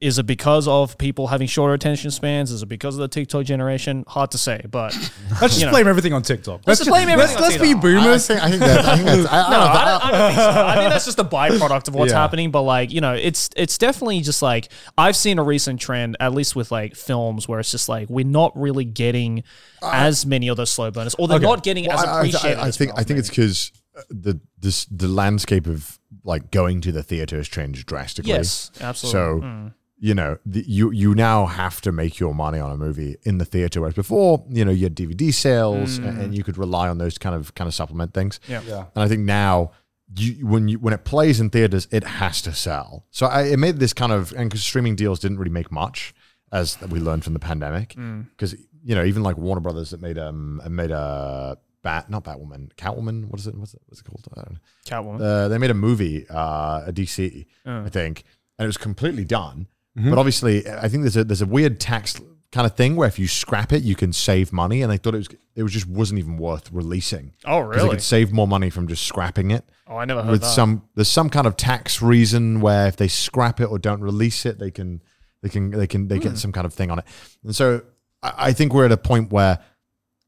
is it because of people having shorter attention spans? Is it because of the TikTok generation? Hard to say, but Let's just know. blame everything on TikTok. Let's just blame everything on Let's, let's be TikTok. I, I boomers. think I think that, I think that's, I, I No, don't know, I don't, I don't think so. I think that's just a byproduct of what's Yeah. happening. But like, you know, it's it's definitely just like I've seen a recent trend, at least with like films, where it's just like we're not really getting as many of those slow burners, or they're not getting as I- I- appreciated. I, I as think well, I think maybe. it's because the this the landscape of like going to the theater has changed drastically. Yes, absolutely. Mm. So you know the, you you now have to make your money on a movie in the theater, whereas before you know you had DVD sales a- and, you could rely on those to kind of kind of supplement things. Yeah. And I think now. You, when you when it plays in theaters, it has to sell. So I, it made this kind of and 'cause streaming deals didn't really make much, as we learned from the pandemic. Because you know, even like Warner Brothers that made um made a bat not Batwoman Catwoman what is it what's it what's it called I don't know. Catwoman. Uh, they made a movie uh, at DC, Oh. I think, and it was completely done. But obviously, I think there's a there's a weird tax kind of thing where if you scrap it, you can save money. And they thought it was it was just wasn't even worth releasing. Oh, 'Cause They really? could save more money from just scrapping it. oh, I never heard with that. some there's some kind of tax reason where if they scrap it or don't release it, they can they can they can they Hmm. get some kind of thing on it. And so I, I think we're at a point where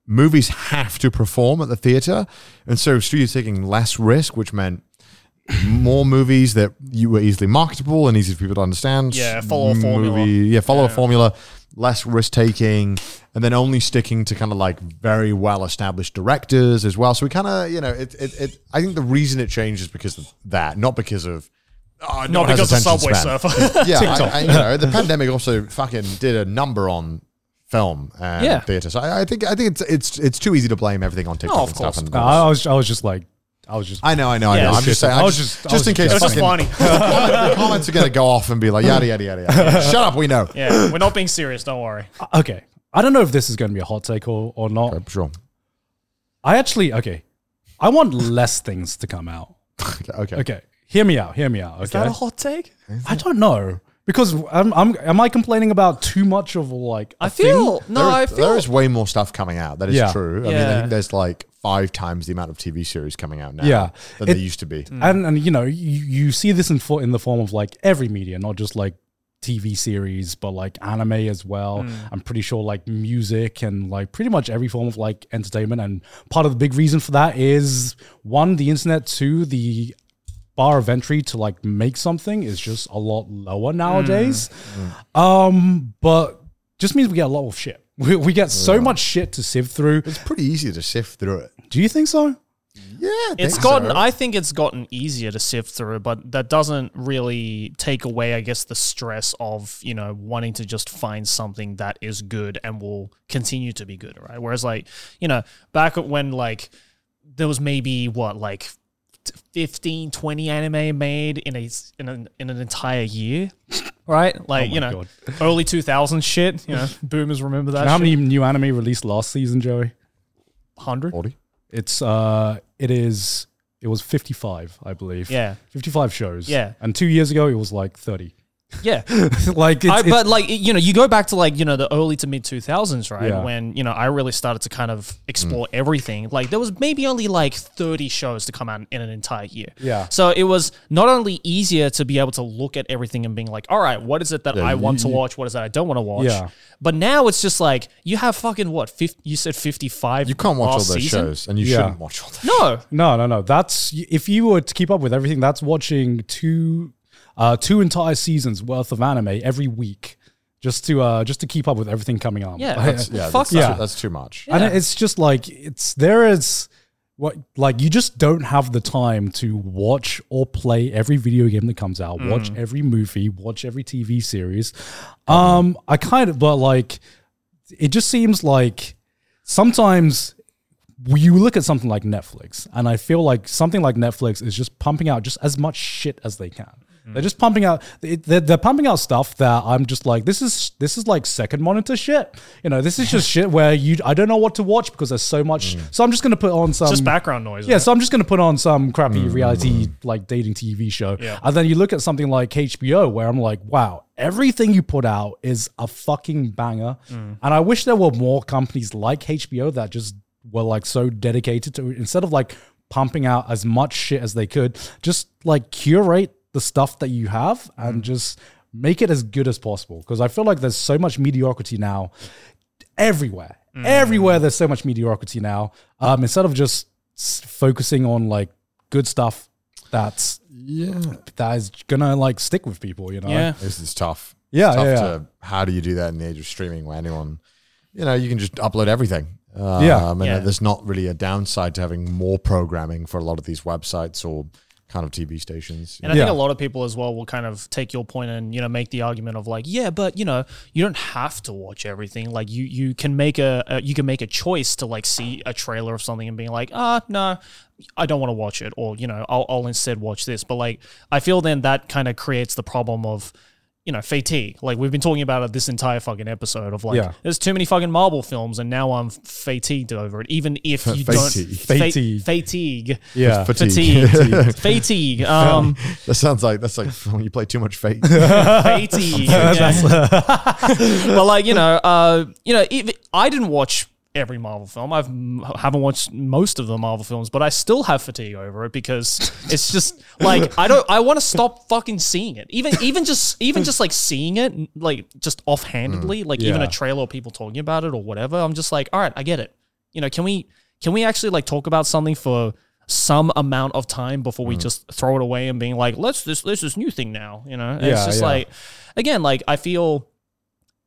movies have to perform at the theater, and so studios taking less risk, which meant more movies that you were easily marketable and easy for people to understand. Yeah, follow a formula. yeah, follow a formula, less risk taking, and then only sticking to kind of like very well established directors as well. So we kind of, you know, it, it, it. I think the reason it changed is because of that, not because of. Oh, not no one has because of attention Subway span. Surfer. Yeah, I, I, you know, the pandemic also fucking did a number on film and Yeah. theater. So I, I think I think it's it's it's too easy to blame everything on TikTok Oh, of and stuff. course, And No, I was I was just like I was just. I know, I know, Yeah, I it's know. I'm just just- saying. I I was was just- just, I just, was in case. just- That's fucking- the comments are gonna go off and be like yada yada yada. yada. Shut up. We know. Yeah, we're not being serious. Don't worry. Okay. I don't know if this is going to be a hot take or, or not. Okay, sure. I actually, okay. I want less things to come out. Okay. Okay. Okay. Hear me out. Hear me out. Okay. Is that a hot take? I don't know. Because I'm, I'm, am I complaining about too much of like. a I feel thing? no. There- I feel there is way more stuff coming out. That is Yeah. true. I mean, Yeah. I think there's like five times the amount of TV series coming out now. Yeah. than It- Mm. there used to be. Mm. And, and you know, you, you see this in, fo- in the form of like every media, not just like TV series, but like anime as well. Mm. I'm pretty sure like music and like pretty much every form of like entertainment. And part of the big reason for that is one, the internet, two, the bar of entry to like make something is just a lot Mm. lower nowadays. Um, but just means we get a lot of shit. We, we get so much shit to sift through. It's pretty easy to sift through it. Do you think so? Yeah, I It's think gotten. so. I think it's gotten easier to sift through, but that doesn't really take away, I guess, the stress of you know wanting to just find something that is good and will continue to be good, right? Whereas, like you know, back when like there was maybe what like 15, 20 anime made in a s- in an in an entire year, right? Like Oh my you know, God. early two thousand shit. You know, boomers remember that. How shit. many new anime released last season, Joey? hundred? Forty. It's uh it is it was 55, I believe. Yeah. 55 shows. Yeah. And 2 years ago it was like 30. Yeah. like it's, I, it's- but like you know, you go back to like you know the early to mid two thousands, right? Yeah. When you know I really started to kind of explore Mm. everything. Like there was maybe only like thirty shows to come out in an entire year. Yeah. So it was not only easier to be able to look at everything and being like, all right, what is it that I want to watch? What is that I don't want to watch? Yeah. But now it's just like you have fucking what? 50, you said fifty five. You can't watch all those shows, and you Yeah. shouldn't watch all those. No. no, no, no. That's if you were to keep up with everything, that's watching two uh two entire seasons worth of anime every week just to uh just to keep up with everything coming on. Yeah. Like, That's- Yeah, Fuck that's, yeah. that's too much. And it's just like it's there is what like you just don't have the time to watch or play every video game that comes out, watch every movie, watch every TV series. Um I kind of but like it just seems like sometimes you look at something like Netflix and I feel like something like Netflix is just pumping out just as much shit as they can. They're just pumping out. it- They're, they're pumping out stuff that I'm just like, this is this is like second monitor shit. You know, this is just shit where you I don't know what to watch because there's so much. So I'm just gonna put on some Um, Just background noise. Mm. yeah, so I'm just going to put on some crappy reality like dating TV show. Yeah. And then you look at something like HBO where I'm like, wow, everything you put out is a fucking banger. Mm. And I wish there were more companies like HBO that just were like so dedicated to instead of like pumping out as much shit as they could, just like curate the stuff that you have Mm. and just make it as good as possible because I feel like there's so much mediocrity now everywhere. Everywhere there's so much mediocrity now. Um, instead of just s- focusing on like good stuff that's Yeah, that is gonna like stick with people, you know. Yeah. this is tough. Yeah, It's tough yeah, yeah. To, how do you do that in the age of streaming where anyone, you know, you can just upload everything. Um, Yeah. and Yeah. there's not really a downside to having more programming for a lot of these websites or kind of TV stations. And I think a Yeah. lot of people as well will kind of take your point and you know make the argument of like, yeah, but you know, you don't have to watch everything. Like you you can make a, a you can make a choice to like see a trailer of something and being like, ah, no, I don't want to watch it, or you know, I'll, I'll instead watch this. But like, I feel then that kind of creates the problem of. You know, fatigue. Like we've been talking about it this entire fucking episode of like, Yeah. there's too many fucking Marvel films, and now I'm fatigued over it. Even if you don't Fatigue. fa- Fatigue. fatigue, Yeah. Fatigue. fatigue, fatigue. Um, that sounds like that's like when you play too much Fate. Haiti. but like you know, uh, you know, if, I didn't watch every Marvel film. I've m- haven't watched most of the Marvel films, but I still have fatigue over it because it's just like I don't. I want to stop fucking seeing it. Even even just even just like seeing it like just offhandedly, like even Yeah. a trailer or people talking about it or whatever. I'm just like, all right, I get it. You know, can we can we actually like talk about something for some amount of time before we just throw it away and being like, let's this this is new thing now, you know? And it's Yeah, just yeah. like again, like I feel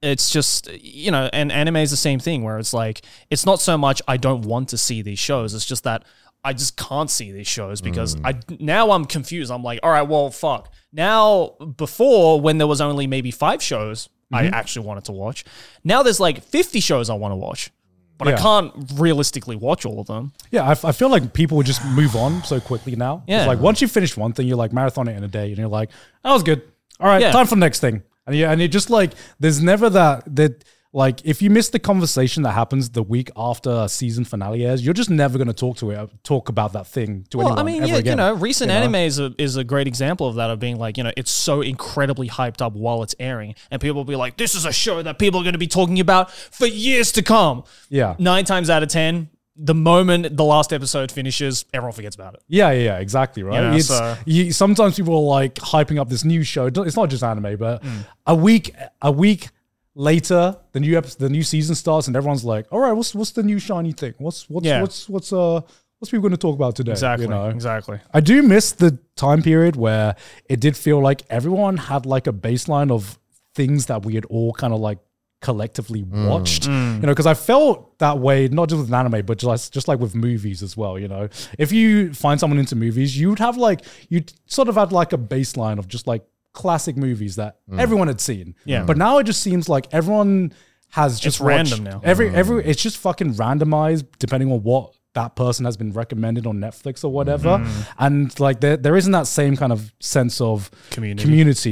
it's just you know, and anime is the same thing where it's like it's not so much I don't want to see these shows, it's just that I just can't see these shows because Mm. I now I'm confused. I'm like, all right, well, fuck. Now before when there was only Mm-hmm. maybe five shows I actually wanted to watch, now there's like 50 shows I want to watch but I Yeah. can't realistically watch all of them. Yeah, I, f- I feel like people would just move on so quickly now. 'Cause, Yeah. like once you finish one thing, you're like marathon it in a day, and you're like, that was good. All right, Yeah. time for the next thing. And yeah, and it just like there's never that that like if you miss the conversation that happens the week after a season finale airs, you're just never gonna talk to it uh, talk about that thing to Well, anyone I mean, ever yeah, again. you know, recent anime is a, is a great example of that of being like, you know, it's so incredibly hyped up while it's airing, and people will be like, "This is a show that people are going to be talking about for years to come." Yeah. nine times out of ten, the moment the last episode finishes, everyone forgets about it. Yeah, yeah, yeah, exactly, right? You know, it's, so- you, sometimes people are like hyping up this new show. It's not just anime, but Hmm. a week a week later, the new episode, the new season starts, and everyone's like, "All right, what's what's the new shiny thing? What's what's Yeah. what's what's uh what's people going to talk about today?" Exactly, You know? exactly. I do miss the time period where it did feel like everyone had like a baseline of things that we had all kind of like collectively watched, Mm. you know, because I felt that way, not just with anime, but just, just like with movies as well, you know. If you find someone into movies, you would have like, you sort of had like a baseline of just like classic movies that everyone had seen. Yeah. But now it just seems like everyone has just watched- random now. Every, every, it's just fucking randomized depending on what that person has been recommended on Netflix or whatever. Mm-hmm. And like there, there isn't that same kind of sense of Community. Mm.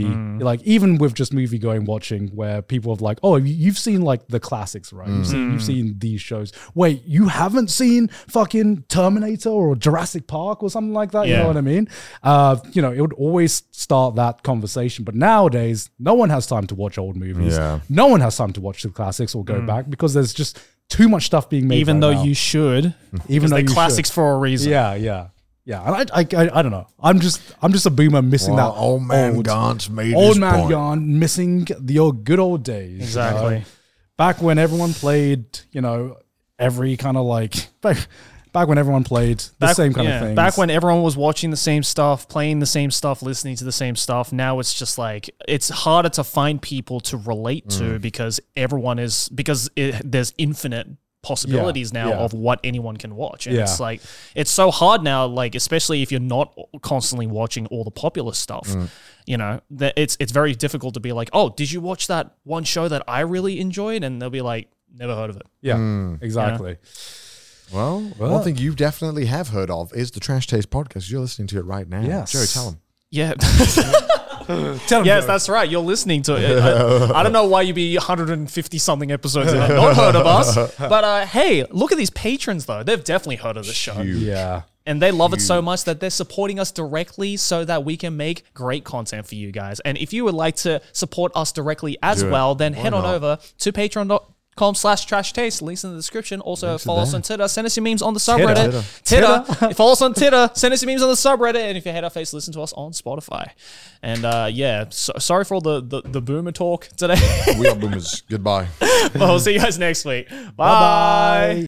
community like even with just movie going watching where people have like, oh, you- you've seen like the classics, right? You've seen Mm. you've seen these shows. Wait, you haven't seen fucking Terminator or Jurassic Park or something like that. You Yeah. know what I mean? Uh, you know, it would always start that conversation. But nowadays, no one has time to watch old movies. Yeah. Mm. No one has time to watch the classics or go back because there's just too much stuff being made. Even right though now. you should, even though they're you should. classics for a reason. Yeah, yeah, yeah. And I, I, I, I don't know. I'm just, I'm just a boomer missing Well, that old man old, Gaunt's made old his man point. Yarn missing the old good old days. you Exactly. know? Back when everyone played, you know, every kind of like back, back when everyone played the same kind yeah, of thing. Back when everyone was watching the same stuff, playing the same stuff, listening to the same stuff, now it's just like it's harder to find people to relate to Mm. because everyone is because it, there's infinite possibilities now yeah. of what anyone can watch. And it's Yeah. like it's so hard now like especially if you're not constantly watching all the popular stuff. Mm. You know, that it's it's very difficult to be like, "Oh, did you watch that one show that I really enjoyed?" and they'll be like, "Never heard of it." yeah, Mm. exactly. Well, one thing you definitely have heard of is the Trash Taste podcast. You're listening to it right now. Yes. Joe, tell them. Yeah. Tell 'em, Yes, Joe. that's right. You're listening to it. I, I don't know why you'd be 150 something episodes and have not heard of us. But uh, hey, look at these patrons, though. They've definitely heard of the show. yeah. And they love it so much that they're supporting us directly so that we can make great content for you guys. And if you would like to support us directly as well, then head on over to patreon.com slash trash taste. Links in the description. Also follow us on Twitter. Send us your memes on the subreddit. Titter. follow us on Titter. Send us your memes on the subreddit. And if you hate our face, listen to us on Spotify. And uh, yeah, so, sorry for all the, the, the boomer talk today. We are boomers. Goodbye. we'll see you guys next week. Bye-bye.